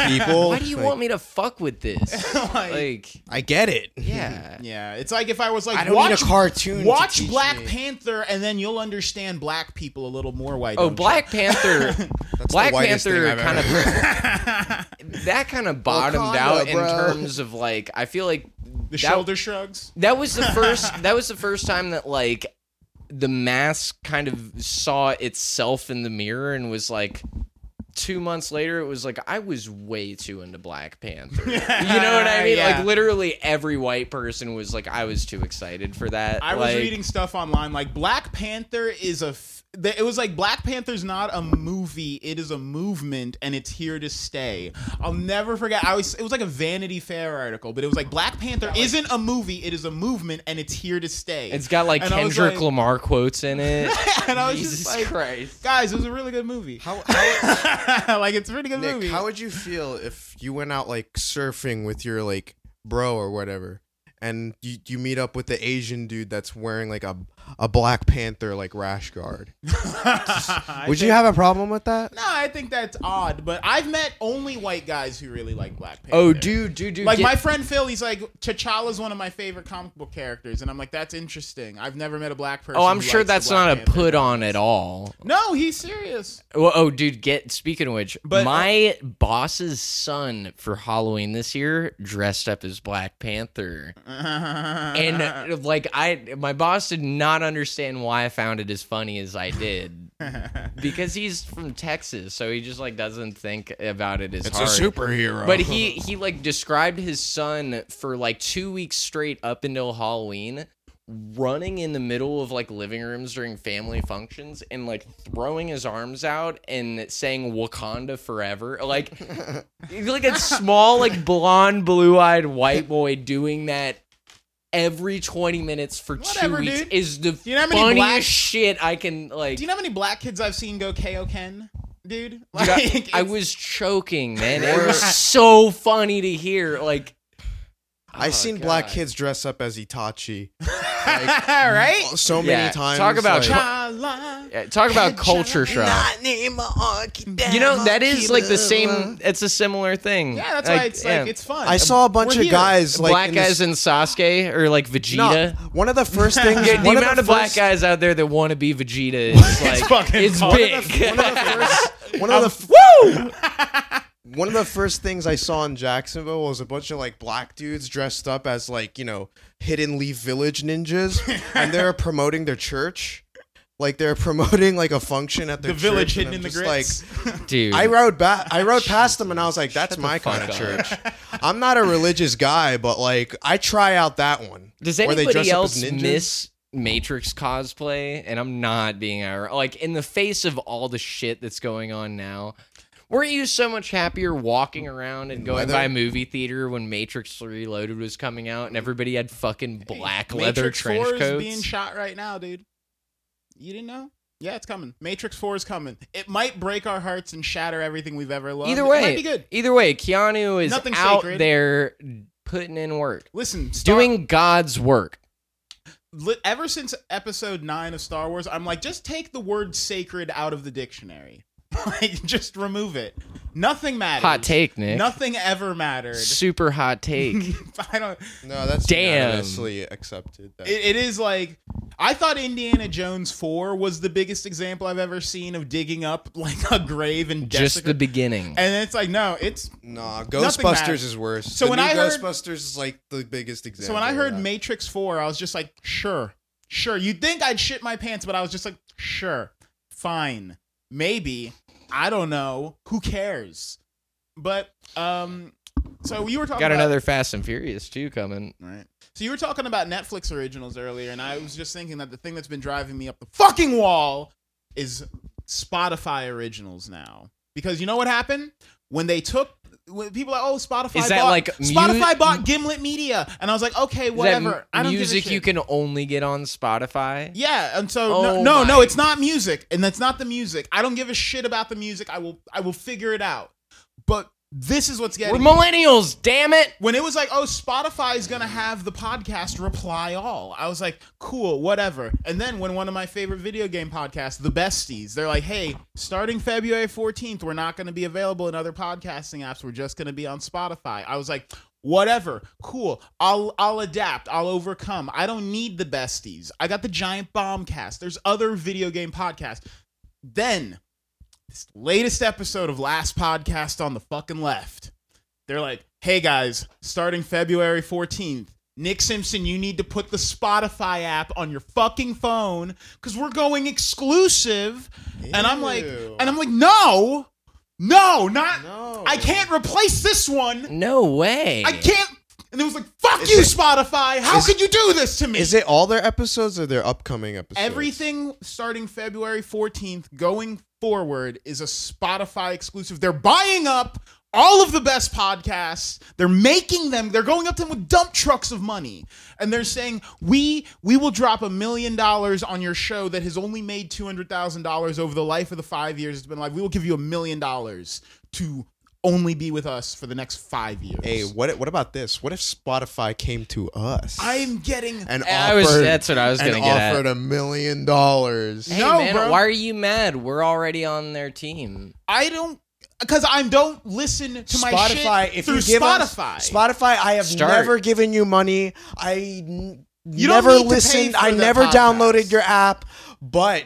<laughs>
people.
Why do you
Like,
want me to fuck with
<laughs>
this?
<laughs> Like,
like,
I get it.
yeah.
yeah it's like if I was like
I don't
watch
need a cartoon. to
watch
teach
Black
me.
Panther and then you'll understand black people a little more why
Oh,
don't
Black Panther.
<laughs> That's
Black
the whitest thing
Panther
I've
kind
ever
of
heard.
<laughs> that kind of bottomed
Wakanda,
out in
bro.
terms of like I feel like
you? the
that-
shoulder shrugs
That was the
<laughs>
first. that was the first time that like the mask kind of saw itself in the mirror and was like. Two months later, it was like I was way too into Black Panther.
<laughs>
You know what I mean?
Yeah.
Like literally every white person was like, I was too excited for that.
I was
Like,
reading stuff online like Black Panther is a. F- th- it was like Black Panther's not a movie; it is a movement, and it's here to stay. I'll never forget. I was. It was like a Vanity Fair article, but it was like Black Panther isn't a movie; it is a movement, and it's here to stay.
It's got like
And I was
Kendrick
like-
Lamar quotes in it.
<laughs> and I was
Jesus
just like,
Christ!
guys, it was a really good movie.
How,
<laughs>
how
like it's a really good
Nick,
movie. <laughs>
how would you feel if you went out like surfing with your like bro or whatever, and you, you meet up with the Asian dude that's wearing like a a Black Panther like rash guard?
I
would
think-
you have a problem with that?
No, I think that's odd, but I've met only white guys who really like Black Panther.
Oh, dude, dude, dude!
Like
get-
my friend Phil, he's like T'Challa's one of my favorite comic book characters, and I'm like, that's interesting. I've never met a black person.
oh, I'm
who
sure
likes the
that's
Black
not a
Panther.
put on at all.
No, he's serious. <laughs>
Well, oh, dude, get speaking of which,
But-
my boss's son for Halloween this year dressed up as Black Panther. And uh, like I my boss did not understand why I found it as funny as I did. because he's from Texas, so he just like doesn't think about it as hard.
superhero.
But
<laughs>
he he like described his son for like two weeks straight up until Halloween running in the middle of like living rooms during family functions and like throwing his arms out and saying Wakanda forever.
<laughs>
Like he's like a small, like blonde, blue eyed white boy doing that every 20 minutes for
Whatever,
two weeks
dude.
is the
You know how many
funniest
black-
shit I can like
Do you know how many black kids I've seen go KO Ken, dude? Like,
Dude, I-
it's-
I was choking, man. It was so funny to hear. Like,
I've
Oh,
seen black
God.
kids dress up as Itachi <laughs>
right.
Oh,
so many
Yeah,
times.
talk about
like,
T'Challa.
Yeah, Uh, Talk about culture shock. You know that is like the same. It's a similar thing.
Yeah, that's why it's
yeah.
like it's fun.
I saw a bunch
Um, We're
of
here.
guys like
black
in
guys
this-
in Sasuke or like
No,
Vegeta.
one of the first
<laughs>
things.
The, the
one
amount
the
of black
first-
guys out there that want to be Vegeta
<laughs>
is
<laughs>
like
fucking
it's
hard.
big.
One of the first. One of the f-
<laughs> Um,
Woo!
<laughs> one of the first things I saw in Jacksonville was a bunch of like black dudes dressed up as like, you know, Hidden Leaf Village ninjas
<laughs>
and they're promoting their church. Like they're promoting like a function at
<laughs>
their
The village
church, and
hidden in
I'm
the
just
grits.
<laughs> Dude,
Like I rode back
<laughs>
I rode past them and I was like that's my
fuck
kind of
up.
church. I'm not a religious guy, but like I try out that one.
Does
where they dress
anybody
up
else
as ninjas.
miss Matrix cosplay? And I'm not being ir- like in the face of all the shit that's going on now. Weren't you so much happier walking around and going
Leather?
by a movie theater when Matrix Reloaded was coming out and everybody had fucking black leather
Matrix
trench
4 is
coats?
being shot right now, dude. You didn't know? Yeah, it's coming. Matrix Four is coming. It might break our hearts and shatter everything we've ever loved.
Either way,
it might be good.
Either way, Keanu is
Nothing's
out
sacred.
there putting in work,
Listen, Star-
doing God's work.
li- ever since Episode Nine of Star Wars, I'm like, just take the word "sacred" out of the dictionary. <laughs> like, just remove it. Nothing matters.
Hot take, Nick.
Nothing ever mattered.
Super hot take.
<laughs> I don't.
No, that's
Damn.
unanimously accepted. That.
It, it is like I thought Indiana Jones Four was the biggest example I've ever seen of digging up like a grave and
Just the
desecra-
beginning.
and it's like no, it's
nah,
Nothing matters.
Ghostbusters is worse.
So
The
when
new
I heard-
Ghostbusters is like the biggest example.
So when I
of
heard
that.
Matrix 4, I was just like, sure, sure. You'd think I'd shit my pants, but I was just like, sure, fine, maybe. I don't know. Who cares? But, um, so you were talking
Got
about.
another Fast and Furious too coming.
Right. So you were talking about Netflix originals earlier, and I was just thinking that the thing that's been driving me up the fucking wall is Spotify originals now. Because you know what happened when they took when people are like, oh Spotify
Is that
bought,
like mu-
Spotify bought Gimlet Media, and I was like, okay,
Is that
whatever.
m-
I don't give a
music
shit.
you can only get on Spotify.
Yeah, and so
Oh
no, no,
my.
no, it's not music, and that's not the music. I don't give a shit about the music. I will, I will figure it out. But this is what's
We're
getting
millennials, damn it.
when it was like, oh, Spotify's gonna have the podcast reply all, I was like, cool, whatever. And then when one of my favorite video game podcasts, The Besties, they're like, hey, starting February 14th, we're not gonna be available in other podcasting apps. We're just gonna be on Spotify. I was like, whatever, cool. I'll I'll adapt. I'll overcome. I don't need The Besties. I got the Giant Bombcast. There's other video game podcasts. Then this latest episode of Last Podcast on the fucking left. They're like, hey guys, starting February 14th, Nick Simpson, you need to put the Spotify app on your fucking phone because we're going exclusive. And I'm like,
Ew.
and I'm like, no, no, not,
No.
I can't replace this one.
No way.
I can't. And it was like, fuck
Is
you,
it-
Spotify. How
is-
could you do this to me?
Is it all their episodes or their upcoming episodes?
Everything starting February 14th going forward is a Spotify exclusive. They're buying up all of the best podcasts. They're making them, they're going up to them with dump trucks of money. And they're saying, We we will drop a million dollars on your show that has only made two hundred thousand dollars over the life of the five years it's been live. We will give you a million dollars to only be with us for the next five years.
Hey, what what about this? What if Spotify came to us?
I'm getting
and offered
I was- that's what I was
and
gonna get at.
offered a million dollars.
Hey,
No,
man,
bro.
why are you mad? We're already on their team.
I don't because I don't listen to my shit through Spotify.
Us, Spotify, I have
Start.
never given you money. I n-
You don't
never
need to pay
listened.
for
I
the
never
podcast.
downloaded your app, but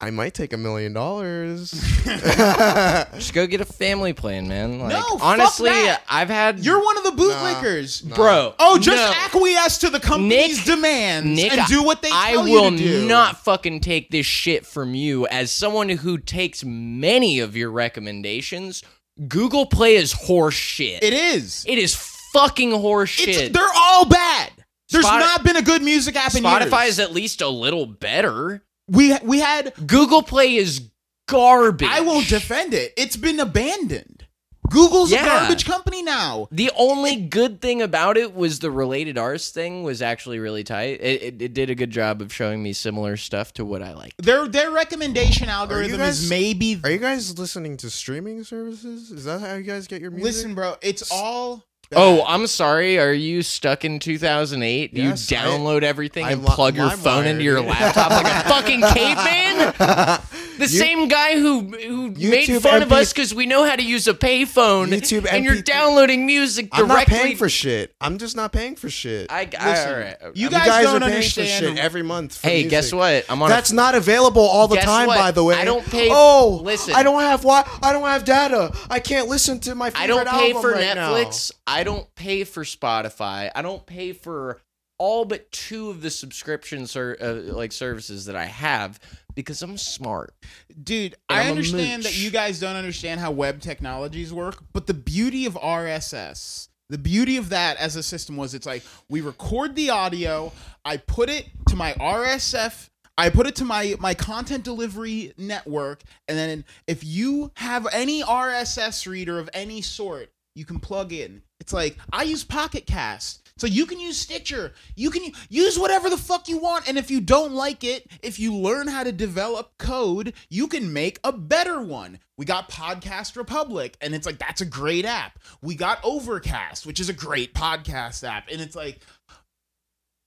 I might take a
<laughs>
million dollars. <laughs>
Just go get a family plan, man. Like,
No, fuck
honestly,
that.
I've had
You're one of the bootlickers,
Nah.
bro.
Oh, just
no.
acquiesce to the company's
Nick-
demands
Nick,
and do what they tell
I
you
will
to do.
not fucking take this shit from you as someone who takes many of your recommendations. Google Play is horse shit.
It is.
it is fucking horse
It's,
shit.
they're all bad. There's
Spoti-
not been a good music app in
Spotify
years.
is at least a little better.
We we had.
Google Play is garbage.
I won't defend it. It's been abandoned. Google's
Yeah.
a garbage company now.
The only good thing about it was the related arts thing was actually really tight. It, it, it did a good job of showing me similar stuff to what I like.
Their their recommendation algorithm is
guys-
maybe.
Are you guys listening to streaming services? Is that how you guys get your music? <laughs>
Listen, bro, it's all.
Oh,
bad.
I'm sorry. Are you stuck in 2008? Do
Yes,
you
I-
download everything
I
and
li-
plug your
LimeWire,
phone into your
dude.
laptop like
<laughs>
a fucking caveman? The same guy who who made
YouTube
fun of
MP
us because we know how to use a payphone,
YouTube
and you're
MP3.
downloading music
I'm
directly.
not paying for shit. I'm just not paying for shit.
I, I-
Listen,
all right.
you
I'm-
guys don't
paying
understand-
for shit every month. for
Hey,
music.
guess what? I'm on.
That's
a,
not available all the
Guess
time,
what?
by the way.
I don't pay-
Oh,
listen.
I don't have why. I don't have data. I can't listen to my. Favorite
I don't pay
album
for
right now.
Netflix. I don't pay for Spotify. I don't pay for all but two of the subscription ser- uh, like services that I have because I'm smart.
Dude,
And
I
I'm a
understand that
mooch.
you guys don't understand how web technologies work, but the beauty of RSS, the beauty of that as a system was it's like we record the audio, I put it to my RSF, I put it to my my content delivery network, and then if you have any RSS reader of any sort, you can plug in. It's like I use Pocket Cast. So you can use Stitcher. You can u- use whatever the fuck you want. And if you don't like it, if you learn how to develop code, you can make a better one. We got Podcast Republic, and it's like, that's a great app. We got Overcast, which is a great podcast app. And it's like,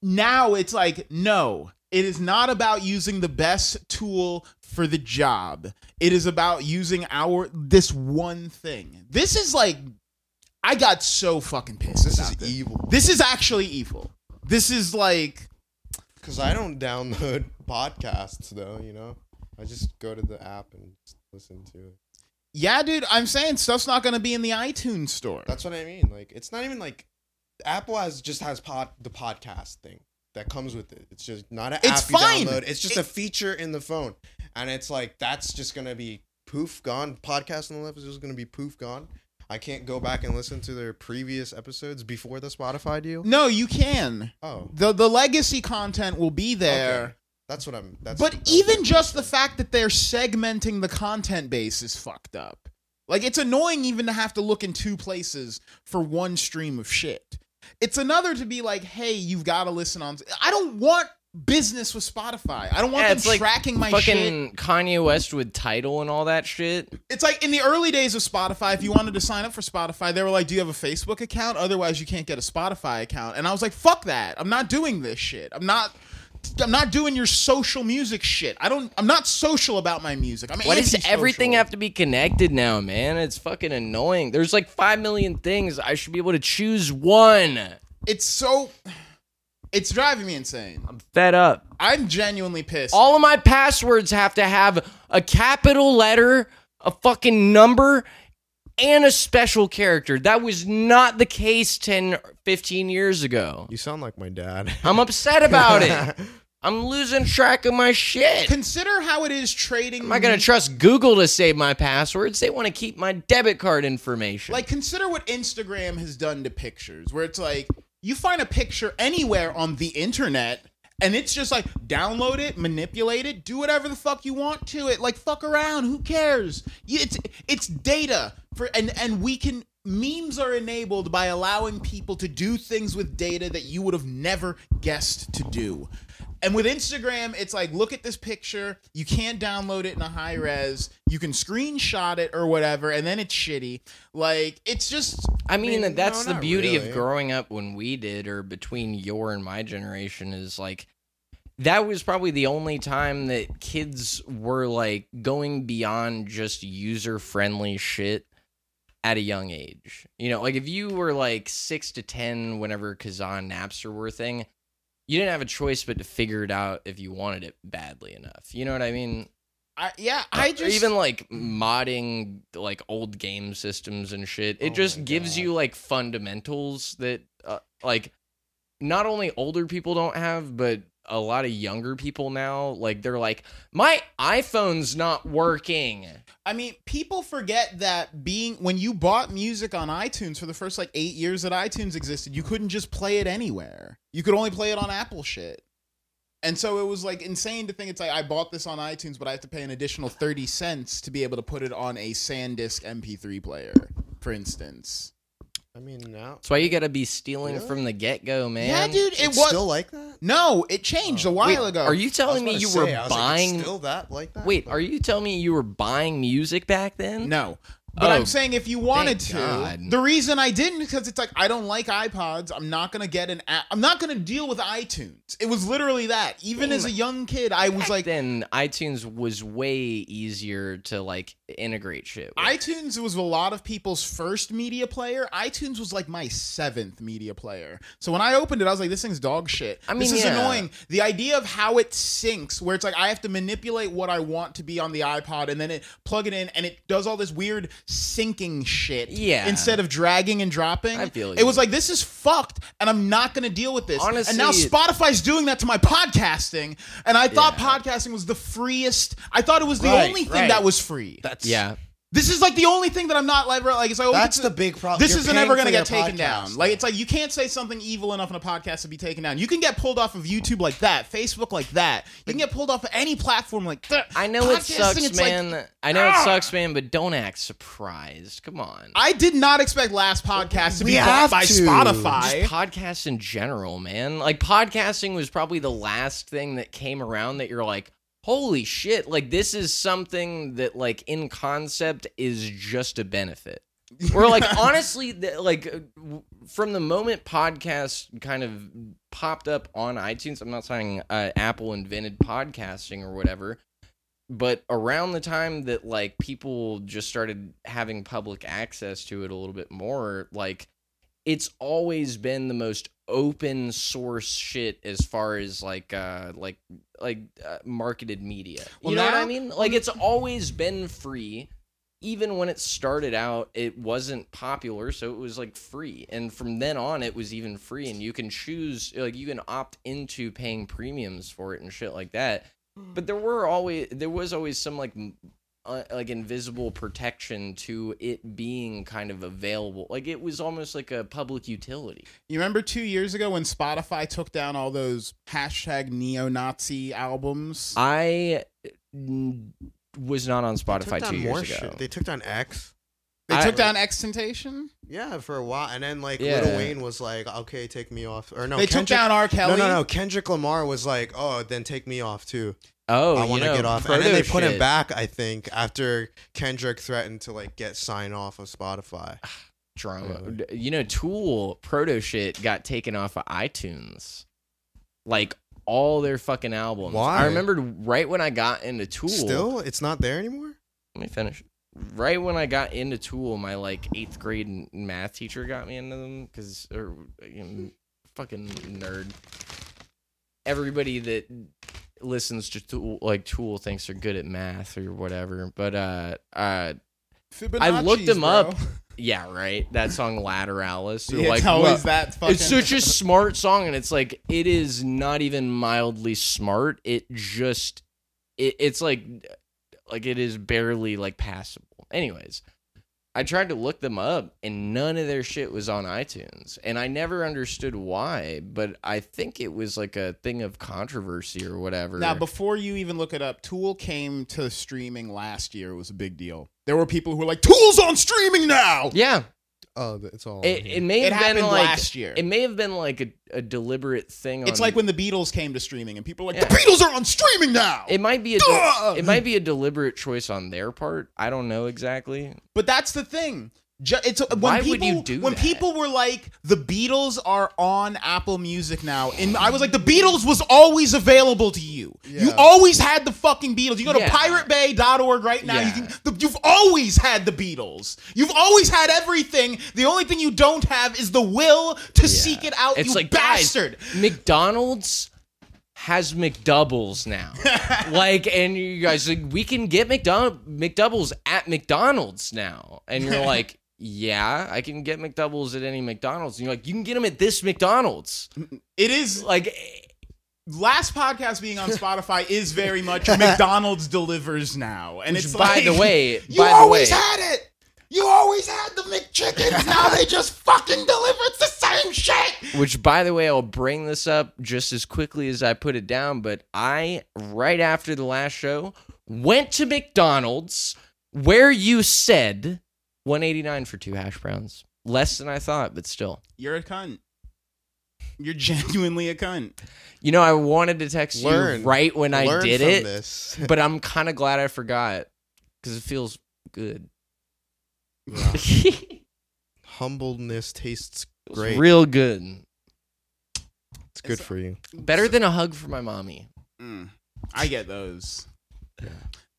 now it's like, no, it is not about using the best tool for the job. It is about using our this one thing. This is like I got so fucking pissed.
This
about
is evil.
This is actually evil. This is like
Because I don't download <laughs> podcasts though. You know, I just go to the app and just listen to it.
yeah, dude, I'm saying stuff's not going to be in the iTunes store.
That's what I mean. Like, it's not even like Apple has just has pod the podcast thing that comes with it. It's just not an
It's
app you
fine.
download. It's just
It-
a feature in the phone, and it's like that's just gonna be poof gone. Podcast on the left is just gonna be poof gone. I can't go back and listen to their previous episodes before the Spotify deal.
no, you can.
Oh,
The the legacy content will be there.
okay. That's what I'm. That's
But even just the fact that they're segmenting the content base is fucked up. Like it's annoying even to have to look in two places for one stream of shit. It's another to be like, hey, you've got to listen on. I don't want business with Spotify. I don't want
Yeah,
them
it's like
tracking my shit.
Fucking Kanye West with title and all that shit.
It's like in the early days of Spotify, if you wanted to sign up for Spotify, they were like, Do you have a Facebook account? Otherwise, you can't get a Spotify account. And I was like, Fuck that. I'm not doing this shit. I'm not. I'm not doing your social music shit. I don't. I'm not social about my music. I'm
Why does
antisocial.
everything have to be connected now, man? It's fucking annoying. There's like five million things. I should be able to choose one.
It's so. It's driving me insane.
I'm fed up.
I'm genuinely pissed.
All of my passwords have to have a capital letter, a fucking number, and a special character. That was not the case 10, 15 years ago.
you sound like my dad. <laughs>
I'm upset about it. I'm losing track of my shit.
Consider how it is trading.
Am I going to trust Google to save my passwords? They want to keep my debit card information.
Like, consider what Instagram has done to pictures, where it's like you find a picture anywhere on the internet, and it's just like download it, manipulate it, do whatever the fuck you want to it. Like, fuck around, who cares? You- It's it's data for, and and we can memes are enabled by allowing people to do things with data that you would have never guessed to do. And with Instagram, it's like, look at this picture. You can't download it in a high res. You can screenshot it or whatever, and then it's shitty. Like, it's just.
I mean,
mean,
that's
no,
the
not
beauty
really.
of growing up when we did, or between your and my generation, is like that was probably the only time that kids were like going beyond just user friendly shit at a young age. You know, like if you were like six to 10, whenever Kazan Napster were a thing, you didn't have a choice but to figure it out if you wanted it badly enough. You know what I mean?
I, yeah, I
Or
just.
even like modding like old game systems and shit.
Oh
It
my
just gives
God.
you like fundamentals that uh, like not only older people don't have, but a lot of younger people now like they're like my iPhone's not working.
I mean, people forget that being when you bought music on iTunes for the first like eight years that iTunes existed, you couldn't just play it anywhere. You could only play it on Apple shit. And so it was like insane to think it's like I bought this on iTunes, but I have to pay an additional thirty cents to be able to put it on a SanDisk MP3 player, for instance.
I mean, now
That's why you got to be stealing
Really?
from the get-go, man.
yeah, dude, it
it's
was
still like that.
no, it changed a
Oh, Wait,
while ago.
Are you
I was
telling me
about to
you
say,
were
I was like, it's
buying
still that like that?
Wait,
But-
are you telling me you were buying music back then?
No. Hmm? But I'm
Oh,
saying if you wanted to,
thank God.
the reason I didn't because it's like I don't like iPods. I'm not gonna get an. app. I'm not gonna deal with iTunes. It was literally that. Even as a young kid, I was
Back
like,
then iTunes was way easier to like integrate shit. with.
iTunes was a lot of people's first media player. iTunes was like my seventh media player. So when I opened it, I was like, this thing's dog shit.
I
this
mean,
is
yeah.
annoying. The idea of how it syncs, where it's like I have to manipulate what I want to be on the iPod and then it plug it in and it does all this weird syncing shit.
Yeah.
Instead of dragging and dropping.
I feel
it
you.
was like this is fucked and I'm not gonna deal with this.
Honestly,
and now
it-
Spotify's doing that to my podcasting. And I thought
Yeah.
podcasting was the freest I thought it was the
Right,
only thing
right.
that was free.
That's
Yeah.
This is like the only thing that I'm not like. like it's like oh, we
That's
could-
the big problem.
This
You're
isn't
paying
ever
for
gonna
their
get taken
podcast.
down. Like it's like you can't say something evil enough in a podcast to be taken down. You can get pulled off of YouTube like that, Facebook like that. You can get pulled off of any platform like that.
I know it
Podcasting,
sucks,
it's like-
man. I know
Ah!
it sucks, man, but don't act surprised. Come on.
I did not expect last podcast to
We
be bought
have
by
to.
Spotify.
Just podcasts in general, man. Like podcasting was probably the last thing that came around that you're like, holy shit! Like this is something that, like in concept, is just a benefit. Or
<laughs>
like honestly, th- like uh, w- from the moment podcasts kind of popped up on iTunes, I'm not saying uh, Apple invented podcasting or whatever, but around the time that like people just started having public access to it a little bit more, like it's always been the most open source shit as far as like uh like like uh, marketed media.
Well,
you know what
now-
I mean? Like it's always been free. Even when it started out, it wasn't popular, so it was like free. And from then on, it was even free, and you can choose, like, you can opt into paying premiums for it and shit like that but there were always there was always some like m- uh, like invisible protection to it being kind of available like it was almost like a public utility
You remember two years ago when Spotify took down all those hashtag neo-Nazi albums?
i n- was not on
They took
spotify
down
two
more
years ago
shit. They took down X.
They
I-
took down Extentation.
Yeah, for a while, and then like
Yeah.
Little Wayne was like, "Okay, take me off." Or no,
they took
Kendrick,
down E? R. Kelly.
No, no, no. Kendrick Lamar was like, "Oh, then take me off too.
oh
I
you
want to
know,
get off." And then they
proto
put him
shit.
back. I think after Kendrick threatened to like get sign off of Spotify.
drama
Really?
Uh, you know tool proto shit got taken off of itunes like all their fucking albums
Why?
i remembered right when i got into tool
Still, it's not there anymore.
let me finish. Right when I got into Tool, my like eighth grade n- math teacher got me into them because, or you know, fucking nerd. Everybody that listens to Tool, like Tool, thinks they're good at math or whatever. But uh, uh, I looked them up. yeah, right. That song Lateralis. They're
Yeah,
like,
it's always
"Wha-
that fucking.
it's such a smart song and it's like it is not even mildly smart it just it, it's like like it is barely like passable anyways i tried to look them up and none of their shit was on itunes and i never understood why but i think it was like a thing of controversy or whatever
Now, before you even look it up, Tool came to streaming last year. It was a big deal. There were people who were like, "Tool's on streaming now."
yeah
Oh, th- it's all.
it, it
on here.
may
It
have been
happened
like
last year.
it may have been like a, a deliberate thing
It's
on,
like when the Beatles came to streaming, and people were like,
Yeah.
"The Beatles are on streaming now."
it might be a de-
<laughs> Duh!
it might be a deliberate choice on their part i don't know exactly
But that's the thing. Ju- It's uh, when
Why
people
would you do
when
that?
people were like, "The Beatles are on Apple Music now," and I was like, "The Beatles was always available to you. You
Yeah.
always had the fucking Beatles. You go to
Yeah.
PirateBay.org right now. You
Yeah.
can, the, you've always had the Beatles. You've always had everything. The only thing you don't have is the will to seek it out.
It's
you
like
bastard."
guys, McDonald's has McDoubles
<laughs>
now. like, and you guys like, we can get McDonald McDoubles at McDonald's now, and
<laughs>
you're like. Yeah, I can get McDoubles at any McDonald's. And you're like, you can get them at this McDonald's.
It is
Like,
last
<laughs>
podcast being on Spotify is very much McDonald's delivers now, and it's
by
like,
the way, by
<laughs> You
the way,
always had it. You always had the McChickens. now they just fucking deliver. It's the same shit.
Which, by the way, I'll bring this up just as quickly as I put it down. But I, right after the last show, went to McDonald's where you said 189 for two hash browns. Less than I thought, but still.
You're a cunt. You're genuinely a cunt.
You know, I wanted to text
Learn.
you right when I
Learn
did
from
it,
This.
<laughs>
<laughs>
but I'm kind of glad I forgot because it feels good. <laughs>
Yeah.
Feels
Humbleness tastes great.
Real good.
it's good
<laughs>
for you.
Better than a hug from my mommy.
Mm, I get those.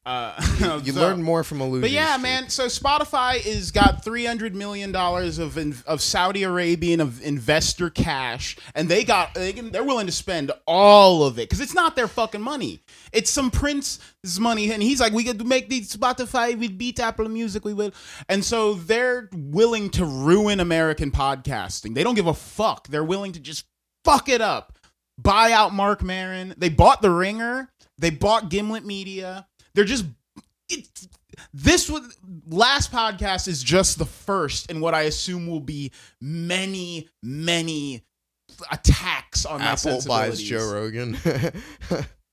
Uh, <laughs>
You
so-
learn more from a loser.
But yeah, man. So Spotify is got three hundred million dollars of in, of Saudi Arabian of investor cash, and they got they can, they're willing to spend all of it because it's not their fucking money. It's some prince's money, and he's like, we could make these Spotify, we beat Apple Music, we will, and so they're willing to ruin American podcasting. They don't give a fuck. They're willing to just fuck it up. Buy out Mark Marin. They bought The Ringer. They bought Gimlet Media. They're just it's this was last podcast is just the first in what I assume will be many, many attacks on my
Apple buys
sensibilities.
Joe Rogan. <laughs>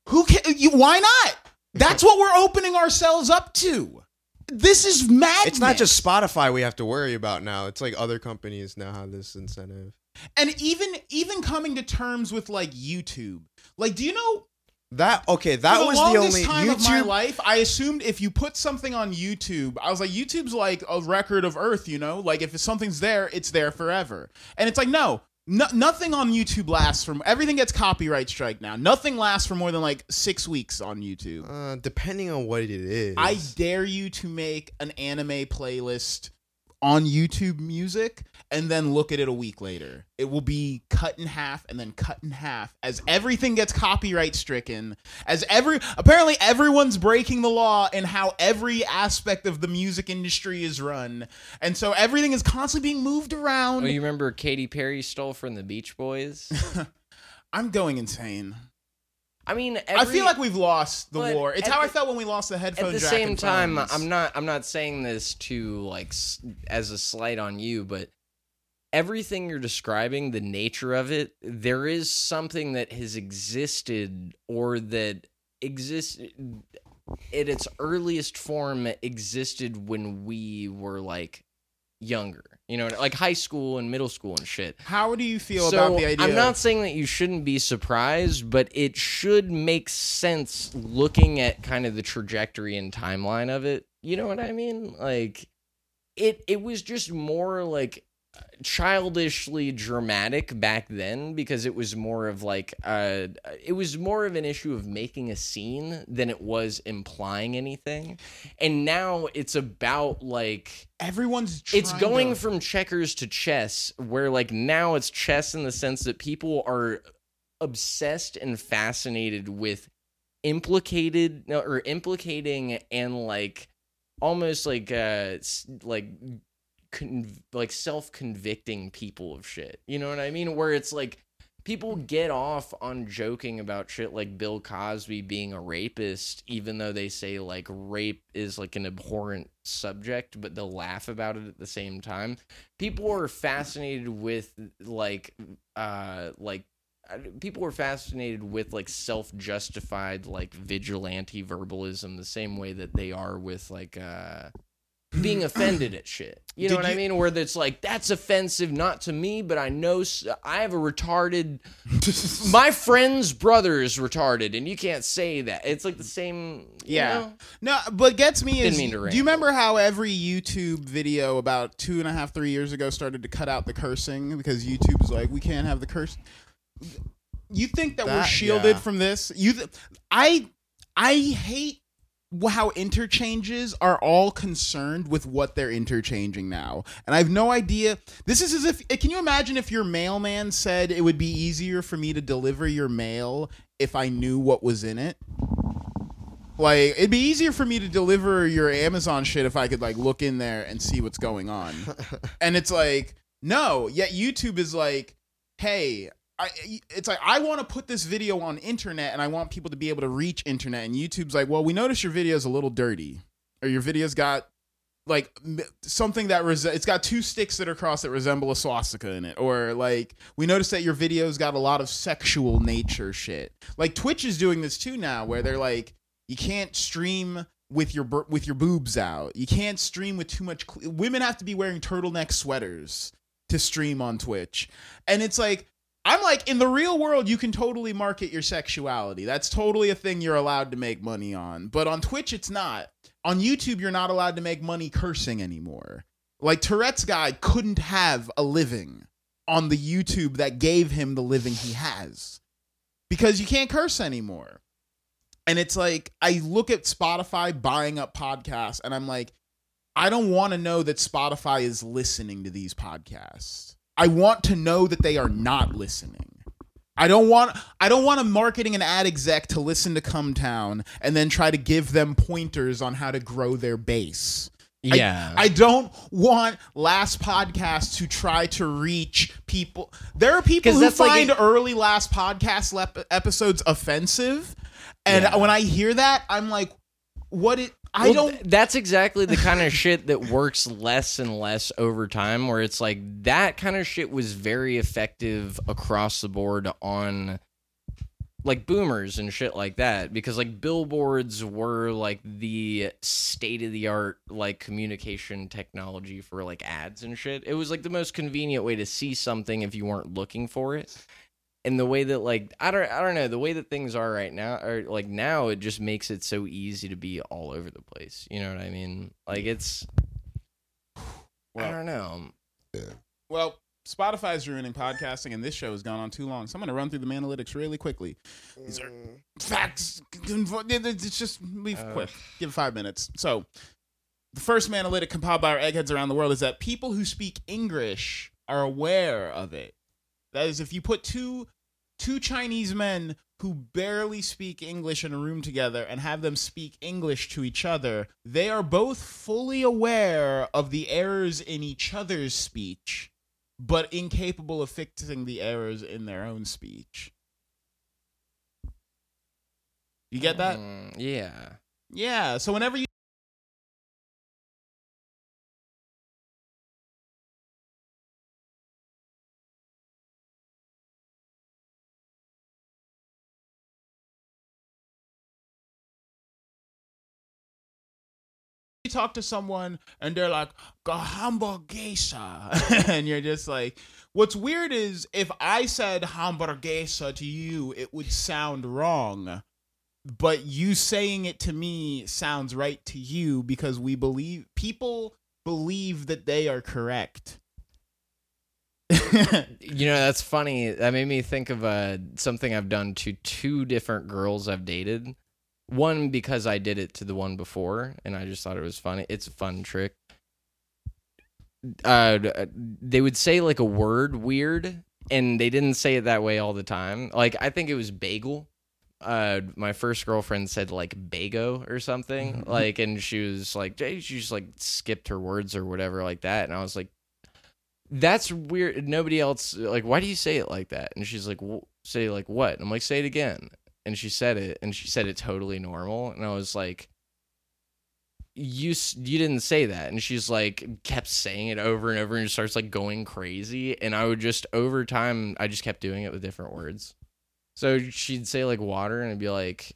Who can you? Why not? That's what we're opening ourselves up to. This is madness.
it's not just Spotify we have to worry about now. It's like other companies now have this incentive.
and even even coming to terms with like YouTube. Like, do you know
That okay? That
for the
was the
longest
only
time
YouTube.
of my life. I assumed if you put something on YouTube, I was like, YouTube's like a record of Earth, you know. Like if something's there, it's there forever. And it's like no. No, nothing on YouTube lasts from everything gets copyright strike now. Nothing lasts for more than like six weeks on YouTube.
Uh, depending on what it is,
I dare you to make an anime playlist on YouTube Music and then look at it a week later. It will be cut in half and then cut in half as everything gets copyright stricken. As every apparently everyone's breaking the law in how every aspect of the music industry is run, and so everything is constantly being moved around.
Oh, you remember Katy Perry stole from the Beach Boys?
I'm going insane.
I mean,
I
every-
feel like we've lost the
But
war. It's
at
how I
the-
felt when we lost the headphone
at the
jack
same
and
time,
phones.
I'm not I'm not saying this to like s- as a slight on you, but everything you're describing, the nature of it, there is something that has existed or that exists in its earliest form existed when we were like younger. You know, like high school and middle school and shit
How do you feel about the idea?
i'm not saying that you shouldn't be surprised but it should make sense looking at kind of the trajectory and timeline of it you know what i mean like it it was just more like childishly dramatic back then because it was more of like uh it was more of an issue of making a scene than it was implying anything and now it's about like
everyone's
it's
trying
going
to-
from checkers to chess where like now it's chess in the sense that people are obsessed and fascinated with implicated no, or implicating and like almost like uh s- like con- like self-convicting people of shit you know what i mean where it's like people get off on joking about shit like Bill Cosby being a rapist, even though they say like rape is like an abhorrent subject, but they'll laugh about it at the same time. People are fascinated with like, uh, like, I- People are fascinated with like self justified like vigilante verbalism the same way that they are with like uh being offended at shit. You know
Did
what I
you-
mean? Where it's like that's offensive not to me, but I know s- I have a retarded <laughs> my friend's brother is retarded, and you can't say that. It's like the same. you
Yeah.
know?
<laughs> No, but gets me
Didn't
is
mean to
do
ramble.
you remember how every YouTube video about two and a half, three years ago started to cut out the cursing because YouTube's like, we can't have the curse. You think that, we're
That-
shielded
yeah.
from this? You, th- I, I hate how interchanges are all concerned with what they're interchanging now, and I have no idea. This is as if eh, can you imagine if your mailman said it would be easier for me to deliver your mail if I knew what was in it? Like it'd be easier for me to deliver your Amazon shit if I could like look in there and see what's going on. and it's like no, yet YouTube is like, hey, I, it's like I want to put this video on internet and I want people to be able to reach internet and YouTube's like, well, we notice your video's a little dirty or your video's got like m- something that res- it's got two sticks that are crossed that resemble a swastika in it or like we noticed that your video's got a lot of sexual nature shit like twitch is doing this too now where they're like you can't stream with your bur- with your boobs out you can't stream with too much cl- women have to be wearing turtleneck sweaters to stream on twitch and it's like i'm like in the real world you can totally market your sexuality that's totally a thing you're allowed to make money on but on twitch it's not on YouTube, you're not allowed to make money cursing anymore. Like Tourette's guy couldn't have a living on the YouTube that gave him the living he has because you can't curse anymore. And it's like, I look at Spotify buying up podcasts and I'm like, I don't want to know that Spotify is listening to these podcasts. I want to know that they are not listening. I don't want I don't want a marketing and ad exec to listen to Come Town and then try to give them pointers on how to grow their base. I- I, don't want last podcast to try to reach people. There are people
'Cause
who
that's like
find
it-
early last podcast lep- episodes offensive, and
Yeah.
when I hear that, I'm like, what it I
Well,
don't.
th- that's exactly the kind of shit that works less and less over time. Where it's like that kind of shit was very effective across the board on like boomers and shit like that because like billboards were like the state of the art like communication technology for like ads and shit. It was like the most convenient way to see something if you weren't looking for it. And the way that like I don't I don't know, the way that things are right now are like now it just makes it so easy to be all over the place. You know what I mean? Like it's I
Well,
don't know.
well, Spotify's ruining podcasting, and this show has gone on too long. So I'm going to run through the analytics really quickly. These are facts. It's just leave
Uh.
quick. Give it five minutes. So, the first analytic compiled by our eggheads around the world is that people who speak English are aware of it. That is, if you put two two Chinese men who barely speak English in a room together and have them speak English to each other, they are both fully aware of the errors in each other's speech, but incapable of fixing the errors in their own speech. You get that?
Mm, yeah.
Yeah. So whenever you you talk to someone and they're like hamburguesa <laughs> and you're just like what's weird is if i said hamburguesa to you it would sound wrong but you saying it to me sounds right to you because we believe people believe that they are correct.
You know, that's funny. That made me think of uh, something I've done to two different girls I've dated. One because I did it to the one before, and I just thought it was funny. It's a fun trick. Uh, d- uh, they would say like a word weird, and they didn't say it that way all the time. Like I think it was bagel. Uh, my first girlfriend said like bago or something, like, and she was like, she just like skipped her words or whatever like that, and I was like that's weird. Nobody else like. Why do you say it like that? And she's like, w- say like what? And I'm like, say it again. And she said it, and she said it totally normal. And I was like, you s- you didn't say that. And she's like, kept saying it over and over, and starts like going crazy. And I would just over time, I just kept doing it with different words. So she'd say like water, and I'd be like,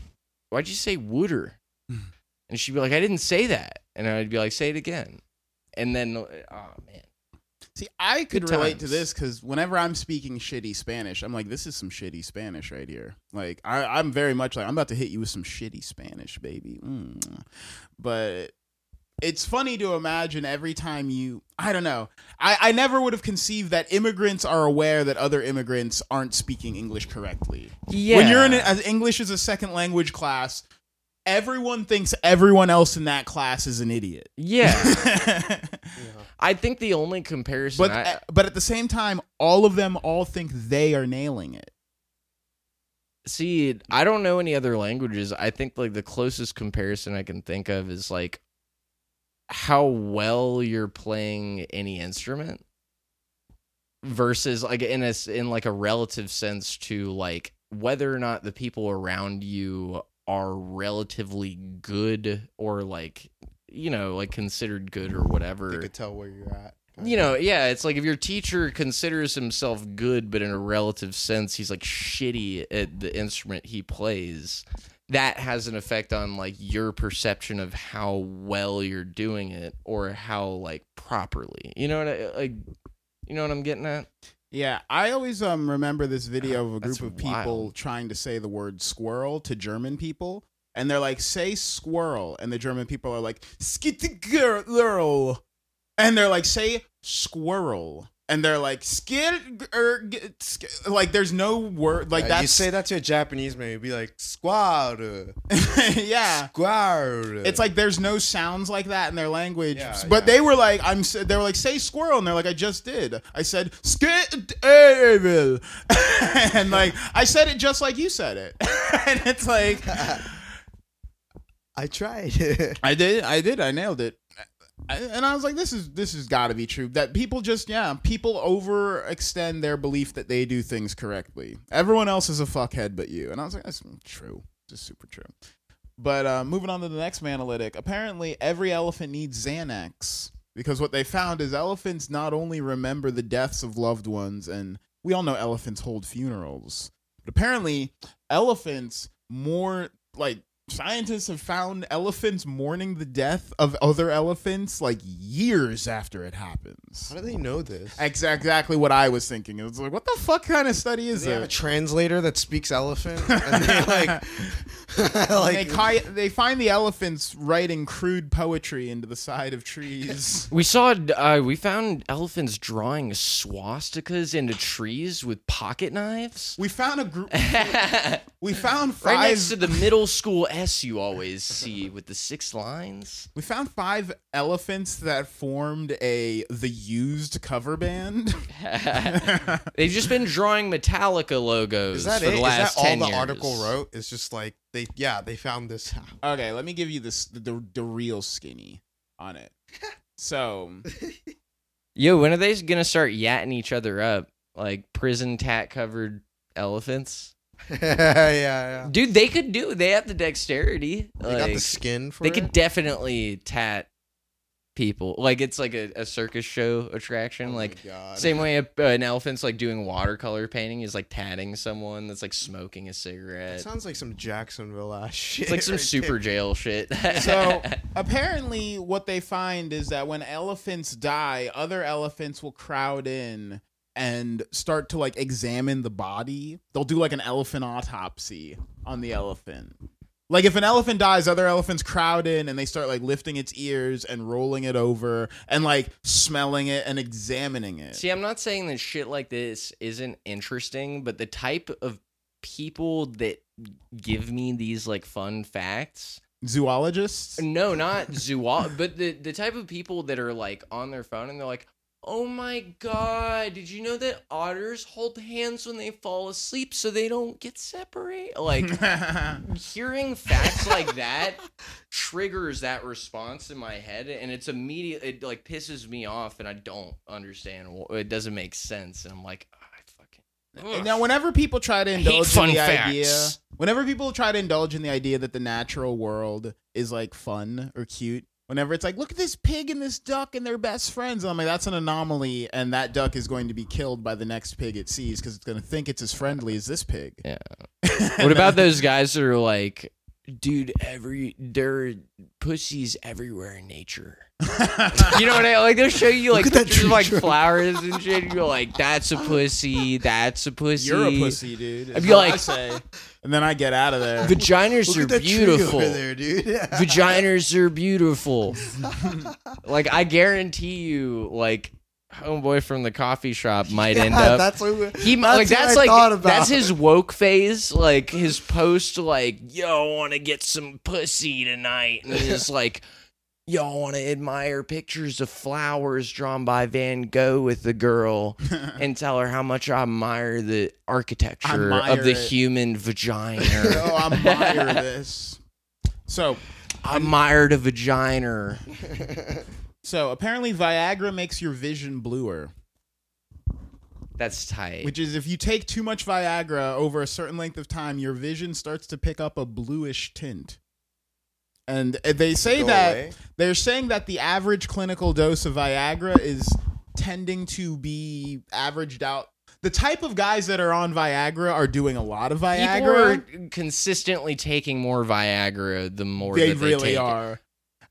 why'd you say
<laughs>
wooder? and she'd be like, I didn't say that. And I'd be like, say it again. And then, oh man.
See, I could
Good
relate to
times.
this because whenever I'm speaking shitty Spanish, I'm like, this is some shitty Spanish right here. Like, I, I'm very much like, I'm about to hit you with some shitty Spanish, baby. Mm. But it's funny to imagine every time you, I don't know, I, I never would have conceived that immigrants are aware that other immigrants aren't speaking English correctly.
Yeah.
When you're in an, as English as a second language class, everyone thinks everyone else in that class is an idiot. <laughs>
Yeah,
but
I think the only comparison. I,
but at the same time, all of them all think they are nailing it.
see, I don't know any other languages. I think like the closest comparison I can think of is like how well you're playing any instrument versus like in a s- in like a relative sense to like whether or not the people around you are relatively good or like you know like considered good or whatever
They could tell where you're at.
you know, yeah, it's like if your teacher considers himself good, but in a relative sense, he's like shitty at the instrument he plays. That has an effect on like your perception of how well you're doing it or how like properly. You know what I like? You know what I'm getting at?
Yeah, I always um remember this video of a
That's
group of people
wild.
trying to say the word squirrel to German people, and they're like, "Say squirrel," and the German people are like, "Skitterl," and they're like, "Say squirrel." And they're like skid, er, g- sk-" like there's no word like
Like
that's <laughs>
you say that to a Japanese man, you'd be like squad,
yeah.
squad.
It's like there's no sounds like that in their language.
Yeah,
but
yeah.
they were like, I'm. s- They were like, say squirrel, and they're like, I just did. I said skitable, <laughs> and like I said it just like you said it, <laughs> and it's like
I tried. <laughs>
I did, I did, I nailed it. I- And I was like, this is this has got to be true. That people just yeah, people overextend their belief that they do things correctly. Everyone else is a fuckhead but you. And I was like, that's true. It's super true. But uh, moving on to the next manalytic. Apparently, every elephant needs Xanax because what they found is elephants not only remember the deaths of loved ones, and we all know elephants hold funerals, but apparently, elephants more like scientists have found elephants mourning the death of other elephants like years after it happens.
How do they know this?
That's exactly what I was thinking. It was like, what the fuck kind of study
Do
is
they have a
it?
translator that speaks elephant? <laughs>
<laughs>
And they like, <laughs>
they, <laughs>
like
ki- they find the elephants writing crude poetry into the side of trees.
We saw, uh, we found elephants drawing swastikas into trees with pocket knives. <laughs>
<laughs> We found a group.
right
<laughs> We found five.
next to the middle school S you always see with the six
<laughs>
lines.
we found five elephants that formed a the used cover <laughs> band.
They've just been drawing Metallica logos
is that
for
it?
the
Is
last
that all
10
the
years.
article wrote? It's just like they, yeah, they found this. out. <laughs>
Okay, let me give you this the, the, the real skinny on <laughs> it. So
Yo, when are they gonna start yatting each other up like prison tat covered elephants?
yeah, yeah.
Dude, they could do. They have the dexterity.
They
like,
got the skin for
they
it.
could definitely tat people. Like it's like a, a circus show attraction.
Oh my
like
God.
same way a, an elephant's like doing watercolor painting is like tatting someone that's like smoking a
That
cigarette.
sounds like some Jacksonville ass <laughs> shit.
It's like some
right
super jail shit.
so
<laughs>
apparently what they find is that when elephants die, other elephants will crowd in and start to like examine the body. They'll do like an elephant autopsy on the elephant. Like if an elephant dies, other elephants crowd in and they start like lifting its ears and rolling it over and like smelling it and examining it.
See, I'm not saying that shit like this isn't interesting, but the type of people that give me these like fun facts
Zoologists?
no not zool but the the type of people that are like on their phone and they're like oh my god did you know that otters hold hands when they fall asleep so they don't get separate like
<laughs>
hearing facts like that triggers that response in my head and it's immediate it like pisses me off and i don't understand wh- it doesn't make sense and i'm like "Ah, i fucking Ugh."
Now, whenever people try to indulge
fun
in the
facts.
idea, whenever people try to indulge in the idea that the natural world is like fun or cute, whenever it's like, look at this pig and this duck and they're best friends, I'm like, that's an anomaly, and that duck is going to be killed by the next pig it sees because it's going to think it's as friendly as this pig.
Yeah. what
<laughs>
about those guys that are like dude every there are pussies everywhere in nature you know what i like they'll show you like
Look at that
pictures of,
tree
like
trunk.
flowers and shit and you're like that's a pussy that's a pussy
You're a pussy, dude. is
I'd be
what I
like-
say. and then I get out of there.
vaginas
Look
are
at that
beautiful
tree over there, dude. <laughs>
vaginas are beautiful. like I guarantee you, like homeboy from the coffee
<laughs>
shop might end
Yeah,
up.
That's what
<laughs>
he
that's
like
what I
that's like
thought about.
that's his woke phase, like his post, like yo, I want to get some pussy tonight, and
<laughs>
he's like. Yo, I want to admire pictures of flowers drawn by Van Gogh with the
<laughs>
girl and tell her how much I admire the architecture
Admire
of the
it.
human vagina.
<laughs>
oh, I'm
<laughs>
tired of this. So,
I admire the vagina.
so apparently Viagra makes your vision bluer.
That's tight.
which is if you take too much Viagra over a certain length of time, your vision starts to pick up a bluish tint. And uh, they say
Go
that
away.
they're saying that the average clinical dose of Viagra is tending to be averaged out. The type of guys that are on Viagra are doing a lot of
People
Viagra.
are consistently taking more Viagra the more
They
that they
really
take it.
are.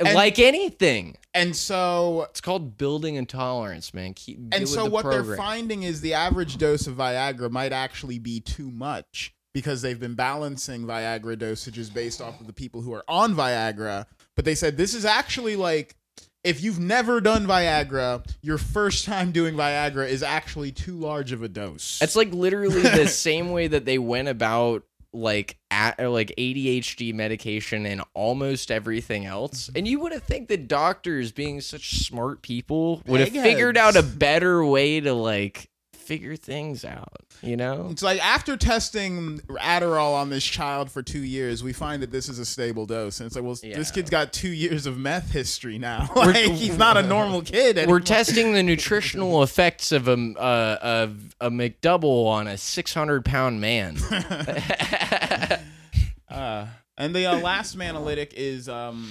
Like anything,
And so
it's called building intolerance, man. Keep, deal
and
with
so
the
what they're
program.
finding is the average dose of Viagra might actually be too much because they've been balancing Viagra dosages based off of the people who are on Viagra. But they said this is actually like if you've never done Viagra, your first time doing Viagra is actually too large of a dose.
It's like literally
<laughs>
the same way that they went about like at or like ADHD medication and almost everything else.
Mm-hmm.
And you would have think that doctors, being such smart people, would have
Eggheads.
figured out a better way to like figure things out. You know?
It's like after testing Adderall on this child for two years, we find that this is a stable dose. And it's like, well,
Yeah.
this kid's got two years of meth history now. <laughs> like he's not a normal
<laughs>
kid.
We're
anymore.
testing the
<laughs>
nutritional effects of a uh, of a
<laughs>
McDouble on a 600 pound man.
Uh, And the uh, last manalytic is um,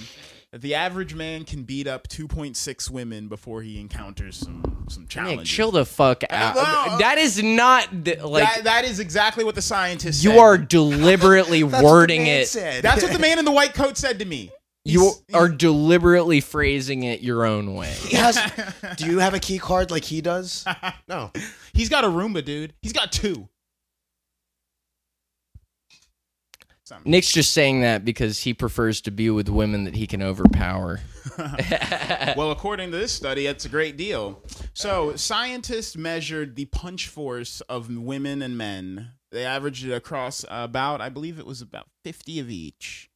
the average man can beat up 2.6 women before he encounters some some challenges.
Nick, chill the fuck out.
know. uh,
That is not the- like
that, that is exactly what the scientist.
you
said.
are
<laughs>
deliberately
That's what the
wording
man
it.
said.
That's
<laughs>
what the man in the white coat said to me.
You
He's-
are deliberately phrasing it your own
<laughs>
way.
He has, <laughs> do you have a key card like he does? No.
He's got a Roomba, dude. He's got two. Something.
Nick's just saying that because he prefers to be with women that he can
<laughs>
overpower. <laughs>
Well, according to this study, it's a great deal. So, scientists measured the punch force of women and men. They averaged it across about, I believe it was about 50 of each.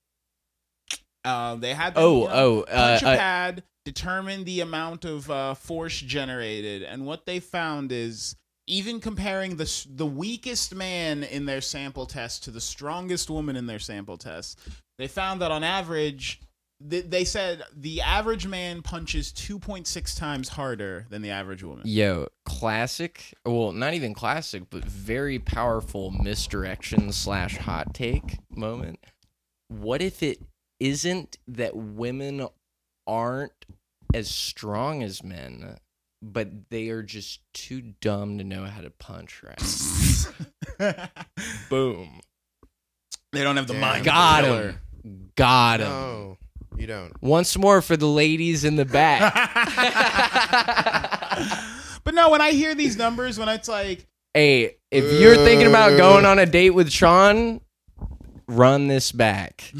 Uh, they had them,
Oh,
you know,
oh, uh,
punch a
uh,
pad, determine the amount of uh, force generated, and what they found is even comparing the s- the weakest man in their sample test to the strongest woman in their sample test, they found that on average, th- they said the average man punches 2.6 times harder than the average woman.
Yo, classic. Well, not even classic, but very powerful misdirection slash hot take moment. What if it isn't that women aren't as strong as men, but they are just too dumb to know how to punch right? Boom.
<laughs> they don't have the
Damn.
mind. of
<laughs>
a
Got
killer.
him. Got him.
No, you don't.
Once more for the ladies in the back. <laughs>
But no, when I hear these numbers, when it's like
hey, if you're thinking
Uh.
about going on a date with Sean, run this back.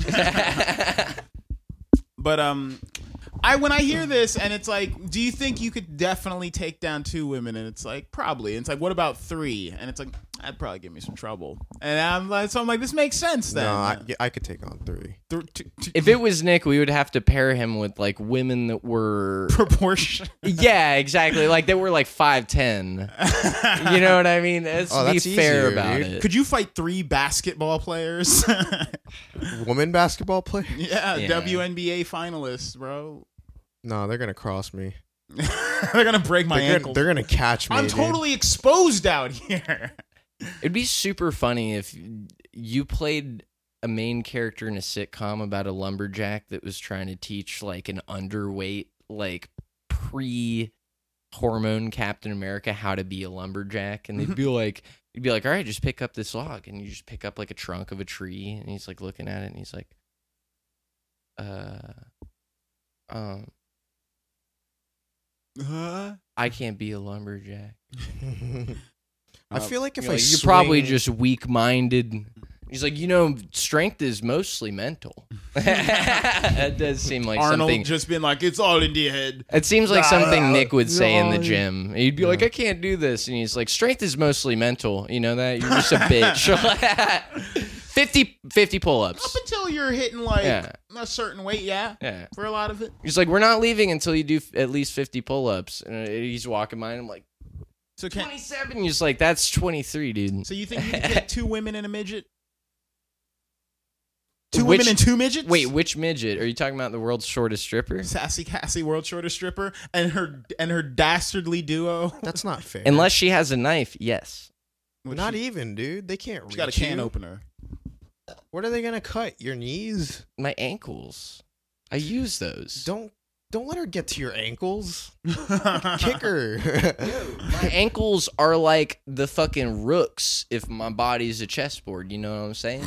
But um, I when I hear this and it's like, do you think you could definitely take down two women? And it's like, probably. And it's like, what about three? And it's like, that'd probably give me some trouble. And I'm like, so I'm like, this makes sense then.
No, I, yeah, I could take on three.
Th- t- t-
if it was Nick, we would have to pair him with like women that were
proportion. <laughs>
Yeah, exactly. Like they were like 5'10. You know what I mean? Let's
Oh,
be
that's
fair
easier,
about
dude.
it.
Could you fight three basketball players? <laughs>
Woman basketball <laughs> player?
yeah,
Yeah.
WNBA finalists, bro. <laughs>
No, they're gonna cross me.
they're gonna break my
They're gonna,
ankle.
they're gonna eh? catch me.
I'm
dude.
totally exposed out here. <laughs>
It'd be super funny if you played a main character in a sitcom about a lumberjack that was trying to teach like an underweight, like pre hormone Captain America how to be a lumberjack. And they'd be like, you'd be like, all right, just pick up this log. And you just pick up like a trunk of a tree. And he's like looking at it and he's like, uh, um, I can't be a lumberjack.
<laughs> I feel like if
You're,
I
like, you're probably
swing-
just weak minded. He's like, you know, strength is mostly mental. <laughs> that does seem like
Arnold
something.
just being like, it's all in the head.
It seems like something
Ah,
Nick would say in the
no.
gym. He'd be like, I can't do this. And he's like, strength is mostly mental. You know that? You're
<laughs>
just a bitch. <laughs> 50, 50 pull
Up
ups.
until you're hitting like
Yeah.
a certain weight, yeah,
Yeah.
for a lot of it.
He's like, we're not leaving until you do f- at least 50 pull ups. And uh, he's walking by, and I'm like,
So can
27. He's like, that's 23, dude.
so you think you can take two women and a midget? Two
Which-
women and two midgets?
Wait, which midget? Are you talking about the world's shortest stripper?
Sassy Cassie, world shortest stripper, and her and her dastardly duo.
That's not fair.
Unless she has a knife, yes.
not even, dude. They can't reach
She got a can
you.
opener.
What are they gonna cut? Your knees?
My ankles. I use those.
Don't don't let her get to your <laughs> ankles.
<laughs>
Kick her.
My ankles are like the fucking rooks if my body's a chessboard, you know what I'm saying?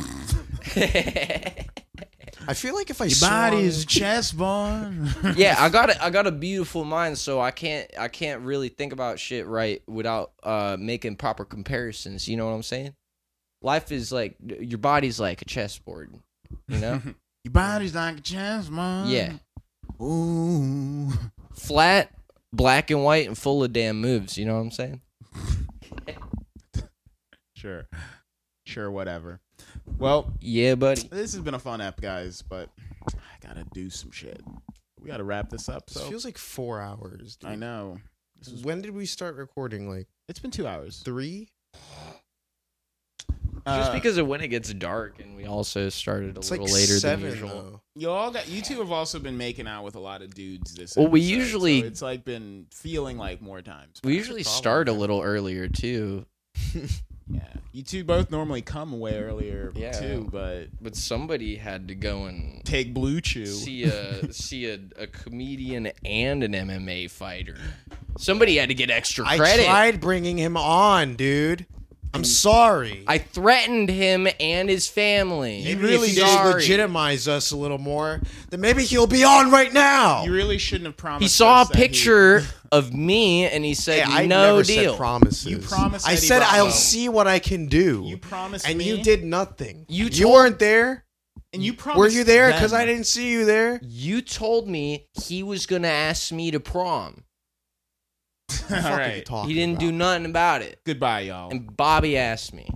I feel like if I
Your
swung,
body is chessboard.
yeah, I got a, I got a beautiful mind so I can't I can't really think about shit right without uh making proper comparisons, you know what I'm saying? Life is like your body's like a chessboard, you know?
Your body's like a chessboard.
yeah.
Ooh.
Flat, black and white and full of damn moves, you know what I'm saying?
Sure. Sure. Whatever. Well,
Yeah, buddy.
this has been a fun app, guys, but I gotta do some shit. We gotta wrap this up.
This
So
feels like four hours. Dude.
I know. This is-
When did we start recording? Like
It's been two hours.
three?
Just
Uh,
because of when it gets dark, and we also started a
It's like
little later
seven.
than usual.
though.
you all got you two have also been making out with a lot of dudes this.
Well, we
episode,
usually-
so it's like been feeling like more times.
We usually
problem,
start a
man.
little earlier too.
Yeah, you two both normally come way earlier
Yeah.
too, but
But somebody had to go and
take Blue Chew.
see
<laughs>
a see a, a comedian and an MMA fighter. Somebody had to get extra
I
credit.
tried bringing him on, dude. I'm sorry.
I threatened him and his family.
Maybe
You really
if you just
sorry.
legitimize us a little more, then maybe he'll be on right now.
you really shouldn't have promised.
He saw a
us that he-
<laughs>
picture of me and he
Hey,
said,
I
"No
never
deal."
said promises.
You promised
I
Eddie
said
Bravo.
I'll see what I can do.
You promised
and
me,
you did nothing.
You
You
told-
weren't there.
and you promised.
Were you there? Because
them.
I didn't see you there.
you told me he was gonna ask me to prom.
All
Fuck are you
right,
talking
He didn't
about?
do nothing about it.
goodbye, y'all.
And Bobby asked me.